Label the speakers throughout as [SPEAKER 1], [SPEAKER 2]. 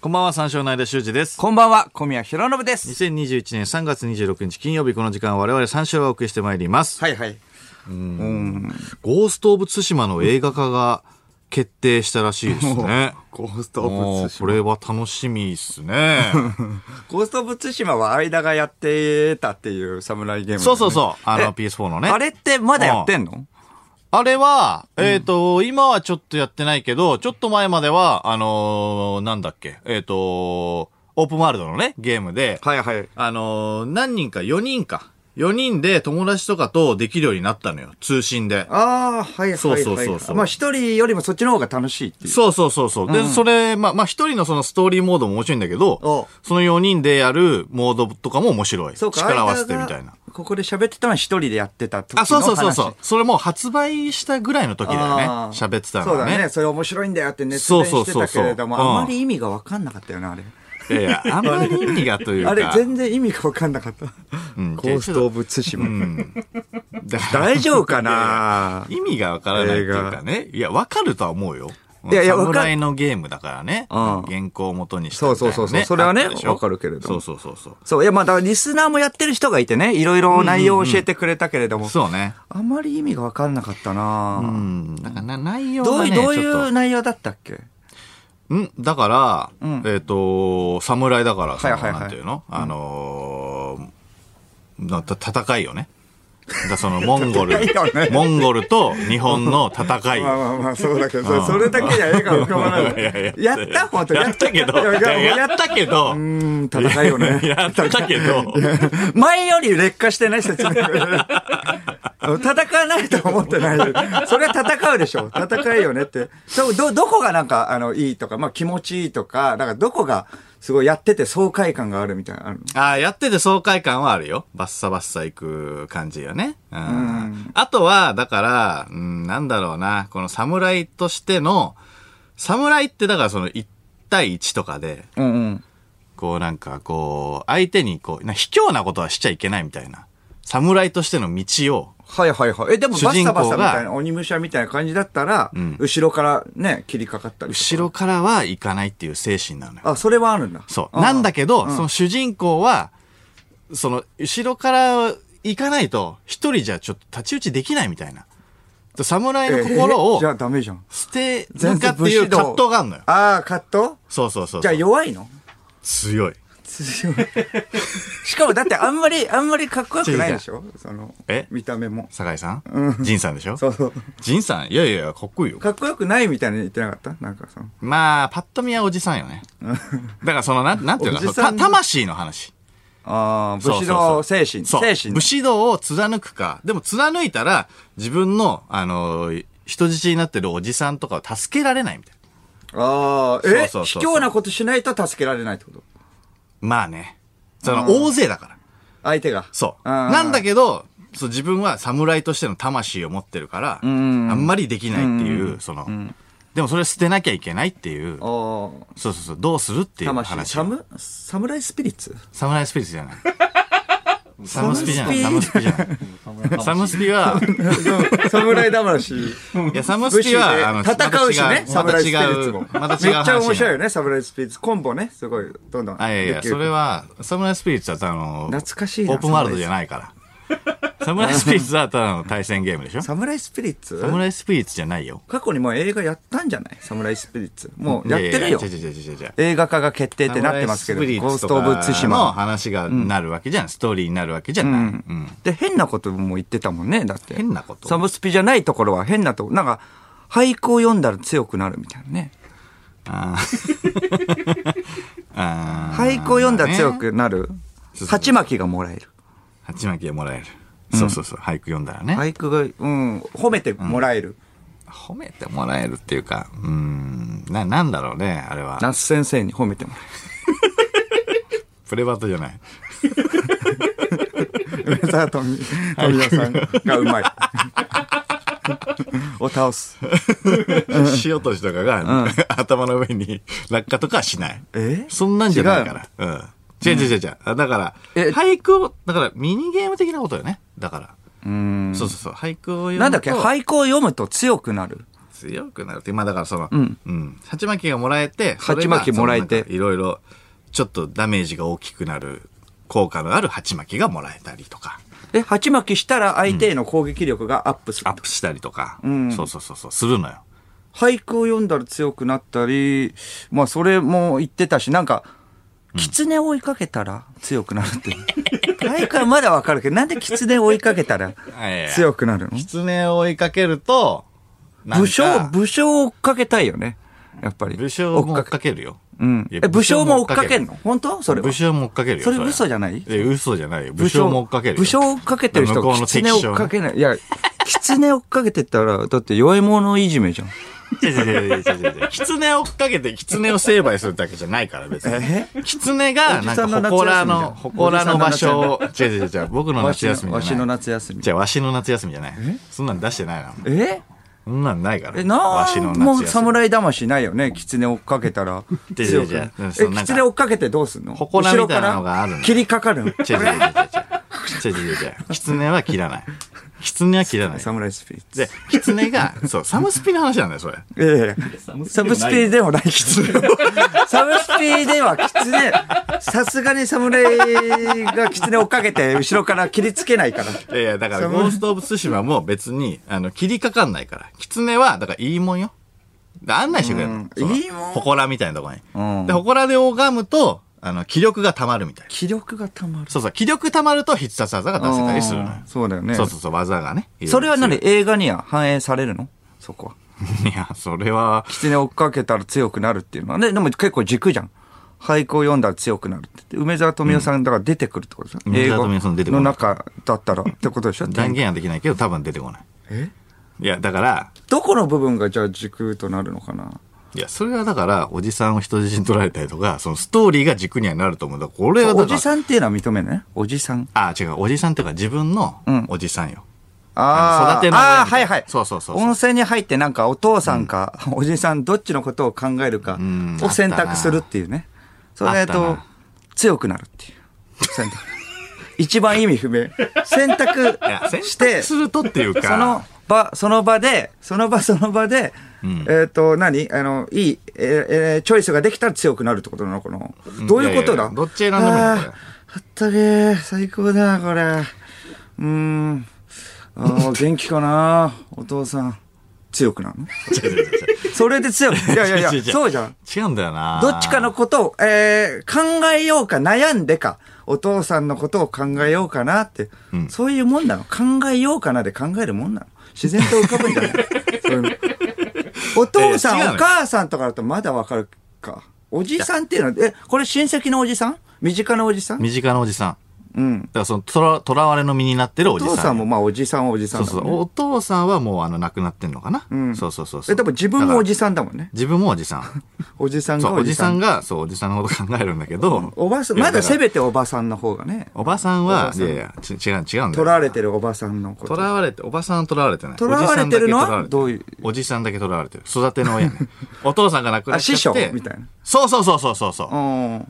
[SPEAKER 1] こんばんは、三章の間修二です。
[SPEAKER 2] こんばんは、小宮弘信です。
[SPEAKER 1] 2021年3月26日金曜日この時間我々三章をお送りしてまいります。
[SPEAKER 2] はいはい。
[SPEAKER 1] ゴースト・オブ・ツシマの映画化が決定したらしいですね。
[SPEAKER 2] ゴースト・オ
[SPEAKER 1] も
[SPEAKER 2] ブ・
[SPEAKER 1] う
[SPEAKER 2] ツシ
[SPEAKER 1] こ
[SPEAKER 2] マ。
[SPEAKER 1] れは楽しみですね。
[SPEAKER 2] ゴースト・オブ・ツシマは間がやってたっていう侍ゲームだよね、
[SPEAKER 1] そうそうそう。あ
[SPEAKER 2] え
[SPEAKER 1] の PS4 のね。
[SPEAKER 2] あれってまだやってんの
[SPEAKER 1] あれは、えっ、と、今はちょっとやってないけど、ちょっと前までは、あのーなんだっけ、えっ、とオープンワールドのね、ゲームで、
[SPEAKER 2] はいはい。
[SPEAKER 1] あのー何人か、4人か。4人で友達とかとできるようになったのよ。通信で。
[SPEAKER 2] ああ、はいはいはい。
[SPEAKER 1] そうそうそうそう
[SPEAKER 2] まあ一人よりもそっちの方が楽しいっていう。
[SPEAKER 1] そうそうそうそう。で、それ、まあ、まあ、一人のそのストーリーモードも面白いんだけど
[SPEAKER 2] お、
[SPEAKER 1] その4人でやるモードとかも面白い。
[SPEAKER 2] そうか、
[SPEAKER 1] 力を合わせて
[SPEAKER 2] 間
[SPEAKER 1] み
[SPEAKER 2] が
[SPEAKER 1] たいな。。
[SPEAKER 2] ここで喋ってたのは一人でやってた時の
[SPEAKER 1] あ、
[SPEAKER 2] 話。
[SPEAKER 1] そうそうそうそう。。それもう発売したぐらいの時だよね
[SPEAKER 2] あ。ー
[SPEAKER 1] 喋ってた
[SPEAKER 2] そ
[SPEAKER 1] の
[SPEAKER 2] う
[SPEAKER 1] は
[SPEAKER 2] だね。
[SPEAKER 1] ね。
[SPEAKER 2] それ面白いんだよって熱
[SPEAKER 1] そう
[SPEAKER 2] 弁
[SPEAKER 1] そう
[SPEAKER 2] して
[SPEAKER 1] そう
[SPEAKER 2] た
[SPEAKER 1] そう
[SPEAKER 2] けれども、
[SPEAKER 1] うん
[SPEAKER 2] あまり意味がわかんなかったよな、あれ。
[SPEAKER 1] いやいや、あんまり意味がというか。
[SPEAKER 2] あれ、全然意味がわかんなかった。
[SPEAKER 1] うん
[SPEAKER 2] ゴースト・オブ・ツシマ。
[SPEAKER 1] だから
[SPEAKER 2] 大丈夫かな
[SPEAKER 1] 意味がわからないっていうかね。いや、わかるとは思うよ。
[SPEAKER 2] いやいやわかる
[SPEAKER 1] 侍のゲームだからね。
[SPEAKER 2] うん
[SPEAKER 1] 原稿を元にしたみたいなね。
[SPEAKER 2] そうそうそうそうそれはね
[SPEAKER 1] あったでしょ
[SPEAKER 2] わかるけれど
[SPEAKER 1] そう
[SPEAKER 2] も
[SPEAKER 1] そうそうそう。
[SPEAKER 2] そう、いや、まあ、だからリスナーもやってる人がいてね、いろいろ内容を教えてくれたけれども、
[SPEAKER 1] そうね。
[SPEAKER 2] あまり意味が分かんなかったな、
[SPEAKER 1] うん。だからな、内容
[SPEAKER 2] ど
[SPEAKER 1] が
[SPEAKER 2] うい
[SPEAKER 1] ね、
[SPEAKER 2] う、どう
[SPEAKER 1] ちょっ
[SPEAKER 2] いう
[SPEAKER 1] と
[SPEAKER 2] 内容だったっけ
[SPEAKER 1] うん、だから、
[SPEAKER 2] うん
[SPEAKER 1] えっ、と、侍だから、その
[SPEAKER 2] はいはいはい
[SPEAKER 1] なんていうの、あのーなた戦いよね。だからその、モンゴル、
[SPEAKER 2] 戦いよね
[SPEAKER 1] モンゴルと日本の 戦い。
[SPEAKER 2] まあまあまあ、そうだけど、それ
[SPEAKER 1] うん
[SPEAKER 2] それだけじゃ絵が浮かば ない
[SPEAKER 1] いやいや
[SPEAKER 2] やった本当
[SPEAKER 1] やったけど、
[SPEAKER 2] いやいや
[SPEAKER 1] や
[SPEAKER 2] や
[SPEAKER 1] っ
[SPEAKER 2] った
[SPEAKER 1] たけど、
[SPEAKER 2] うーん、戦いよ ね。
[SPEAKER 1] やったけど、
[SPEAKER 2] 前より劣化してない説明。戦わないと思ってない。それは戦うでしょ。戦いよねって。そうど、どこがなんか、あの、いいとか、まあ気持ちいいとか、なんかどこが、すごいやってて爽快感があるみたいなのあるの。
[SPEAKER 1] ああ、やってて爽快感はあるよ。バッサバッサ行く感じよね。うん。あとは、だから、うん、なんだろうな、この侍としての、侍ってだからその1対1とかで、
[SPEAKER 2] うんうん。
[SPEAKER 1] こうなんかこう、相手にこう、な卑怯なことはしちゃいけないみたいな。侍としての道を、
[SPEAKER 2] はいはいはい。え、でも
[SPEAKER 1] 主
[SPEAKER 2] バ
[SPEAKER 1] 人
[SPEAKER 2] サ
[SPEAKER 1] 公が
[SPEAKER 2] バサみたいな、鬼武者みたいな感じだったら、後ろからね、切りかかったりとか。
[SPEAKER 1] 後ろからは行かないっていう精神なのよ。
[SPEAKER 2] あ、それはあるんだ。
[SPEAKER 1] そう。
[SPEAKER 2] あー
[SPEAKER 1] なんだけど、その主人公は、その、後ろから行かないと、一人じゃちょっと太刀打ちできないみたいな。侍の心
[SPEAKER 2] え
[SPEAKER 1] を
[SPEAKER 2] じゃあダメじゃん。
[SPEAKER 1] 捨てるかっていう葛藤があるのよ。
[SPEAKER 2] ああ、カット
[SPEAKER 1] そうそうそうそう。
[SPEAKER 2] じゃあ弱いの
[SPEAKER 1] 強い。
[SPEAKER 2] 強い しかもだってあんまり、あんまりかっこよくないでしょその、
[SPEAKER 1] え
[SPEAKER 2] 見た目も。
[SPEAKER 1] 酒井さん仁さんでしょ
[SPEAKER 2] そうそう。
[SPEAKER 1] 仁さんいやいやいや、かっこいいよ。
[SPEAKER 2] かっこよくないみたいに言ってなかったなんかその。
[SPEAKER 1] まあ、パッと見はおじさんよね。だからその、なん、なんていうの
[SPEAKER 2] お
[SPEAKER 1] か、
[SPEAKER 2] じ
[SPEAKER 1] そのた
[SPEAKER 2] さん
[SPEAKER 1] 魂の話。
[SPEAKER 2] ああ、
[SPEAKER 1] そう
[SPEAKER 2] 武士
[SPEAKER 1] そうそ
[SPEAKER 2] 道
[SPEAKER 1] う
[SPEAKER 2] 精神。
[SPEAKER 1] そう
[SPEAKER 2] 精神の。
[SPEAKER 1] 武士道を貫くか。でも貫いたら、自分の、あのー、人質になってるおじさんとかを助けられないみたいな。
[SPEAKER 2] ああ、え卑
[SPEAKER 1] そうそうそうそう
[SPEAKER 2] 怯なことしないと助けられないってこと
[SPEAKER 1] まあね。その、大勢だから。
[SPEAKER 2] 相手が。
[SPEAKER 1] そう。
[SPEAKER 2] あー
[SPEAKER 1] なんだけど、そう自分は侍としての魂を持ってるから、あんまりできないっていう、その、でもそれを捨てなきゃいけないっていう、
[SPEAKER 2] あー
[SPEAKER 1] そうそうそう、どうするっていう
[SPEAKER 2] 魂。
[SPEAKER 1] 話
[SPEAKER 2] サ
[SPEAKER 1] を。
[SPEAKER 2] ム、サムライスピリッツ
[SPEAKER 1] サムライスピリッツじゃない。 サムスピじゃない。サ
[SPEAKER 2] サ
[SPEAKER 1] ム
[SPEAKER 2] ム
[SPEAKER 1] スピじゃない。サムスピは、
[SPEAKER 2] サムライ魂。
[SPEAKER 1] いや、サムスピ
[SPEAKER 2] 武士で
[SPEAKER 1] は、あの
[SPEAKER 2] 戦うしね、サ
[SPEAKER 1] ま
[SPEAKER 2] ム
[SPEAKER 1] た
[SPEAKER 2] ライス
[SPEAKER 1] 違
[SPEAKER 2] ピリッツ
[SPEAKER 1] う、
[SPEAKER 2] も。
[SPEAKER 1] また違う話に
[SPEAKER 2] め
[SPEAKER 1] な
[SPEAKER 2] っ
[SPEAKER 1] る
[SPEAKER 2] ちゃ面白いよね、サムライスピリッツ。コンボね、すごい、どんどん。
[SPEAKER 1] あ、いやい
[SPEAKER 2] で
[SPEAKER 1] や、
[SPEAKER 2] きる
[SPEAKER 1] それは、サムライスピリッツは、あの、
[SPEAKER 2] 懐かしいな
[SPEAKER 1] オープンワールドじゃないから。サムライスピリッツは、ただの対戦ゲームで しょサ
[SPEAKER 2] サムライスピリッツ
[SPEAKER 1] ムライスピリッツじゃないよ。
[SPEAKER 2] 過去にもう映画やったんじゃないサムライスピリッツ。もうやってるよ
[SPEAKER 1] い。やいや違う違う違う違う。
[SPEAKER 2] 映画化が決定ってなってますけど、
[SPEAKER 1] サムライ
[SPEAKER 2] ゴー
[SPEAKER 1] ピリ
[SPEAKER 2] ス
[SPEAKER 1] ツ
[SPEAKER 2] ト・
[SPEAKER 1] と
[SPEAKER 2] オ
[SPEAKER 1] か
[SPEAKER 2] ブ・ツシ
[SPEAKER 1] の
[SPEAKER 2] マ。
[SPEAKER 1] 話がなるわけじゃん。ストーリーになるわけじゃない。うん
[SPEAKER 2] で、変なことも言ってたもんね、だって。
[SPEAKER 1] 変なこと
[SPEAKER 2] サムスピじゃないところは変なとこなんか、俳句を読んだら強くなるみたいなね。
[SPEAKER 1] あーあー。
[SPEAKER 2] 俳句を読んだら強くなる。
[SPEAKER 1] そう
[SPEAKER 2] 鉢巻きがもらえる。
[SPEAKER 1] 鉢巻きがもらえる。そうそうそう。俳句読んだらね。
[SPEAKER 2] 俳句が、うん、褒めてもらえる。
[SPEAKER 1] 褒めてもらえるっていうか、うーん、な、なんだろうね、あれは。
[SPEAKER 2] 那須先生に褒めてもらえる。
[SPEAKER 1] プレバトじゃない。
[SPEAKER 2] 梅沢富富美男さんがうま い。を倒す。
[SPEAKER 1] 塩としとかが、頭の上に落下とかはしない。
[SPEAKER 2] え
[SPEAKER 1] そんなんじゃないから。うん。違う違う違う違う。あだから、
[SPEAKER 2] え
[SPEAKER 1] 俳句を、だからミニゲーム的なことよね。だから。
[SPEAKER 2] うん。
[SPEAKER 1] そうそうそう。俳句を読むと。
[SPEAKER 2] なんだっけ俳句を読むと強くなる。
[SPEAKER 1] 強くなるっていう。まあだからその、うんん。鉢巻きがもらえて、それが
[SPEAKER 2] 鉢巻きもらえて
[SPEAKER 1] そのなんかいろいろ、ちょっとダメージが大きくなる効果のある鉢巻きがもらえたりとか、
[SPEAKER 2] え、鉢巻きしたら相手への攻撃力がアップする
[SPEAKER 1] アッ。プしたりとか、
[SPEAKER 2] ん
[SPEAKER 1] そうそうそうそう、するのよ。
[SPEAKER 2] 俳句を読んだら強くなったり、まあそれも言ってたし、なんか、狐を追いかけたら強くなる って。俳句はまだわかるけど、なんで狐を追いかけたら強くなるの
[SPEAKER 1] 狐を追いかけると、なんか
[SPEAKER 2] 武将、武将を追っかけたいよね。やっぱり。
[SPEAKER 1] 武将も追っ
[SPEAKER 2] け。
[SPEAKER 1] かけるよ。
[SPEAKER 2] うん。
[SPEAKER 1] いや
[SPEAKER 2] え、武将も追っかけんの本当それは
[SPEAKER 1] 武。将も追っかけるよ。
[SPEAKER 2] それ
[SPEAKER 1] は
[SPEAKER 2] 嘘じゃない
[SPEAKER 1] え、嘘じゃないよ。武将も追っかけるよ。
[SPEAKER 2] 武将追っかけてる人
[SPEAKER 1] 向こう
[SPEAKER 2] が
[SPEAKER 1] の
[SPEAKER 2] 狐
[SPEAKER 1] 敵
[SPEAKER 2] を
[SPEAKER 1] 将
[SPEAKER 2] 追っかけない。いや、狐追っかけてたら、だって弱い者いじめじゃん。
[SPEAKER 1] いやいやいやいやいや いや狐を追っかけて狐を成敗するだけじゃないから別に。狐がなんか祠の、
[SPEAKER 2] おじさんの夏休みじゃ
[SPEAKER 1] 祠の場
[SPEAKER 2] ん
[SPEAKER 1] 所を、違う違う違う、僕の夏休み
[SPEAKER 2] わ
[SPEAKER 1] じ
[SPEAKER 2] し
[SPEAKER 1] ゃ
[SPEAKER 2] の
[SPEAKER 1] ない。
[SPEAKER 2] 夏休み。
[SPEAKER 1] じゃあ、わしの夏休みじゃない。そんなん出してないな。
[SPEAKER 2] え
[SPEAKER 1] そんなんないから。
[SPEAKER 2] え、な
[SPEAKER 1] わしの
[SPEAKER 2] ん
[SPEAKER 1] 夏休み。
[SPEAKER 2] もう侍魂ないよね。狐追っかけたら。
[SPEAKER 1] 違う
[SPEAKER 2] 強く
[SPEAKER 1] 違う違う
[SPEAKER 2] え、
[SPEAKER 1] そのなんか
[SPEAKER 2] 狐追っかけてどうすんの
[SPEAKER 1] 祠みたいなのがあるの
[SPEAKER 2] 後ろから切りかかるの
[SPEAKER 1] 違う違う違う違う。違う違う違う。狐は切らない。狐は切らない。
[SPEAKER 2] 侍スピーチ。
[SPEAKER 1] で、狐が、そう、サムスピの話なんだよ、それ。
[SPEAKER 2] ええサブスピーでもない 狐。サブスピでは狐、さすがに侍が狐追っかけて後ろから切りつけないから。
[SPEAKER 1] いやいや、だから、
[SPEAKER 2] その
[SPEAKER 1] ゴースト・オブ・ツシマも別に、あの、切りかかんないから。狐は、だから、いいもんよ。で案内してくれる
[SPEAKER 2] うん
[SPEAKER 1] の。その
[SPEAKER 2] いいもん
[SPEAKER 1] 祠みたいなとこに。
[SPEAKER 2] うん
[SPEAKER 1] で、祠で拝むと、あの、気力が溜まるみたいな。
[SPEAKER 2] 気力がたまる。
[SPEAKER 1] そうそう、気力溜まると必殺技が出せたりするのよ。
[SPEAKER 2] そうだよね。
[SPEAKER 1] そうそうそう、技がね。
[SPEAKER 2] それは何
[SPEAKER 1] い
[SPEAKER 2] 映画には反映されるのそこは。
[SPEAKER 1] や、それは、
[SPEAKER 2] 狐追っかけたら強くなるっていうのは。ね、でも結構軸じゃん。俳句を読んだら強くなるって言って。梅沢富美男さんだから出てくるってことでしょ、
[SPEAKER 1] うん
[SPEAKER 2] 映
[SPEAKER 1] 梅沢富美男さん出てこ
[SPEAKER 2] の
[SPEAKER 1] ない
[SPEAKER 2] 中だったらってことでしょ
[SPEAKER 1] 断言はできないけど、多分出てこない。
[SPEAKER 2] え
[SPEAKER 1] いや、だから、
[SPEAKER 2] どこの部分がじゃあ軸となるのかない
[SPEAKER 1] や、それはだから、おじさんを人質に取られたりとか、そのストーリーが軸にはなると思うんだ。これは
[SPEAKER 2] お
[SPEAKER 1] だか
[SPEAKER 2] じ
[SPEAKER 1] ら、
[SPEAKER 2] さんっていうのは認めないおじさん。
[SPEAKER 1] あ、違う、おじさんっていうか自分の
[SPEAKER 2] うん
[SPEAKER 1] おじさんよ。
[SPEAKER 2] ああ、
[SPEAKER 1] 育ての親みたいな
[SPEAKER 2] ああ、はいはい。
[SPEAKER 1] そうそうそうそう
[SPEAKER 2] 温泉に入ってなんかお父さんか、 おじさんどっちのことを考えるか
[SPEAKER 1] ん
[SPEAKER 2] を選択するっていうね。それ
[SPEAKER 1] あ
[SPEAKER 2] と
[SPEAKER 1] ったな、
[SPEAKER 2] 強くなるっていう。選択。一番意味不明。選択
[SPEAKER 1] いや、選
[SPEAKER 2] して、
[SPEAKER 1] 択す
[SPEAKER 2] そ
[SPEAKER 1] るとっていうか、
[SPEAKER 2] の場、その場で、その場 その場で、えっと、何あの、いい、えーえーチョイスができたら強くなるってことなのかなどういうこ
[SPEAKER 1] いや
[SPEAKER 2] と
[SPEAKER 1] い
[SPEAKER 2] だ
[SPEAKER 1] やどっち選んでもいいの
[SPEAKER 2] あー
[SPEAKER 1] これ
[SPEAKER 2] あったけー、最高だ、これ。うーん。あ ー元気かなお父さん。強くなるの
[SPEAKER 1] 違う違う違う
[SPEAKER 2] それで強く。いやいや
[SPEAKER 1] 違う違
[SPEAKER 2] いや、
[SPEAKER 1] う違う
[SPEAKER 2] そうじゃん。
[SPEAKER 1] 違うんだよな。
[SPEAKER 2] どっちかのことを、えー、考えようか悩んでか、お父さんのことを考えようかなって、
[SPEAKER 1] ん
[SPEAKER 2] そういうもんなの。考えようかなで考えるもんなの。自然と浮かぶんじゃない そういうのお父さん、
[SPEAKER 1] いや違うのよ
[SPEAKER 2] お母さんとかだとまだわかるか。おじさんっていうのは、え、これ親戚のおじさん身近なおじさん
[SPEAKER 1] 身近なおじさん。
[SPEAKER 2] うん
[SPEAKER 1] だ。からその、とら、とらわれの身になってるお
[SPEAKER 2] お
[SPEAKER 1] じさん。
[SPEAKER 2] 父さんもまあおじさんはおじ
[SPEAKER 1] そ
[SPEAKER 2] さん
[SPEAKER 1] う
[SPEAKER 2] だ
[SPEAKER 1] そ
[SPEAKER 2] もん、ね。
[SPEAKER 1] う。お父さんはもう、あの、亡くなってんのかな。
[SPEAKER 2] ん
[SPEAKER 1] そうそうそうそう。
[SPEAKER 2] え、多分自分もお
[SPEAKER 1] だから
[SPEAKER 2] じさんだもんね。
[SPEAKER 1] 自分もおじさ ん。
[SPEAKER 2] おじさん
[SPEAKER 1] そ
[SPEAKER 2] が
[SPEAKER 1] う、お
[SPEAKER 2] お
[SPEAKER 1] じ
[SPEAKER 2] じ
[SPEAKER 1] さ
[SPEAKER 2] さ
[SPEAKER 1] ん
[SPEAKER 2] ん。
[SPEAKER 1] が、そう、おじさんのこと考えるんだけど。
[SPEAKER 2] おばさん、まだせ
[SPEAKER 1] べ
[SPEAKER 2] めておばさんの方がね、
[SPEAKER 1] おばさんは
[SPEAKER 2] おば、
[SPEAKER 1] い
[SPEAKER 2] さん
[SPEAKER 1] やいや、ち違う、違うんだ
[SPEAKER 2] 取
[SPEAKER 1] よ。
[SPEAKER 2] られてるおばさんのこと。
[SPEAKER 1] とらわれて、おばさんはとらわれてない。
[SPEAKER 2] 囚われてるのはどういう
[SPEAKER 1] おじさんだけとらわれてる。育ての親 ね。お父さんが亡くなっちゃって。
[SPEAKER 2] あ師匠みたいな。
[SPEAKER 1] そうそうそうそうそうそう。
[SPEAKER 2] うん。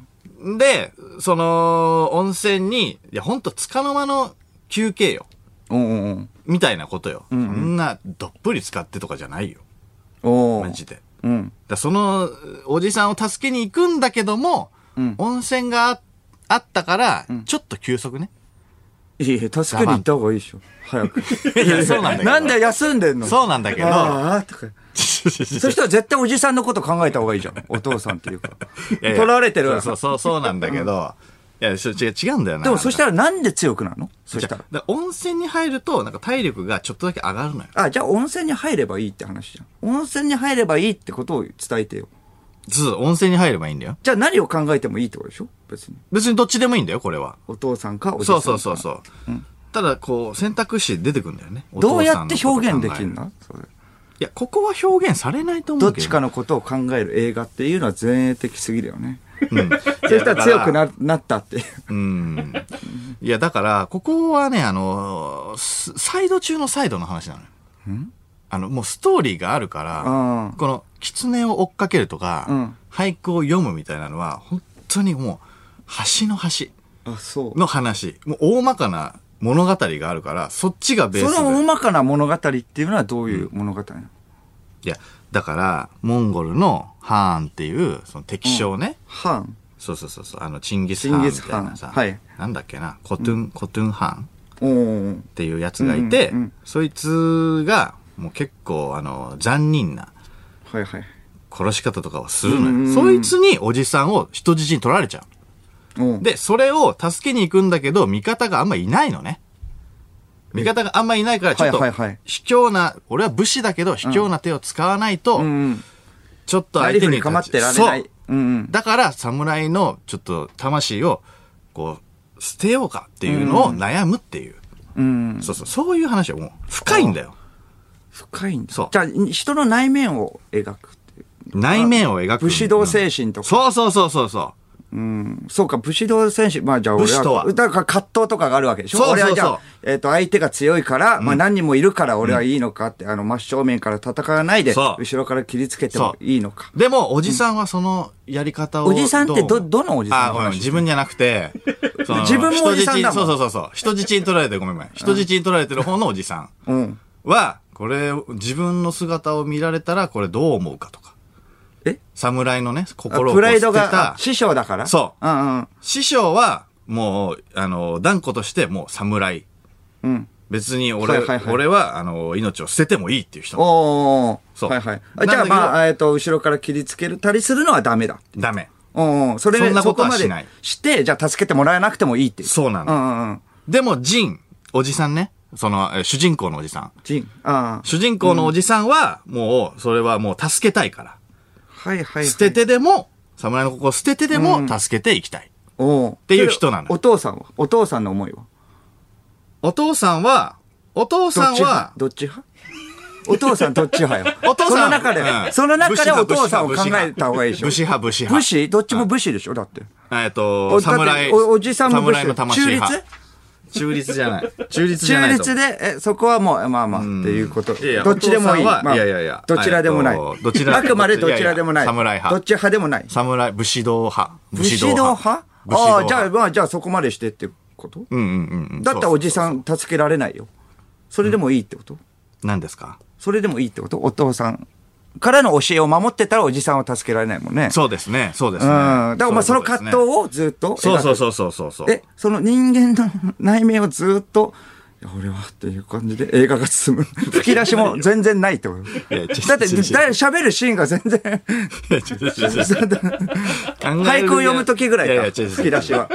[SPEAKER 1] で、その、温泉に、いや、ほんと、つかの間の休憩よ。
[SPEAKER 2] うんうんうん。
[SPEAKER 1] みたいなことよ。そんな、どっぷり使ってとかじゃないよ。
[SPEAKER 2] お
[SPEAKER 1] マ
[SPEAKER 2] ー
[SPEAKER 1] ジで。
[SPEAKER 2] うん。
[SPEAKER 1] だその、おじさんを助けに行くんだけども、
[SPEAKER 2] うん
[SPEAKER 1] 温泉がああったから、ちょっと休息 ね。
[SPEAKER 2] いやいや、助けに行った方がいいでしょ。早く。
[SPEAKER 1] いや、そうなんだけど。
[SPEAKER 2] なんで休んでんの
[SPEAKER 1] そうなんだけど。
[SPEAKER 2] ああ、とか。そしたら絶対おじさんのこと考えた方がいいじゃん。お父さんっていうか。
[SPEAKER 1] いやいや
[SPEAKER 2] 取られてる。
[SPEAKER 1] そうそうそう、そうなんだけど。いや、ちょ違う違うんだよな。
[SPEAKER 2] でもそしたらなんで強くなるのそ
[SPEAKER 1] そ
[SPEAKER 2] し
[SPEAKER 1] したた
[SPEAKER 2] ら。
[SPEAKER 1] ら温泉に入ると、なんか体力がちょっとだけ上がるのよ。
[SPEAKER 2] あ、じゃあ温泉に入ればいいって話じゃん。温泉に入ればいいってことを伝えてよ。
[SPEAKER 1] そう、温泉に入ればいいんだよ。
[SPEAKER 2] じゃあ何を考えてもいいってことでしょ別に。
[SPEAKER 1] 別にどっちでもいいんだよ、これは。
[SPEAKER 2] お父さんかおじさん
[SPEAKER 1] そう
[SPEAKER 2] か。
[SPEAKER 1] そうそうそう。ただ、こう、選択肢出てくるんだよね。
[SPEAKER 2] ど
[SPEAKER 1] お
[SPEAKER 2] う
[SPEAKER 1] 父さ
[SPEAKER 2] やっ
[SPEAKER 1] ん
[SPEAKER 2] て
[SPEAKER 1] のこと
[SPEAKER 2] 表現で
[SPEAKER 1] 考え
[SPEAKER 2] き
[SPEAKER 1] る
[SPEAKER 2] るんだそれ
[SPEAKER 1] いや、ここは表現されないと思
[SPEAKER 2] ど
[SPEAKER 1] う
[SPEAKER 2] っ
[SPEAKER 1] けど。
[SPEAKER 2] ちかのことを考える映画っていうのは前衛的すぎるよね。
[SPEAKER 1] うん。
[SPEAKER 2] そしたら強く
[SPEAKER 1] る。
[SPEAKER 2] ななったっていう。
[SPEAKER 1] うん。いや、だから、ここはね、あの、すサイド中のサイドの話なのよ。あの、もうストーリーがあるから
[SPEAKER 2] うん、
[SPEAKER 1] この、狐を追っかけるとか、
[SPEAKER 2] うん
[SPEAKER 1] 俳句を読むみたいなのは、本当にもう、端の端
[SPEAKER 2] あ、そう。
[SPEAKER 1] の話。もう大まかな物語があるから、そっちがベー
[SPEAKER 2] そ
[SPEAKER 1] スで。
[SPEAKER 2] の大まかな物語っていうのはどういう物語なの、
[SPEAKER 1] いや、だから、モンゴルのハーンっていう、その敵将ね。
[SPEAKER 2] ハン。
[SPEAKER 1] そうそうそうそう、あの、チンギスハーンみたいなさ、
[SPEAKER 2] チンギスハンはい
[SPEAKER 1] なんだっけな、コトゥン、コトゥンハーン
[SPEAKER 2] おー
[SPEAKER 1] っていうやつがいて、
[SPEAKER 2] うんうんうん
[SPEAKER 1] そいつが、もう結構、あの、残忍な
[SPEAKER 2] はいはい。
[SPEAKER 1] 殺し方とかをするのよ。
[SPEAKER 2] うんうんうん
[SPEAKER 1] そいつにおじさんを人質に取られちゃう。
[SPEAKER 2] おで、
[SPEAKER 1] で、それを助けに行くんだけど、味方があんまいないのね。味方があんまいないから、ちょっと
[SPEAKER 2] はいはいはい、
[SPEAKER 1] 卑怯な、俺は武士だけど、卑怯な手を使わないと
[SPEAKER 2] う、ん。
[SPEAKER 1] ちょっと
[SPEAKER 2] ラ
[SPEAKER 1] 相
[SPEAKER 2] イ
[SPEAKER 1] 手
[SPEAKER 2] フ
[SPEAKER 1] に
[SPEAKER 2] に
[SPEAKER 1] 立ち
[SPEAKER 2] 構ってられな
[SPEAKER 1] そ。
[SPEAKER 2] いううんうん。
[SPEAKER 1] だから、侍の、ちょっと、魂を、こう、捨てようかっていうのを悩むっていう。
[SPEAKER 2] うん。
[SPEAKER 1] そうそう、そういう話はもう、深いんだよ。
[SPEAKER 2] 深いんだ。
[SPEAKER 1] そう
[SPEAKER 2] じゃあ、人の内面を描くっていう。
[SPEAKER 1] 内面を描く。
[SPEAKER 2] 武士道精神とか。
[SPEAKER 1] そうそうそうそうそう。
[SPEAKER 2] うんそうか、武士道戦士、まあじゃあ俺
[SPEAKER 1] 武士とは
[SPEAKER 2] だから葛藤とかがあるわけでしょ
[SPEAKER 1] そうそうそう
[SPEAKER 2] 俺はじゃあ、えっ、と、相手が強いから、まあ何人もいるから俺はいいのかって、あの、真正面から戦わないで、
[SPEAKER 1] そう
[SPEAKER 2] 後ろから切りつけてもいいのか。
[SPEAKER 1] でも、おじさんはそのやり方を
[SPEAKER 2] お
[SPEAKER 1] どう。
[SPEAKER 2] じさんってど、どのおじさん
[SPEAKER 1] あ、
[SPEAKER 2] の
[SPEAKER 1] ごめん、
[SPEAKER 2] 話
[SPEAKER 1] 自分じゃなくて、その
[SPEAKER 2] 自分もおじさんだも
[SPEAKER 1] 人質にそ
[SPEAKER 2] ん
[SPEAKER 1] うそうそうそう。人質に取られて、ごめんごめん。人質に取られてる方のおじさ
[SPEAKER 2] うん。
[SPEAKER 1] んは、これ、自分の姿を見られたら、これどう思うかとか。
[SPEAKER 2] え
[SPEAKER 1] 侍のね、
[SPEAKER 2] あ
[SPEAKER 1] 心をこ
[SPEAKER 2] プ
[SPEAKER 1] う
[SPEAKER 2] ライ
[SPEAKER 1] 捨
[SPEAKER 2] ド
[SPEAKER 1] て
[SPEAKER 2] が
[SPEAKER 1] た
[SPEAKER 2] あ。師匠だから。
[SPEAKER 1] そう
[SPEAKER 2] うんうん。
[SPEAKER 1] 師匠は、もう、あの、断固として、もう侍。
[SPEAKER 2] うん。
[SPEAKER 1] 別に俺、
[SPEAKER 2] はいはいはい
[SPEAKER 1] 俺は、あの、命を捨ててもいいっていう人。
[SPEAKER 2] おー。
[SPEAKER 1] そう
[SPEAKER 2] はいはい。
[SPEAKER 1] な
[SPEAKER 2] あ
[SPEAKER 1] んだ
[SPEAKER 2] じゃあ
[SPEAKER 1] けど
[SPEAKER 2] まあ、えっ、と、後ろから切りつけるたりするのはダメだ。
[SPEAKER 1] ダメ。
[SPEAKER 2] うんうん。それ
[SPEAKER 1] そんなことは
[SPEAKER 2] そ
[SPEAKER 1] し
[SPEAKER 2] ま
[SPEAKER 1] ない
[SPEAKER 2] でして、じゃあ助けてもらえなくてもいいっていう。
[SPEAKER 1] そうな
[SPEAKER 2] う
[SPEAKER 1] の。
[SPEAKER 2] んうんうん。
[SPEAKER 1] でも、ジン、おじさんね。その、え主人公のおじさん。
[SPEAKER 2] ジン。ああ。
[SPEAKER 1] 主人公のおじさんは、もう、それはもう助けたいから。
[SPEAKER 2] はいはい、はい。
[SPEAKER 1] 捨ててでも、侍の心を捨ててでも助けていきたい。
[SPEAKER 2] おって
[SPEAKER 1] いう人なの
[SPEAKER 2] お父さんはお父さんの思いは
[SPEAKER 1] お父さんは、お父
[SPEAKER 2] ど
[SPEAKER 1] さ
[SPEAKER 2] っ
[SPEAKER 1] ん
[SPEAKER 2] ち派
[SPEAKER 1] は、
[SPEAKER 2] どっち派お父さんどっち派よ。
[SPEAKER 1] お父さん
[SPEAKER 2] その中で、
[SPEAKER 1] うん
[SPEAKER 2] その中でお父さんを
[SPEAKER 1] 武
[SPEAKER 2] 考
[SPEAKER 1] 士派
[SPEAKER 2] えた方がいいでしょ。
[SPEAKER 1] 武士派、武士派。
[SPEAKER 2] 武士どっちも武士でしょだって。
[SPEAKER 1] えっ
[SPEAKER 2] お
[SPEAKER 1] と、
[SPEAKER 2] だって
[SPEAKER 1] 侍。
[SPEAKER 2] おおじさんも武士
[SPEAKER 1] 侍の魂派。
[SPEAKER 2] 中
[SPEAKER 1] 中立じゃない。中立じゃ
[SPEAKER 2] 中
[SPEAKER 1] ないと
[SPEAKER 2] 立。で、え、そこはもう、まあまあ、っていうこと。
[SPEAKER 1] いやいや
[SPEAKER 2] どっちでも
[SPEAKER 1] お父さ
[SPEAKER 2] いい。
[SPEAKER 1] んは
[SPEAKER 2] まあ
[SPEAKER 1] いやいやいや
[SPEAKER 2] どちらでもない
[SPEAKER 1] えっとどち。ら
[SPEAKER 2] あくまでどちらでもない。
[SPEAKER 1] いやいや侍派
[SPEAKER 2] どっち派でもない。
[SPEAKER 1] 侍、武士道派。
[SPEAKER 2] 武士道派
[SPEAKER 1] 武士道
[SPEAKER 2] ああ、じ
[SPEAKER 1] 派
[SPEAKER 2] ゃあ、まあ、じゃあそこまでしてってこと
[SPEAKER 1] うんうんうんうん。
[SPEAKER 2] だったらおじ
[SPEAKER 1] ん。
[SPEAKER 2] さん助けられないよ。それでもいいってこと
[SPEAKER 1] 何ですか
[SPEAKER 2] それでもいいってことお父さんからの教えを守ってたらおじさんは助けられないもんね。
[SPEAKER 1] そうですね、そうで
[SPEAKER 2] う
[SPEAKER 1] すね。
[SPEAKER 2] ん。だからまあその葛藤
[SPEAKER 1] を。
[SPEAKER 2] をずっと。
[SPEAKER 1] そうそううそうそうそうそう。
[SPEAKER 2] え、その人間の内面をずっと、いや俺はっていう感じで映画が進む。 吹き出しも全然ないってこと。
[SPEAKER 1] いやちょ
[SPEAKER 2] だって、だ喋るシーンが全然、
[SPEAKER 1] いやちょっとちょっとちょっと
[SPEAKER 2] 俳句を読む時ぐらい
[SPEAKER 1] いやい
[SPEAKER 2] か。
[SPEAKER 1] やちょっとちょっと
[SPEAKER 2] 吹 き出しは。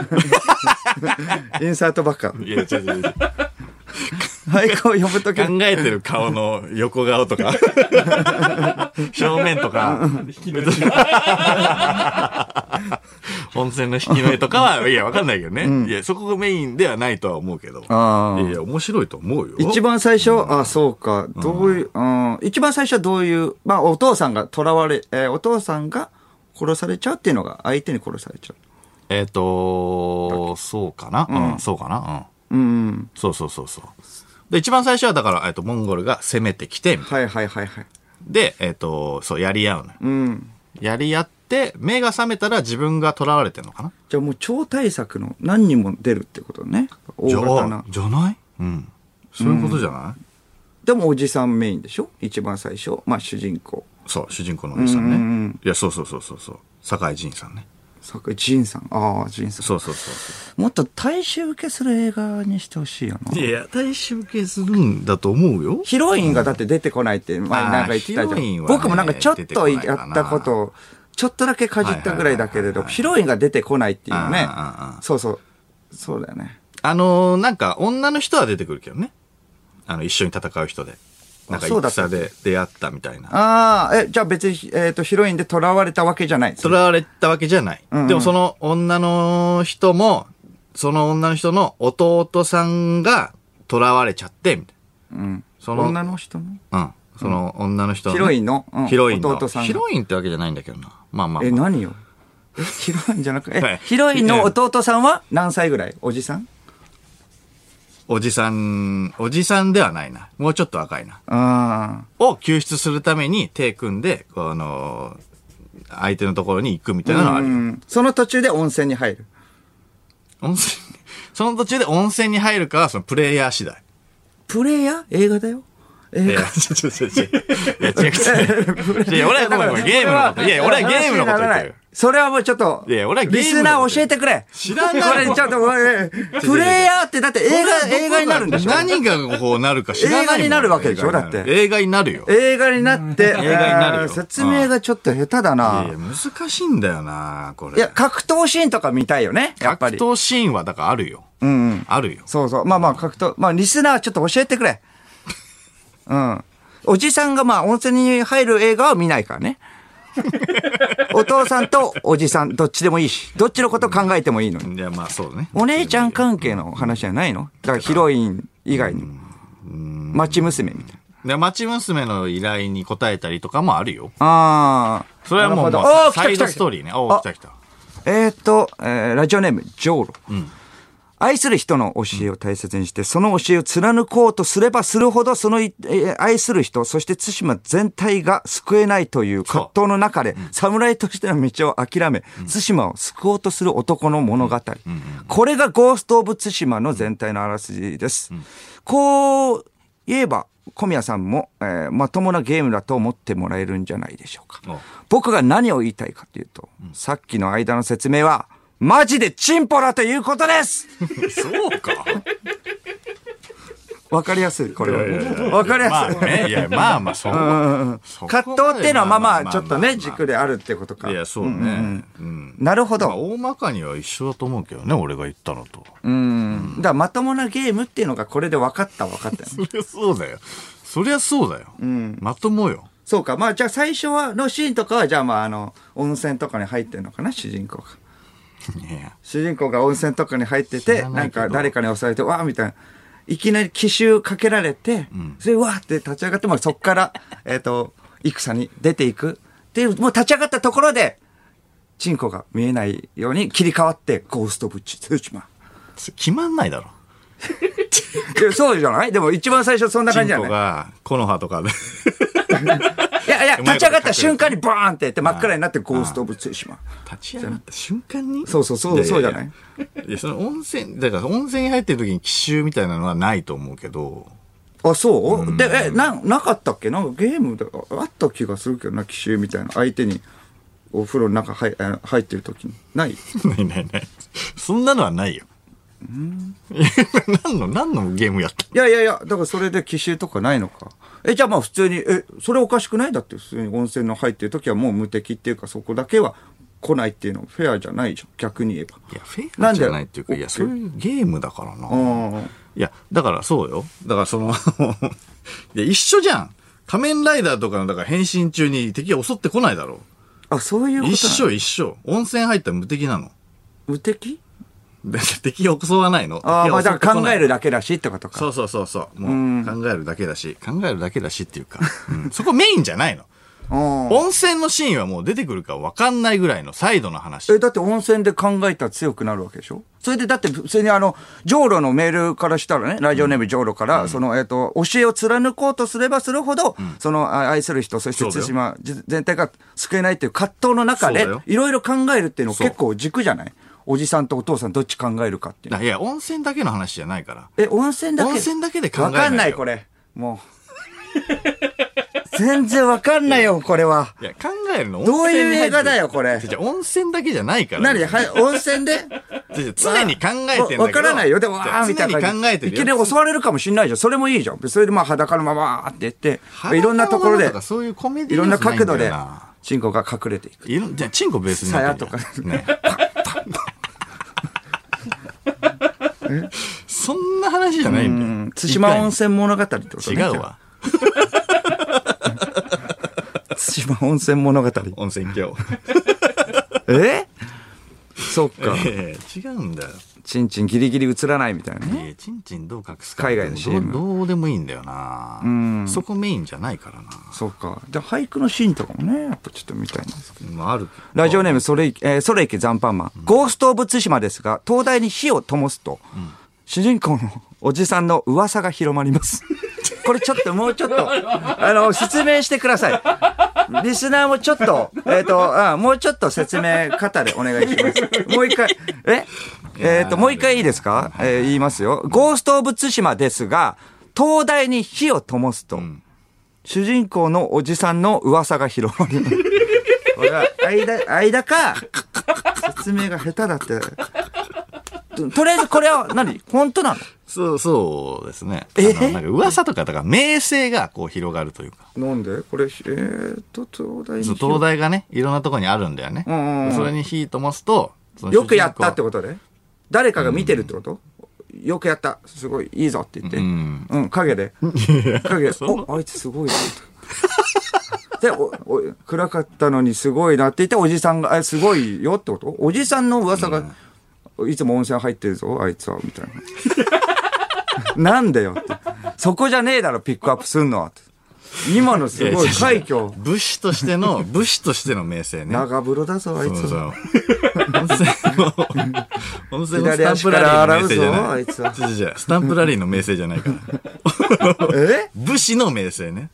[SPEAKER 2] インサートばっか。
[SPEAKER 1] いやちょっとちょっと
[SPEAKER 2] 俳句を読む時
[SPEAKER 1] 考えてる顔の横顔とか、表面とか、温泉の引きの絵とかは、いや、わかんないけどね。いや、そこがメインではないとは思うけど。い
[SPEAKER 2] あー
[SPEAKER 1] やいや、面白いと思うよ。
[SPEAKER 2] 一番最初、あ、そうか、どういう、うん、一番最初はどういう、まあ、お父さんが囚われ、えーお父さんが殺されちゃうっていうのが、相手に殺されちゃ
[SPEAKER 1] えっと、そうかな。うん、そうかな。
[SPEAKER 2] う。うん、
[SPEAKER 1] うん。そうそうそうそう。で、一番最初は、だから、えっと、モンゴルが攻めてきて、みたいな
[SPEAKER 2] はいはいはいはい。
[SPEAKER 1] で、えっと、そう、やり合うのよ。
[SPEAKER 2] うん。
[SPEAKER 1] やり合って、目が覚めたら自分が囚われてんのかな
[SPEAKER 2] じゃあもう超大作の何人も出るってことね。大
[SPEAKER 1] じゃ
[SPEAKER 2] 型
[SPEAKER 1] あ
[SPEAKER 2] な、。
[SPEAKER 1] じゃないうん。そういうことじゃない、
[SPEAKER 2] でもおじさんメインでしょ一番最初。まあ主人公。
[SPEAKER 1] そう、主人公のおじさん
[SPEAKER 2] うんうんう
[SPEAKER 1] ね。いや、そうそうそうそうそう。酒井仁さんね。
[SPEAKER 2] 作ジンさん。ああ、ジンさ
[SPEAKER 1] そうそうそうそ
[SPEAKER 2] ん。もっと大衆受けする映画にしてほしいよな
[SPEAKER 1] う。。いや、大衆受けするんだと思うよ。
[SPEAKER 2] ヒロインがだって出てこないって前になんか言ってた
[SPEAKER 1] あーヒロイ
[SPEAKER 2] じゃ
[SPEAKER 1] ン
[SPEAKER 2] ん。
[SPEAKER 1] はね
[SPEAKER 2] 僕もなんかちょっ
[SPEAKER 1] 出てことないか
[SPEAKER 2] や
[SPEAKER 1] な
[SPEAKER 2] ったことを、ちょっとだけかじったぐらいだけれど、ヒロインが出てこないっていうの
[SPEAKER 1] あ
[SPEAKER 2] ね
[SPEAKER 1] ーあーあ。ー
[SPEAKER 2] そうそう。そうだよね。
[SPEAKER 1] あのー、なんか、女の人は出てくるけどね。あの、一緒に戦う人で。なんか、
[SPEAKER 2] そうだった
[SPEAKER 1] 戦で出会ったみたいな。
[SPEAKER 2] ああ、え、じゃあ別に、えっ、と、ヒロインで囚われたわけじゃないです
[SPEAKER 1] 囚
[SPEAKER 2] ね。
[SPEAKER 1] われたわけじゃない。
[SPEAKER 2] うんうん
[SPEAKER 1] でもその女の人も、その女の人の弟さんが囚われちゃって、みたい
[SPEAKER 2] うん。
[SPEAKER 1] その
[SPEAKER 2] 女の人の
[SPEAKER 1] な。うん。その女の人の
[SPEAKER 2] ヒロインの、うん
[SPEAKER 1] ヒロインの。
[SPEAKER 2] 弟さんが
[SPEAKER 1] ヒロインってわけじゃないんだけどな。まあまあ、
[SPEAKER 2] え、
[SPEAKER 1] まあ。
[SPEAKER 2] 何よえヒロインじゃなく
[SPEAKER 1] は
[SPEAKER 2] え
[SPEAKER 1] い、
[SPEAKER 2] ヒロインの弟さんは何歳ぐらいおじさん
[SPEAKER 1] おじさん、おじさんではないな。もうちょっと若いな。
[SPEAKER 2] あ
[SPEAKER 1] を救出するために手組んで、この、相手のところに行くみたいなのはあ
[SPEAKER 2] あ。う
[SPEAKER 1] るよ。
[SPEAKER 2] ん。その途中で温泉に入る。
[SPEAKER 1] 温泉、その途中で温泉に入るかは、そのプレイヤー次第。
[SPEAKER 2] プレイヤー映画だよ。
[SPEAKER 1] いや、ちょ、ちょ、ちょ、ちょ。いや、違う、違う。いや、俺はごめんご めん、ゲームのこと。いや、俺はゲームのこと言ってる。
[SPEAKER 2] それはもうちょっと、
[SPEAKER 1] いや俺はゲームの
[SPEAKER 2] リスナー教えてくれ。
[SPEAKER 1] 知らない
[SPEAKER 2] これちょっと、俺プレイヤーってだって映画、映画になるんでしょ
[SPEAKER 1] 何がこうなるか知らないもん。
[SPEAKER 2] 映画になるわけでしょだって
[SPEAKER 1] 映画になるよ。い
[SPEAKER 2] 映画になって、
[SPEAKER 1] 映画になるよ
[SPEAKER 2] あー説明がちょっと下手だな。
[SPEAKER 1] や、難しいんだよな、これ。
[SPEAKER 2] いや、格闘シーンとか見たいよね、やっぱ
[SPEAKER 1] 格
[SPEAKER 2] り。
[SPEAKER 1] 闘シーンはだからあるよ。
[SPEAKER 2] うんうん。
[SPEAKER 1] あるよ。
[SPEAKER 2] そうそう。まあまあ、格闘。まあ、リスナーちょっと教えてくれ。うん。おじさんがまあ、温泉に入る映画は見ない からね。お父さんとおじさん、どっちでもいいし、どっちのこと考えてもいいのに。
[SPEAKER 1] いや、まあそうね。
[SPEAKER 2] お姉ちゃん関係の話じゃないのだからヒロイン以外にも。町娘みたいな。
[SPEAKER 1] で、町娘の依頼に応えたりとかもあるよ。
[SPEAKER 2] ああ。
[SPEAKER 1] それはもう、
[SPEAKER 2] なる
[SPEAKER 1] ま
[SPEAKER 2] ほどお
[SPEAKER 1] あ
[SPEAKER 2] ー来た来た
[SPEAKER 1] サイドストーリーね。おー
[SPEAKER 2] あ
[SPEAKER 1] 来た来た。
[SPEAKER 2] えーっと、えーラジオネーム、ジョーロ。愛する人の教えを大切にして、その教えを貫こうとすればするほど、その、えー愛する人、そして対馬全体が救えないという葛藤の中で、侍としての道を諦め、対馬を救おうとする男の物語。これがゴースト・オブ・対馬の全体のあらすじです。こう言えば、小宮さんも、えーまともなゲームだと思ってもらえるんじゃないでしょうか。
[SPEAKER 1] お
[SPEAKER 2] 僕が何を言いたいかというと、さっきの間の説明は、マジでチンポだということです
[SPEAKER 1] そうか。
[SPEAKER 2] わかりやすい、これ
[SPEAKER 1] いやいやいや
[SPEAKER 2] は。わかり
[SPEAKER 1] まあ
[SPEAKER 2] やすい。
[SPEAKER 1] ね、いや、まあまあ、そう。
[SPEAKER 2] 葛藤っていうのはまあまあ、ちょっとね、
[SPEAKER 1] で
[SPEAKER 2] 軸であるってことか
[SPEAKER 1] い。や、そうね。うん。
[SPEAKER 2] なるほ
[SPEAKER 1] まあ
[SPEAKER 2] ど。
[SPEAKER 1] 大まかには一緒だと思うけどね、俺が言ったのと。
[SPEAKER 2] うん。だからまともなゲームっていうのがこれで分かった分かったよ
[SPEAKER 1] そ
[SPEAKER 2] ね。
[SPEAKER 1] りゃそうだよ。そりゃそうだよ。まともよ。
[SPEAKER 2] そうか。まあじゃあ最初は、のシーンとかは、じゃあまああの、温泉とかに入ってるのかな、主人公が。
[SPEAKER 1] いや
[SPEAKER 2] 主人公が温泉とかに入ってて、
[SPEAKER 1] 知ら
[SPEAKER 2] な
[SPEAKER 1] ない
[SPEAKER 2] ん
[SPEAKER 1] けど
[SPEAKER 2] か誰かに襲われて、わーみたいな。いきなり奇襲かけられて、それわーって立ち上がって、まあそっから、 えっと、戦に出ていく。っていう、もう立ち上がったところで、チンコが見えないように切り替わって、ゴーストブッチ、ツーチマン
[SPEAKER 1] 決まんないだろ。
[SPEAKER 2] いやそうじゃないでも一番最初そんな
[SPEAKER 1] チ
[SPEAKER 2] 感じ
[SPEAKER 1] ン
[SPEAKER 2] じゃ
[SPEAKER 1] コ
[SPEAKER 2] ない
[SPEAKER 1] が、木の葉とかで。
[SPEAKER 2] いやいや、
[SPEAKER 1] うまいこと
[SPEAKER 2] 立ち上がった瞬間にバーンってやって真っ暗になってゴーストブッチ、ツーチマン
[SPEAKER 1] 立ち上がった瞬間に
[SPEAKER 2] そうそうそうそうじゃない
[SPEAKER 1] いや、その温泉、だから温泉に入ってる時に奇襲みたいなのはないと思うけど、
[SPEAKER 2] あ、そう、で、え、な、なかったっけなんかゲームでああった気がするけどな、奇襲みたいな。相手に、お風呂の中入あの入ってる時に。ない
[SPEAKER 1] ないないない。そんなのはないよ。 いや何の、何のゲームやった
[SPEAKER 2] いやいやいや、だからそれで奇襲とかないのか。え、じゃあまあ普通に、え、それおかしくないだって普通に温泉の入ってる時はもう無敵っていうか、そこだけは来ないっていうのフェアじゃないじゃん。逆に言えば。
[SPEAKER 1] いや、フェ
[SPEAKER 2] な
[SPEAKER 1] ア
[SPEAKER 2] んで
[SPEAKER 1] じゃないっていうか、いや、
[SPEAKER 2] お
[SPEAKER 1] そういうゲームだからな。
[SPEAKER 2] うん。
[SPEAKER 1] いや、だからそうよ。だからその、 いや、一緒じゃん。仮面ライダーとかの、だから変身中に敵が襲ってこないだろ
[SPEAKER 2] あ、そういう
[SPEAKER 1] う。
[SPEAKER 2] ことなの
[SPEAKER 1] 一緒一緒。温泉入ったら無敵なの。
[SPEAKER 2] 無敵
[SPEAKER 1] で敵が襲わないの。
[SPEAKER 2] ああ、
[SPEAKER 1] 敵が
[SPEAKER 2] まあ
[SPEAKER 1] 襲
[SPEAKER 2] だ
[SPEAKER 1] って
[SPEAKER 2] か
[SPEAKER 1] こ
[SPEAKER 2] ら
[SPEAKER 1] ない
[SPEAKER 2] 考えるだけらしいってことか。
[SPEAKER 1] そうそうそうそう。もう考えるだけだし、考えるだけだしっていうか、うんそこメインじゃないの。
[SPEAKER 2] うん。
[SPEAKER 1] 温泉のシーンはもう出てくるか分かんないぐらいのサイドの話。
[SPEAKER 2] え、だって温泉で考えたら強くなるわけでしょそれでだって普通にあの、ジョーロのメールからしたらね、ラジオネームジョーロから、その、えっ、と、教えを貫こうとすればするほど、そのあ愛する人、そして
[SPEAKER 1] そうだよ
[SPEAKER 2] 対馬全体が救えないっていう葛藤の中
[SPEAKER 1] そ
[SPEAKER 2] で
[SPEAKER 1] うだよ、
[SPEAKER 2] いろいろ考えるっていうの
[SPEAKER 1] そう
[SPEAKER 2] 結構軸じゃないおじさんとお父さんどっち考えるかっていうの。
[SPEAKER 1] いや、温泉だけの話じゃないから。
[SPEAKER 2] え、温泉だけ
[SPEAKER 1] 温泉だけで考えない
[SPEAKER 2] わ
[SPEAKER 1] よ
[SPEAKER 2] かんない、これ。もう。全然わかんないよ、これは。
[SPEAKER 1] いや、考えるの
[SPEAKER 2] どういう
[SPEAKER 1] 温泉に入ってる
[SPEAKER 2] 映画だよこれ
[SPEAKER 1] じゃあ温泉だけじゃないから。
[SPEAKER 2] 何はい、温泉で
[SPEAKER 1] じゃあ常に考えてんだけど。
[SPEAKER 2] わわからないよ。でも、
[SPEAKER 1] じゃ
[SPEAKER 2] あ
[SPEAKER 1] あ
[SPEAKER 2] あ、みたいな
[SPEAKER 1] 常
[SPEAKER 2] 感
[SPEAKER 1] に
[SPEAKER 2] じ。
[SPEAKER 1] 考えてる
[SPEAKER 2] いきな
[SPEAKER 1] よ。
[SPEAKER 2] り襲われるかもしんないじゃん。それもいいじゃん。それでまあ裸のままって言って、いろんなところで
[SPEAKER 1] とか、そういうコメディ
[SPEAKER 2] いろんな角度で
[SPEAKER 1] 要素いんだよな、
[SPEAKER 2] チンコが隠れていく。
[SPEAKER 1] いろんじゃあ、チンコベースになってる
[SPEAKER 2] 鞘
[SPEAKER 1] じ
[SPEAKER 2] と
[SPEAKER 1] ゃんね。そんな話じゃないんだ
[SPEAKER 2] う
[SPEAKER 1] よ
[SPEAKER 2] ん。対馬温泉物語ってこと
[SPEAKER 1] 違
[SPEAKER 2] ね。
[SPEAKER 1] うわ。
[SPEAKER 2] じゃあ。対馬温泉 物語。
[SPEAKER 1] 温泉郷。
[SPEAKER 2] えそっか。
[SPEAKER 1] ええ違うんだよ。
[SPEAKER 2] チンチンギリギリ映らないみたいなね。
[SPEAKER 1] ええチンチンどう隠すか。
[SPEAKER 2] 海外の CM
[SPEAKER 1] どうどうでもいいんだよな。そこメインじゃないからな。
[SPEAKER 2] そうか。じゃあ俳句のシーンとかもね、やっぱちょっと見たいんですけど。
[SPEAKER 1] まあ、ある。
[SPEAKER 2] ラジオネーム、それい、えー、それいけ残飯マン。ゴースト・オブ・ツシマですが、灯台に火を灯すと、主人公のおじさんの噂が広まります。 これちょっともうちょっと、あの、説明してください。リスナーもちょっと、えっ、とあ、もうちょっと説明方でお願いします。もう一回、ええっ、と、もう一回いいですか、えー言いますよ。ゴースト・オブ・ツシマですが、灯台に火を灯すと、主人公のおじさんの噂が広まる。これは、間、間か、説明が下手だって。ととりあえずこれは何本当な
[SPEAKER 1] そう、そうですね。
[SPEAKER 2] え
[SPEAKER 1] あのなんか噂とか、だから名声がこう広がるというか。
[SPEAKER 2] のなんでこれ、えーっと、東大に
[SPEAKER 1] そう東大がね、いろんなとこにあるんだよね。
[SPEAKER 2] んうんうん
[SPEAKER 1] それに火ともすと、その主人
[SPEAKER 2] よ
[SPEAKER 1] 公
[SPEAKER 2] くやったってことで誰かが見てるってこと、よくやった。すごい、いいぞって言って。
[SPEAKER 1] うん。
[SPEAKER 2] うん、影で。影で。お、あいつすごいな。で、お、お、暗かったのにすごいなって言って、おじさんが、あ、すごいよってことおじさんの噂が、いつも温泉入ってるぞ、あいつは、みたいな。 なんでよって。そこじゃねえだろ、ピックアップすんのはって。今のすごい快挙。
[SPEAKER 1] 武士として の、武士としての名声ね。
[SPEAKER 2] 長風呂だぞ、あい
[SPEAKER 1] そう
[SPEAKER 2] つ
[SPEAKER 1] そ
[SPEAKER 2] は。
[SPEAKER 1] う。温泉の、温泉のスタン
[SPEAKER 2] 左
[SPEAKER 1] プ
[SPEAKER 2] 足
[SPEAKER 1] ラ
[SPEAKER 2] か
[SPEAKER 1] リ
[SPEAKER 2] ら
[SPEAKER 1] ーの名声
[SPEAKER 2] 洗う
[SPEAKER 1] じゃ
[SPEAKER 2] ぞ、
[SPEAKER 1] な
[SPEAKER 2] あ
[SPEAKER 1] い。
[SPEAKER 2] いつは。
[SPEAKER 1] 違う違う違うスタンプラリーの名声じゃないから。
[SPEAKER 2] え
[SPEAKER 1] 武士の名声ね。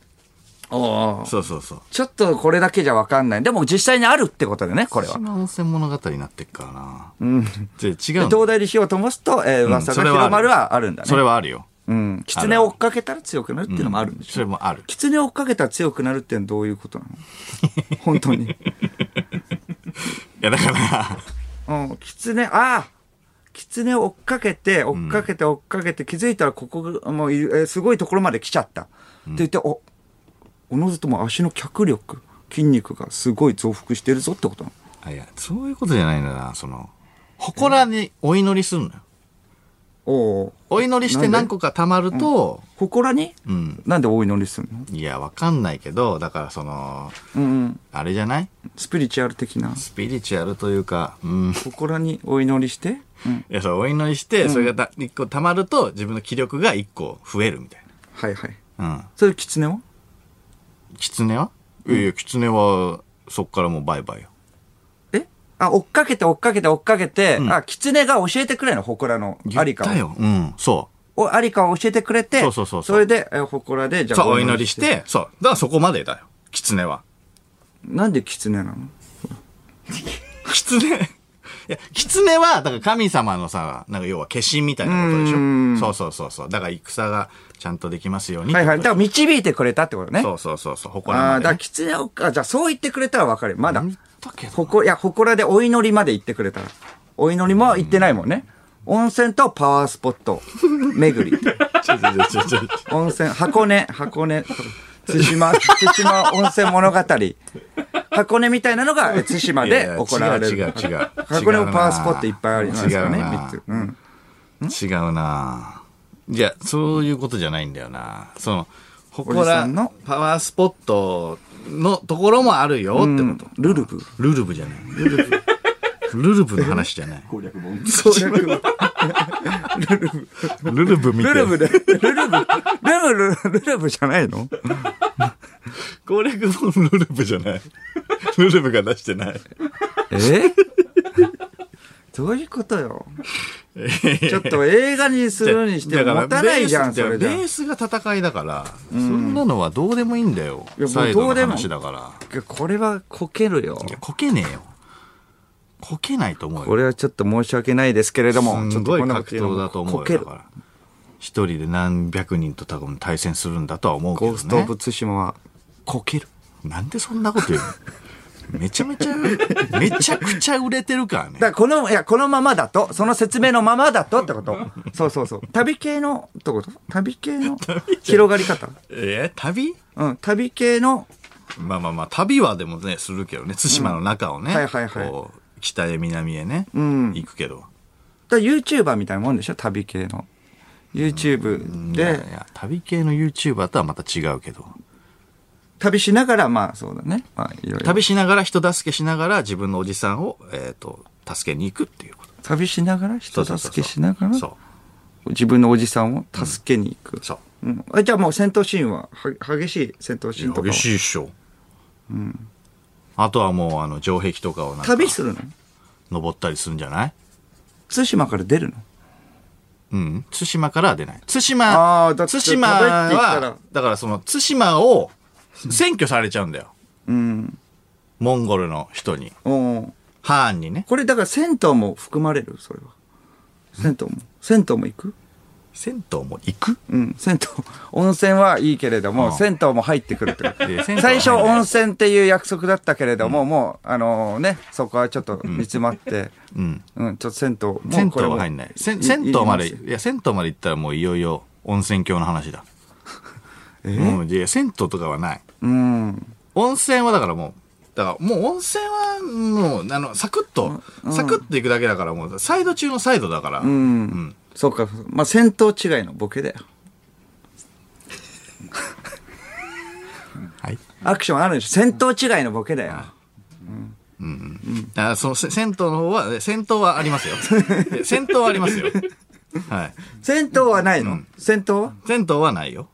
[SPEAKER 2] ああ。
[SPEAKER 1] そうそうそう。
[SPEAKER 2] ちょっとこれだけじゃわかんない。でも実際にあるってことだね、これは
[SPEAKER 1] そ。の温泉物語になってっからな。うん。違うの
[SPEAKER 2] 東大で火を灯すと、えー、噂が広まるはあるんだね。
[SPEAKER 1] それはあるよ。
[SPEAKER 2] うん。狐を追っかけたら強くなるっていうのもあるんでし
[SPEAKER 1] そ
[SPEAKER 2] ょ。
[SPEAKER 1] れもある。
[SPEAKER 2] 狐を追っかけたら強くなるっていうのはどういうことな の本当に。
[SPEAKER 1] いや、だから、
[SPEAKER 2] うん。狐、ああ狐を追っかけて、追っかけて、追っかけて、気づいたらここが、もういる、えーすごいところまで来ちゃった。って言って、お、おのずとも足の脚力、筋肉がすごい増幅してるぞってことなの。
[SPEAKER 1] あいや、そういうことじゃないんだな、その、祠にお祈りするのよ。
[SPEAKER 2] おうおう。
[SPEAKER 1] お祈りして何個か貯まると、
[SPEAKER 2] 祠に、
[SPEAKER 1] うん。
[SPEAKER 2] なんでお祈りするの
[SPEAKER 1] いや、わかんないけど、だからその、
[SPEAKER 2] うんうん。
[SPEAKER 1] あれじゃない
[SPEAKER 2] スピリチュアル的な。
[SPEAKER 1] スピリチュアルというか、うん。
[SPEAKER 2] 心にお祈りして。うん。
[SPEAKER 1] いや、そう、お祈りして、それがだ一個溜まると、自分の気力が一個増えるみたい
[SPEAKER 2] はいはい。
[SPEAKER 1] な。
[SPEAKER 2] それ、狐は
[SPEAKER 1] うん。狐はいやいや、狐は、そっからもうバイバイよ。
[SPEAKER 2] えあ、追っかけて追っかけて追っかけて、
[SPEAKER 1] ん
[SPEAKER 2] あ、狐が教えてくれの、祠のありか
[SPEAKER 1] 言った
[SPEAKER 2] を。
[SPEAKER 1] よ。うん、そ
[SPEAKER 2] お、ありかを教えてくれて、
[SPEAKER 1] そうそうそうそう
[SPEAKER 2] れで、え祠で、じ
[SPEAKER 1] う。
[SPEAKER 2] ゃあ、
[SPEAKER 1] そう、お祈りし。て、そう。だからそこまでだよ。狐は。
[SPEAKER 2] なんで狐なの
[SPEAKER 1] 狐。い や、狐は、だから神様のさ、なんか要は化身みたいなことでし
[SPEAKER 2] う
[SPEAKER 1] ょ。
[SPEAKER 2] ん
[SPEAKER 1] そうそうそうそう。だから戦がちゃんとできますように。
[SPEAKER 2] はいはい。だから、導いてくれたってことね。
[SPEAKER 1] そうそうそうそう。
[SPEAKER 2] あ
[SPEAKER 1] 誇
[SPEAKER 2] あ
[SPEAKER 1] ら
[SPEAKER 2] ー、だか
[SPEAKER 1] ま
[SPEAKER 2] ら
[SPEAKER 1] で。
[SPEAKER 2] 狐を、あ、じゃあ、そう言ってくれたらわかるよ。まだ。
[SPEAKER 1] だけ ど
[SPEAKER 2] ほこ、いや、祠でお祈りまで行ってくれたら。お祈りも行ってないもんね。温泉とパワースポット、巡り。
[SPEAKER 1] ちょちょちょちょちょ
[SPEAKER 2] 温泉、箱根、箱根、津島、津島温泉物語。箱根みたいな のがえ津島
[SPEAKER 1] いやい
[SPEAKER 2] で
[SPEAKER 1] や
[SPEAKER 2] 行われる。
[SPEAKER 1] 違う違う違う
[SPEAKER 2] 箱根
[SPEAKER 1] 違
[SPEAKER 2] も
[SPEAKER 1] うな
[SPEAKER 2] パワースポットいっぱいありますよ
[SPEAKER 1] 違う
[SPEAKER 2] ね、
[SPEAKER 1] な
[SPEAKER 2] 三つ。うん。
[SPEAKER 1] 違うなぁいや、そういうことじゃないんだよなその、ほこ
[SPEAKER 2] おじさ
[SPEAKER 1] ら
[SPEAKER 2] んの
[SPEAKER 1] パワースポットのところもあるよってこと。
[SPEAKER 2] ルルブ。
[SPEAKER 1] ルルブじゃない。ルルブ。ルルブの話じゃない。
[SPEAKER 2] 攻略本
[SPEAKER 1] ルルブ見
[SPEAKER 2] ルルブで、ルルブ、ルルブ、ルルブじゃないの
[SPEAKER 1] 攻略本ルルブじゃない。ルルブが出してない。
[SPEAKER 2] えどういうことよ。ちょっと映画にするにして
[SPEAKER 1] だか
[SPEAKER 2] も
[SPEAKER 1] ら
[SPEAKER 2] 持たないじゃん、
[SPEAKER 1] ベ
[SPEAKER 2] そ
[SPEAKER 1] ース
[SPEAKER 2] れじゃ。
[SPEAKER 1] ベースが戦いだから、そんなのはどうでもいいんだよ
[SPEAKER 2] いやも。う
[SPEAKER 1] サイド
[SPEAKER 2] どう
[SPEAKER 1] の
[SPEAKER 2] でも
[SPEAKER 1] 話だから。
[SPEAKER 2] これはこけるよ
[SPEAKER 1] い。や、こけねえよ。こけないと思うよ。
[SPEAKER 2] これはちょっと申し訳ないですけれども、ち
[SPEAKER 1] す
[SPEAKER 2] ょっ
[SPEAKER 1] ご
[SPEAKER 2] と
[SPEAKER 1] い
[SPEAKER 2] こんな
[SPEAKER 1] 格
[SPEAKER 2] こと言うの
[SPEAKER 1] 闘
[SPEAKER 2] も
[SPEAKER 1] だと思
[SPEAKER 2] こ
[SPEAKER 1] う
[SPEAKER 2] け
[SPEAKER 1] よ。
[SPEAKER 2] る
[SPEAKER 1] だから。一人で何百人と多分対戦するんだとは思うけど
[SPEAKER 2] ゴ
[SPEAKER 1] ね。
[SPEAKER 2] ースト・オブ・ツシマはこける。
[SPEAKER 1] なんでそんなこと言う のめちゃめちゃ、めちゃくちゃ売れてるからね。
[SPEAKER 2] だからこの、いや、このままだと、その説明のままだとってこと。そうそうそう。旅系の、ってこと旅系 の広がり方。
[SPEAKER 1] えー旅
[SPEAKER 2] うん、旅系の、
[SPEAKER 1] まあまあまあ、旅はでもね、するけどね。対馬の中をね。
[SPEAKER 2] うんはいはいはい
[SPEAKER 1] こう北へ南へね。
[SPEAKER 2] ん
[SPEAKER 1] 行くけど。
[SPEAKER 2] だ YouTuber みたいなもんでしょ旅系の。YouTube
[SPEAKER 1] いやい
[SPEAKER 2] で、
[SPEAKER 1] や、旅系の YouTuber とはまた違うけど。
[SPEAKER 2] 旅しながら、まあそうだね。まあいろいろ。
[SPEAKER 1] 旅しながら人助けしながら自分のおじさんを、えっ、と、助けに行くっていうこと。
[SPEAKER 2] 旅しながら、
[SPEAKER 1] そ
[SPEAKER 2] 人
[SPEAKER 1] うそう
[SPEAKER 2] 助
[SPEAKER 1] そう
[SPEAKER 2] けしながら、
[SPEAKER 1] そう。
[SPEAKER 2] 自分のおじさんを助けに行く。
[SPEAKER 1] そう。
[SPEAKER 2] うんあじゃあもう戦闘シーンは、は激しい戦闘シーンとかは。
[SPEAKER 1] 激しいっしょ。あとはもう、あの、城壁とかをなんか、
[SPEAKER 2] 旅するの
[SPEAKER 1] 登ったりするんじゃない
[SPEAKER 2] 対馬から出るの
[SPEAKER 1] うん。対馬からは出ない。対馬、
[SPEAKER 2] あーだ
[SPEAKER 1] 対
[SPEAKER 2] って
[SPEAKER 1] 馬
[SPEAKER 2] 叩いていった
[SPEAKER 1] は
[SPEAKER 2] ら、
[SPEAKER 1] だからその、対馬を占拠されちゃうんだよ。
[SPEAKER 2] うん。
[SPEAKER 1] モンゴルの人に。
[SPEAKER 2] おー
[SPEAKER 1] ハーンにね。
[SPEAKER 2] これだから銭湯も含まれるそれは。銭湯も。銭湯も行く
[SPEAKER 1] 銭湯も行く
[SPEAKER 2] うん、銭湯、温泉はいいけれど
[SPEAKER 1] うん
[SPEAKER 2] も、銭湯も入ってくるってこ
[SPEAKER 1] いや 銭湯
[SPEAKER 2] と。
[SPEAKER 1] は
[SPEAKER 2] 最初、
[SPEAKER 1] 入んない
[SPEAKER 2] 温泉っていう約束だったけれども、もう、あのね、そこはちょっと煮詰まって、
[SPEAKER 1] うん。
[SPEAKER 2] うん、ちょっと銭湯、もう
[SPEAKER 1] 銭
[SPEAKER 2] こ
[SPEAKER 1] 湯
[SPEAKER 2] れ
[SPEAKER 1] は
[SPEAKER 2] も
[SPEAKER 1] 入んない。せん銭湯まで、
[SPEAKER 2] いいいり
[SPEAKER 1] いや、銭湯まで行ったらもういよいよ温泉郷の話だ。
[SPEAKER 2] え
[SPEAKER 1] うん、いや、銭湯とかはない。
[SPEAKER 2] ますうん。
[SPEAKER 1] 温泉はだからもう、だからもう温泉はもう、あの、サクッと、サクッと行くだけだからもう、サイド中のサイドだから。
[SPEAKER 2] う
[SPEAKER 1] うん
[SPEAKER 2] ん。そうか、まあ、銭湯違いのボケだよ。
[SPEAKER 1] はい。
[SPEAKER 2] アクションあるでしょ。銭湯違いのボケだよ。
[SPEAKER 1] あそのせ銭湯の方は、え銭湯はありますよ。 え銭湯はありますよ。はい。
[SPEAKER 2] 銭湯はないの銭湯は
[SPEAKER 1] 銭湯はないよ。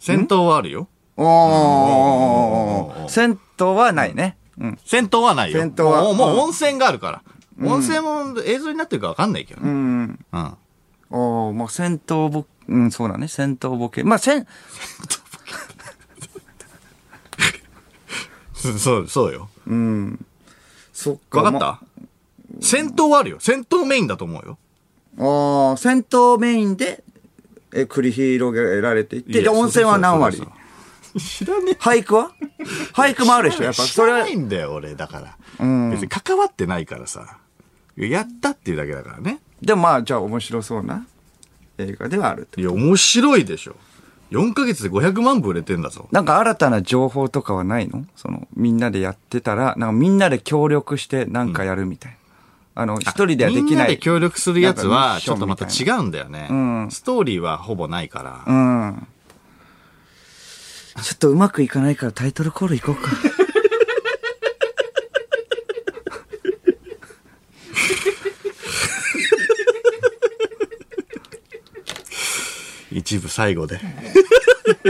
[SPEAKER 1] 銭湯はあるよ。
[SPEAKER 2] おー。銭湯はないね。うん。
[SPEAKER 1] 銭湯はないよ。
[SPEAKER 2] 銭湯は
[SPEAKER 1] もうもう
[SPEAKER 2] うん
[SPEAKER 1] 温泉があるから。温泉も映像になってるかわかんないけど
[SPEAKER 2] う
[SPEAKER 1] ね。
[SPEAKER 2] ん。
[SPEAKER 1] うん。
[SPEAKER 2] おー、まあ、戦闘ボ、うん、そうだね、戦闘ボケ。まあ、戦、
[SPEAKER 1] そそう、そうよ。
[SPEAKER 2] うん。そっか。
[SPEAKER 1] わかっ
[SPEAKER 2] ま
[SPEAKER 1] た戦闘はあるよ。戦闘メインだと思うよ。
[SPEAKER 2] ああ、戦闘メインで、え、繰り広げられていっ
[SPEAKER 1] いや
[SPEAKER 2] て、で、温泉は何割
[SPEAKER 1] それそれそれ知らねえ。
[SPEAKER 2] 俳句 は俳句もあるでしょ、やっぱ。
[SPEAKER 1] 知
[SPEAKER 2] それ
[SPEAKER 1] ら
[SPEAKER 2] は
[SPEAKER 1] な、いんだよ、俺。だから。
[SPEAKER 2] うん
[SPEAKER 1] 別に関わってないからさ。やったっていうだけだからね。
[SPEAKER 2] でもまあ、じゃあ面白そうな映画ではあると。
[SPEAKER 1] いや、面白いでしょ。4ヶ月で500万部売れてんだぞ。
[SPEAKER 2] なんか新たな情報とかはないのその、みんなでやってたら、なんかみんなで協力してなんかやるみたいな。あの、一人ではできない。
[SPEAKER 1] みんなで協力するやつ
[SPEAKER 2] なんかミ
[SPEAKER 1] は、
[SPEAKER 2] ッ
[SPEAKER 1] ち
[SPEAKER 2] ショ
[SPEAKER 1] ょ
[SPEAKER 2] ン
[SPEAKER 1] っとまた
[SPEAKER 2] みい
[SPEAKER 1] 違うんだよね。
[SPEAKER 2] うん
[SPEAKER 1] ストーリーはほぼないから。
[SPEAKER 2] な。うん。ちょっとうまくいかないからタイトルコールいこうか。
[SPEAKER 1] 一部最後で。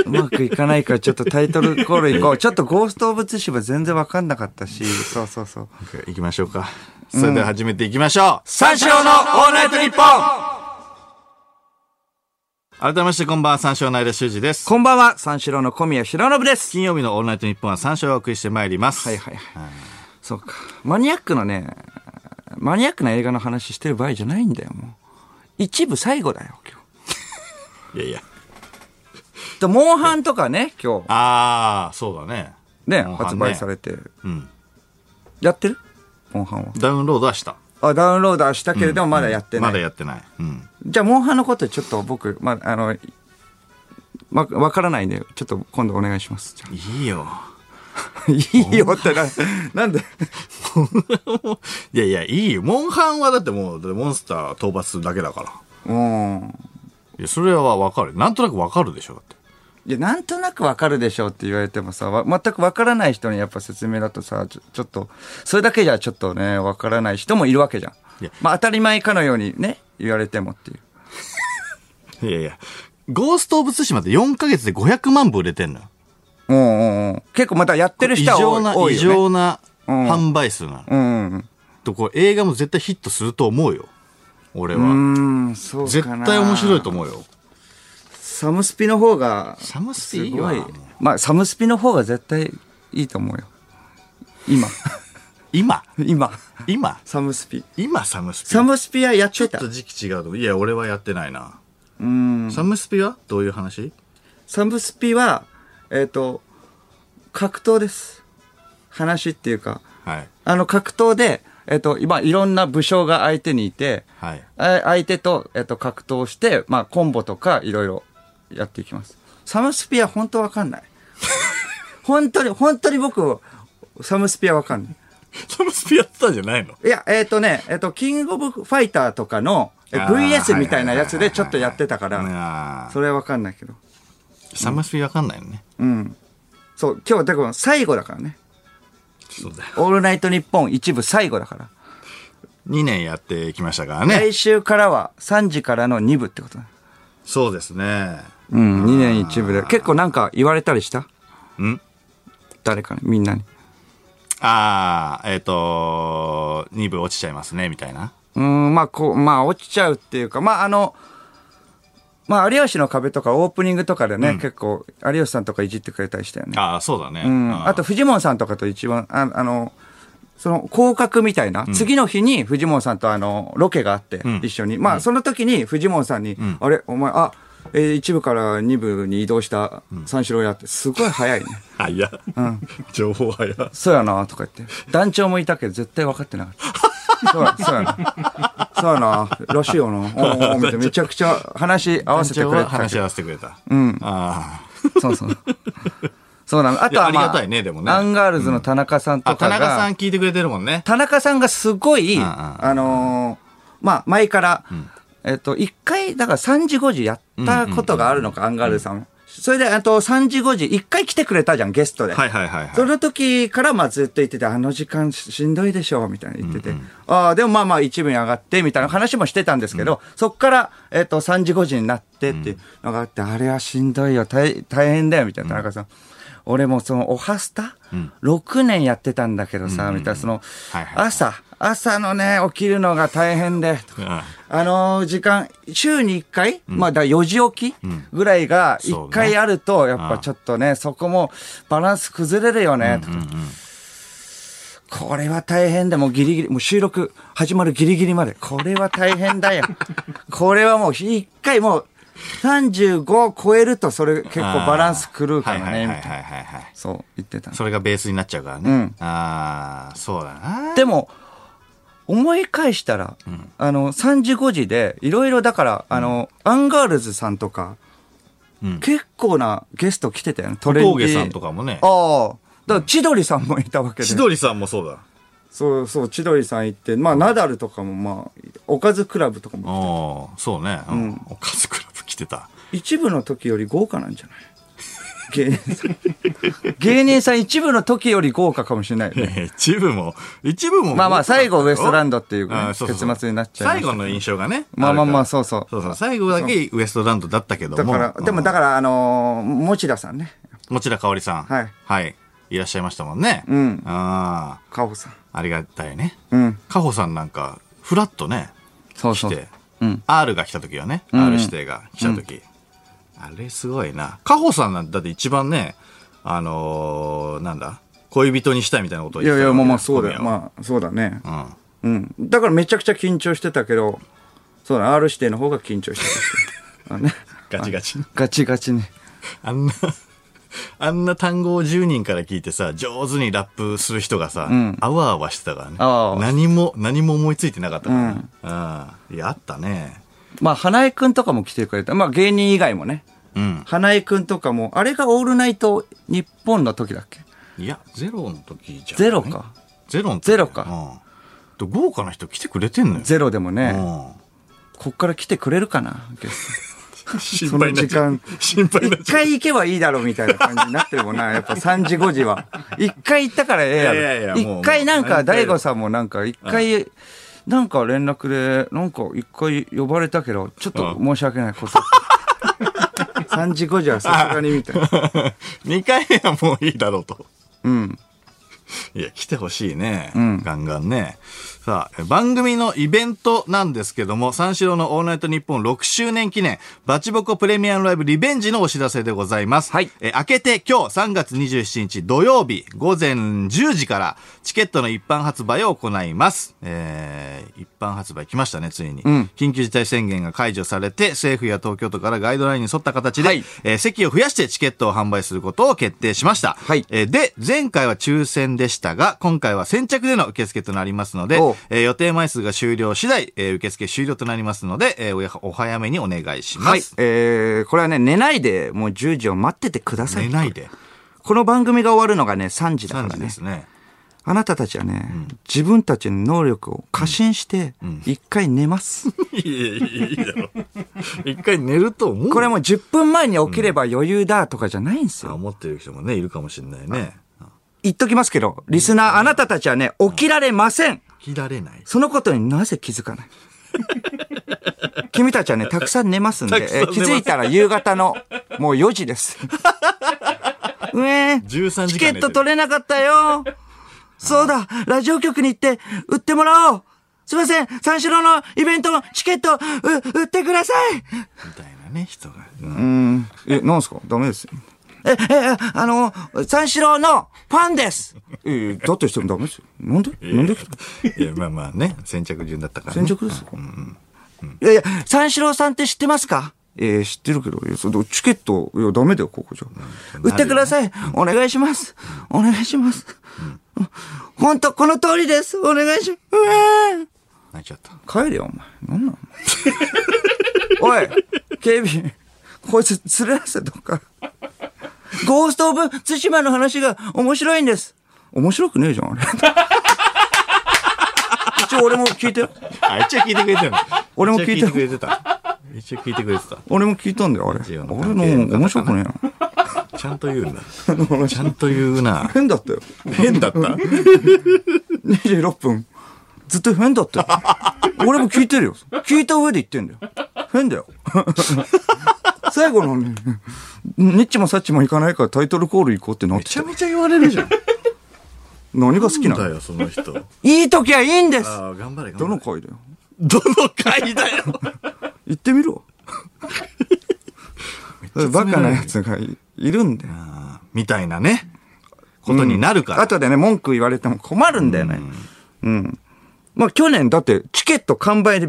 [SPEAKER 2] うまくいかないからちょっとタイトルコールいこう。ちょっとゴースト・オブ・ツシマ全然わかんなかったし、そうそうそう。
[SPEAKER 1] 行きましょうか。それでは始めていきましょう。
[SPEAKER 2] 三四郎のオールナイトニッポン
[SPEAKER 1] 改めましてこんばんは、三章の間修二です。
[SPEAKER 2] こんばんは、三四郎の小宮浩信です。
[SPEAKER 1] 金曜日のオールナイトニッポンは三章をお送りしてまいります。
[SPEAKER 2] はいはいはい。そうか。マニアックなね、マニアックな映画の話してる場合じゃないんだよ、もう。一部最後だよ、今
[SPEAKER 1] い。いやいや。
[SPEAKER 2] 日。と、モンハンとかね、今日、
[SPEAKER 1] あー、そうだね。
[SPEAKER 2] ね、
[SPEAKER 1] モンハンね
[SPEAKER 2] 発売されて。
[SPEAKER 1] うん。
[SPEAKER 2] やってるモンハンは。
[SPEAKER 1] ダウンロードはした。
[SPEAKER 2] あ、ダウンロードはしたけれども、まだやってない。
[SPEAKER 1] まだやってない。うん。
[SPEAKER 2] じゃあ、モンハンのことちょっと僕、ま、あの、ま、わからないんで、ちょっと今度お願いします。じゃ
[SPEAKER 1] いいよ。
[SPEAKER 2] あ いいよってな、なんで、
[SPEAKER 1] いやいや、いいよ。モンハンはだってもう、モンスター討伐するだけだから。
[SPEAKER 2] うん。
[SPEAKER 1] いや、それはわかる。なんとなくわかるでしょ、だって。
[SPEAKER 2] いや、なんとなくわかるでしょうって言われてもさ、わ全くわからない人にやっぱ説明だとさ、ちょちょっと、それだけじゃちょっとね、わからない人もいるわけじゃん
[SPEAKER 1] いや。
[SPEAKER 2] まあ、当たり前かのようにね、言われてもっていう。
[SPEAKER 1] いやいや、ゴースト・オブ・ツシマって4ヶ月で500万部売れてんのよ。
[SPEAKER 2] うんうんうん。結構またやってる
[SPEAKER 1] 異
[SPEAKER 2] 人は多
[SPEAKER 1] 常
[SPEAKER 2] い
[SPEAKER 1] な、
[SPEAKER 2] 多
[SPEAKER 1] 異
[SPEAKER 2] いよ、ね。
[SPEAKER 1] 常な
[SPEAKER 2] うん
[SPEAKER 1] 販売数なの。
[SPEAKER 2] うんうん
[SPEAKER 1] と、これ映画も絶対ヒットすると思うよ。俺
[SPEAKER 2] う
[SPEAKER 1] は。
[SPEAKER 2] ん。うーん、そうかな。
[SPEAKER 1] 絶対面白いと思うよ。
[SPEAKER 2] サムスピの方が、
[SPEAKER 1] サムス
[SPEAKER 2] す
[SPEAKER 1] ピいい
[SPEAKER 2] ご
[SPEAKER 1] わ
[SPEAKER 2] い。まあ、サムスピの方が絶対いいと思うよ。 今。
[SPEAKER 1] 今、
[SPEAKER 2] 今。
[SPEAKER 1] 今、
[SPEAKER 2] サムスピ。
[SPEAKER 1] 今サムスピ。
[SPEAKER 2] サムスピはやっ
[SPEAKER 1] ちょ
[SPEAKER 2] て
[SPEAKER 1] ったと。時期違うと思う。いや、俺はやってないな。
[SPEAKER 2] うん。
[SPEAKER 1] サムスピはどういう話
[SPEAKER 2] サムスピは、えっ、と、格闘です。話っていうか、
[SPEAKER 1] はい。
[SPEAKER 2] あの格闘で、えっ、と、今いろんな武将が相手にいて、
[SPEAKER 1] はい。
[SPEAKER 2] あ相手と、えっ、と、格闘して、まあ、コンボとかいろいろやっていきます。サムスピは本当わかんない。本当に、本当に僕、サムスピはわかんない。
[SPEAKER 1] サムスピやってたんじゃないの
[SPEAKER 2] いや、えっ、とね、えっ、と、キングオブファイターとかのえ
[SPEAKER 1] あー
[SPEAKER 2] VS みたいなやつでちょっとやってたか
[SPEAKER 1] はいはい
[SPEAKER 2] ら、
[SPEAKER 1] はいはい
[SPEAKER 2] それはわかんないけど。
[SPEAKER 1] サムスピわかんないのね。
[SPEAKER 2] うん。そう、今日、だから最後だからね。
[SPEAKER 1] そうだよ。
[SPEAKER 2] オールナイトニッポン一部最後だから。
[SPEAKER 1] 2年やってきましたからね。
[SPEAKER 2] 来週からは3時からの2部ってことだ。
[SPEAKER 1] そうですね。
[SPEAKER 2] うん、2年一部で。結構なんか言われたりした
[SPEAKER 1] ん
[SPEAKER 2] 誰かに、みんなに。
[SPEAKER 1] ああ、えっ、と、2部落ちちゃいますね、みたいな。
[SPEAKER 2] うん、まあこう、まあ落ちちゃうっていうか、まああの、まあ有吉の壁とかオープニングとかでね、結構有吉さんとかいじってくれたりしたよね。
[SPEAKER 1] ああ、そうだね。
[SPEAKER 2] うん、
[SPEAKER 1] ー
[SPEAKER 2] あと、、フジモンさんとかと一番、ああの、その降格みたいな、次の日にフジモンさんとあのロケがあって、
[SPEAKER 1] ん
[SPEAKER 2] 一緒に、まあ、その時にフジモンさんに、あれ、お前、あえー一部から二部に移動した三四郎やって、すごい早いね。
[SPEAKER 1] 早っ。情報早っ。
[SPEAKER 2] そうやなとか言って。団長もいたけど絶対分かってなかった。そうやそうやな。そうやな。らしいよな。おー おーみたいなめちゃくちゃ話合わせてくれてた
[SPEAKER 1] 話
[SPEAKER 2] け
[SPEAKER 1] し合わせてくれた。うん。ああ。
[SPEAKER 2] ど。そうそう。そうなの。あとは、まあ、
[SPEAKER 1] いやありがたいねでもね
[SPEAKER 2] アンガールズの田中さんと
[SPEAKER 1] あ、
[SPEAKER 2] か
[SPEAKER 1] 田
[SPEAKER 2] が、
[SPEAKER 1] 中さん聞いてくれてるもんね。
[SPEAKER 2] 田中さんがすごい、
[SPEAKER 1] んうん
[SPEAKER 2] あのーまあ、前から、えっと、一回、だから3時5時やったことがあるのか、アンガールズさんは。それで、あと3時5時、一回来てくれたじゃん、ゲストで。
[SPEAKER 1] はいはいはいは
[SPEAKER 2] そ
[SPEAKER 1] い。
[SPEAKER 2] の時からまあずっと言ってて、あの時間ししんどいでしょ、みたいな言ってて、ああ、でもまあまあ一部に上がって、みたいな話もしてたんですけど、そっから、えっ、と、3時5時になってっていうのがあって、あれはしんどいよ、大大変だよ、みたいな、田中さん。俺もその、おはスタ、?6 年やってたんだけどさ、みたいな、その、
[SPEAKER 1] はいはい
[SPEAKER 2] 朝、朝のね、起きるのが大変で、とか
[SPEAKER 1] うん
[SPEAKER 2] あのー時間、週に1回、まあ、だ4時起きぐらいが1回あると、やっぱちょっとね、そこもバランス崩れるよね、とか。これは大変だ。もうギリギリ、もう収録始まるギリギリまで。これは大変 だよ。これはもう一回もう35を超えるとそれ結構バランス狂うから
[SPEAKER 1] はい
[SPEAKER 2] ね、
[SPEAKER 1] は
[SPEAKER 2] み
[SPEAKER 1] い
[SPEAKER 2] たい
[SPEAKER 1] は
[SPEAKER 2] な。
[SPEAKER 1] いはいはい。
[SPEAKER 2] そう言ってた。
[SPEAKER 1] それがベースになっちゃうからね。
[SPEAKER 2] うん
[SPEAKER 1] ああ、そうだな。
[SPEAKER 2] でも、思い返したら、あの、3時5時で、いろいろだから、あの、アンガールズさんとか、
[SPEAKER 1] うん
[SPEAKER 2] 結構なゲスト来てたよね、トレンディ
[SPEAKER 1] 峠さんとかもね。
[SPEAKER 2] ああ。だから千鳥さんもいたわけで。
[SPEAKER 1] 千鳥さんもそうだ。
[SPEAKER 2] そうそう、千鳥さん行って、まあ、ナダルとかも、まあ、おかずクラブとかも、
[SPEAKER 1] おーそうね。うん。おかずクラブ来てた。
[SPEAKER 2] 一部の時より豪華なんじゃない 芸人さん。芸人さん一部の時より豪華かもしれない よね。
[SPEAKER 1] えー一部も、一部も。
[SPEAKER 2] まあまあ、最後ウエストランドっていうね
[SPEAKER 1] あーそうそうそう
[SPEAKER 2] 結末になっちゃいまし
[SPEAKER 1] 最
[SPEAKER 2] た
[SPEAKER 1] 後の印象がね。
[SPEAKER 2] まあまあまあ、
[SPEAKER 1] る
[SPEAKER 2] そうそう
[SPEAKER 1] か。らそうそう。最後だけウエストランドだったけど
[SPEAKER 2] だ
[SPEAKER 1] も。
[SPEAKER 2] から、でもだ
[SPEAKER 1] か
[SPEAKER 2] から、あのー持田さんね。
[SPEAKER 1] ら。持田香織さん。
[SPEAKER 2] はい。
[SPEAKER 1] はい。いらっしゃいましたもんね。
[SPEAKER 2] うん
[SPEAKER 1] ああ、
[SPEAKER 2] カホさん。
[SPEAKER 1] ありがたいね。
[SPEAKER 2] うん。
[SPEAKER 1] かほさんなんか、フラッとね、
[SPEAKER 2] そう
[SPEAKER 1] 来
[SPEAKER 2] そう。
[SPEAKER 1] て。
[SPEAKER 2] うん。
[SPEAKER 1] R が来た時はね、
[SPEAKER 2] ん
[SPEAKER 1] R 指定が来た時。あれすごいな。かほさんなんてだって一番ね、あのー、なんだ恋人にしたいみたいなことを
[SPEAKER 2] い
[SPEAKER 1] 言っ
[SPEAKER 2] やい
[SPEAKER 1] てたわ
[SPEAKER 2] や、
[SPEAKER 1] け
[SPEAKER 2] まあまあ、そうだ
[SPEAKER 1] 小
[SPEAKER 2] よ。
[SPEAKER 1] 宮は
[SPEAKER 2] まあ、そうだね。
[SPEAKER 1] うん。
[SPEAKER 2] うん。だからめちゃくちゃ緊張してたけど、そうだ、R 指定の方が緊張してた。 あのね
[SPEAKER 1] ガチガチ。
[SPEAKER 2] ガチガチに。
[SPEAKER 1] あんな、 あんな単語を10人から聞いてさ、上手にラップする人がさ、
[SPEAKER 2] ん
[SPEAKER 1] あわあわしてたからね
[SPEAKER 2] あわあ。わ
[SPEAKER 1] 何も、何も思いついてなかったからね。うん。いや、あったね。
[SPEAKER 2] まあ、花江くんとかも来てくれた。まあ、芸人以外もね。
[SPEAKER 1] うん。
[SPEAKER 2] 花江くんとかも、あれがオールナイト日本の時だっけ
[SPEAKER 1] いや、ゼロの時じゃん。
[SPEAKER 2] ゼロか。
[SPEAKER 1] ゼロの時
[SPEAKER 2] ゼロか。
[SPEAKER 1] うん。で豪華な人来てくれてんのよ。
[SPEAKER 2] ゼロでも
[SPEAKER 1] う
[SPEAKER 2] ね、
[SPEAKER 1] ん。
[SPEAKER 2] こっから来てくれるかな、ゲス
[SPEAKER 1] 心配になっちゃう
[SPEAKER 2] その時。
[SPEAKER 1] 心
[SPEAKER 2] ト。
[SPEAKER 1] 配になっ
[SPEAKER 2] 一
[SPEAKER 1] ちゃう。
[SPEAKER 2] 回行けばいいだろうみたいな感じになってるもんな、やっぱ3時5時は。一回行ったからええ
[SPEAKER 1] いやいや
[SPEAKER 2] や
[SPEAKER 1] い
[SPEAKER 2] ろ。
[SPEAKER 1] やもう
[SPEAKER 2] 一回なん
[SPEAKER 1] も
[SPEAKER 2] か、
[SPEAKER 1] う何回
[SPEAKER 2] 大悟さんもなんか、一回、なんか連絡で、なんか一回呼ばれたけど、ちょっと申し訳ないこと。3時5時はさすがにみた いな。
[SPEAKER 1] 2回目はもういいだろうと。
[SPEAKER 2] うん。
[SPEAKER 1] いや、来てほしいね。
[SPEAKER 2] ん
[SPEAKER 1] ガンガンね。さあ、え番組のイベントなんですけども、三四郎のオールナイトニッポン6周年記念、バチボコプレミアムライブリベンジのお知らせでございます。
[SPEAKER 2] はい
[SPEAKER 1] えー、明けて今日3月27日土曜日午前10時から、チケットの一般発売を行います。えー、一般発売来ましたね、ついに。
[SPEAKER 2] ん
[SPEAKER 1] 緊急事態宣言が解除されて、政府や東京都からガイドラインに沿った形で、
[SPEAKER 2] はい
[SPEAKER 1] えー席を増やしてチケットを販売することを決定しました。
[SPEAKER 2] はい
[SPEAKER 1] えーで、前回は抽選でしたが、今回は先着での受付となりますので
[SPEAKER 2] おう、
[SPEAKER 1] えー予定枚数が終了次第、えー受付終了となりますので、えーおやお早めにお願いしま
[SPEAKER 2] はい
[SPEAKER 1] す。。
[SPEAKER 2] えー、これはね、寝ないでもう10時を待っててください。
[SPEAKER 1] 寝ないで。
[SPEAKER 2] この番組が終わるのがね、3時だか
[SPEAKER 1] 3
[SPEAKER 2] ら
[SPEAKER 1] 時
[SPEAKER 2] ね
[SPEAKER 1] で。すね。
[SPEAKER 2] あなたたちはね、自分たちの能力を過信して、一回寝ます。
[SPEAKER 1] いい、いいだろ。一回寝ると思う
[SPEAKER 2] これもう10分前に起きれば余裕だとかじゃないんですよ。
[SPEAKER 1] 思ってる人もね、いるかもしれないね。
[SPEAKER 2] 言っときますけど、リスナー、あなたたちはね、起きられません。
[SPEAKER 1] 起きられない。
[SPEAKER 2] そのことになぜ気づ かない君たちはね、たくさん寝ますんで
[SPEAKER 1] たく、さん
[SPEAKER 2] え
[SPEAKER 1] 寝ます
[SPEAKER 2] 気づいたら夕方の、もう4 時です。うえ
[SPEAKER 1] 13
[SPEAKER 2] チ
[SPEAKER 1] 時
[SPEAKER 2] ケ
[SPEAKER 1] 間寝てる
[SPEAKER 2] ット取れなかったよ。そうだ、ラジオ局に行って、売ってもらおう。すいません、三四郎のイベントのチケット、う、売ってください。
[SPEAKER 1] みたいなね、人が。うん
[SPEAKER 2] うん。え、なんすかダメですよ。え、え、あの、三四郎のファンですええ、だってしてもダメですよ。なんでなんで
[SPEAKER 1] いや、まあまあね、先着順だったから、ね。
[SPEAKER 2] 先着ですか、いやいや、三四郎さんって知ってますかええ知ってるけど、いやそれチケット、いや、ダメだよ、ここじゃ。売ってください、お願いしますお願いします、ほんと、この通りですお願いしますうわー
[SPEAKER 1] 泣いちゃった。
[SPEAKER 2] 帰れよ、お前。なんなんお前おい、警備員、こいつ連れ出せ、どっか。ゴースト・オブ・ツシマの話が面白いんです。面白くねえじゃん、あれ。 一応俺も聞いたよ。
[SPEAKER 1] あ、一応聞いてくれてるの。
[SPEAKER 2] 俺も聞いて
[SPEAKER 1] 一応くれてた。一応聞いてくれてた。
[SPEAKER 2] 俺も聞いたんだよ、あれ。あ
[SPEAKER 1] ジ
[SPEAKER 2] れ
[SPEAKER 1] オ
[SPEAKER 2] の
[SPEAKER 1] の関係の方かな
[SPEAKER 2] 面白くねえな。
[SPEAKER 1] ちゃんと言うんだ。 ちゃんと言うな。
[SPEAKER 2] 変だったよ。
[SPEAKER 1] 変だった。
[SPEAKER 2] 26分。ずっと変だったよ。俺も聞いてるよ。聞いた上で言ってんだよ。変だよ。 最後のね、ニッチもサッチも行かないからタイトルコール行こうってなっ
[SPEAKER 1] め
[SPEAKER 2] て
[SPEAKER 1] ち
[SPEAKER 2] た
[SPEAKER 1] ゃ。めちゃ言われるじゃん。
[SPEAKER 2] 何が好きな
[SPEAKER 1] だ
[SPEAKER 2] の
[SPEAKER 1] よ、その人。
[SPEAKER 2] いい時はいいんです
[SPEAKER 1] ああ、頑張れ、
[SPEAKER 2] ど
[SPEAKER 1] 頑張
[SPEAKER 2] の
[SPEAKER 1] れ。
[SPEAKER 2] 回だよ。
[SPEAKER 1] どの回だよ。
[SPEAKER 2] 行ってみ ろ。バカなやつがいいるんだよ。
[SPEAKER 1] あーみたいなね。ことになるから。
[SPEAKER 2] 後でね、文句言われても困るんだよね。うん。まあ去年だってチケット完売で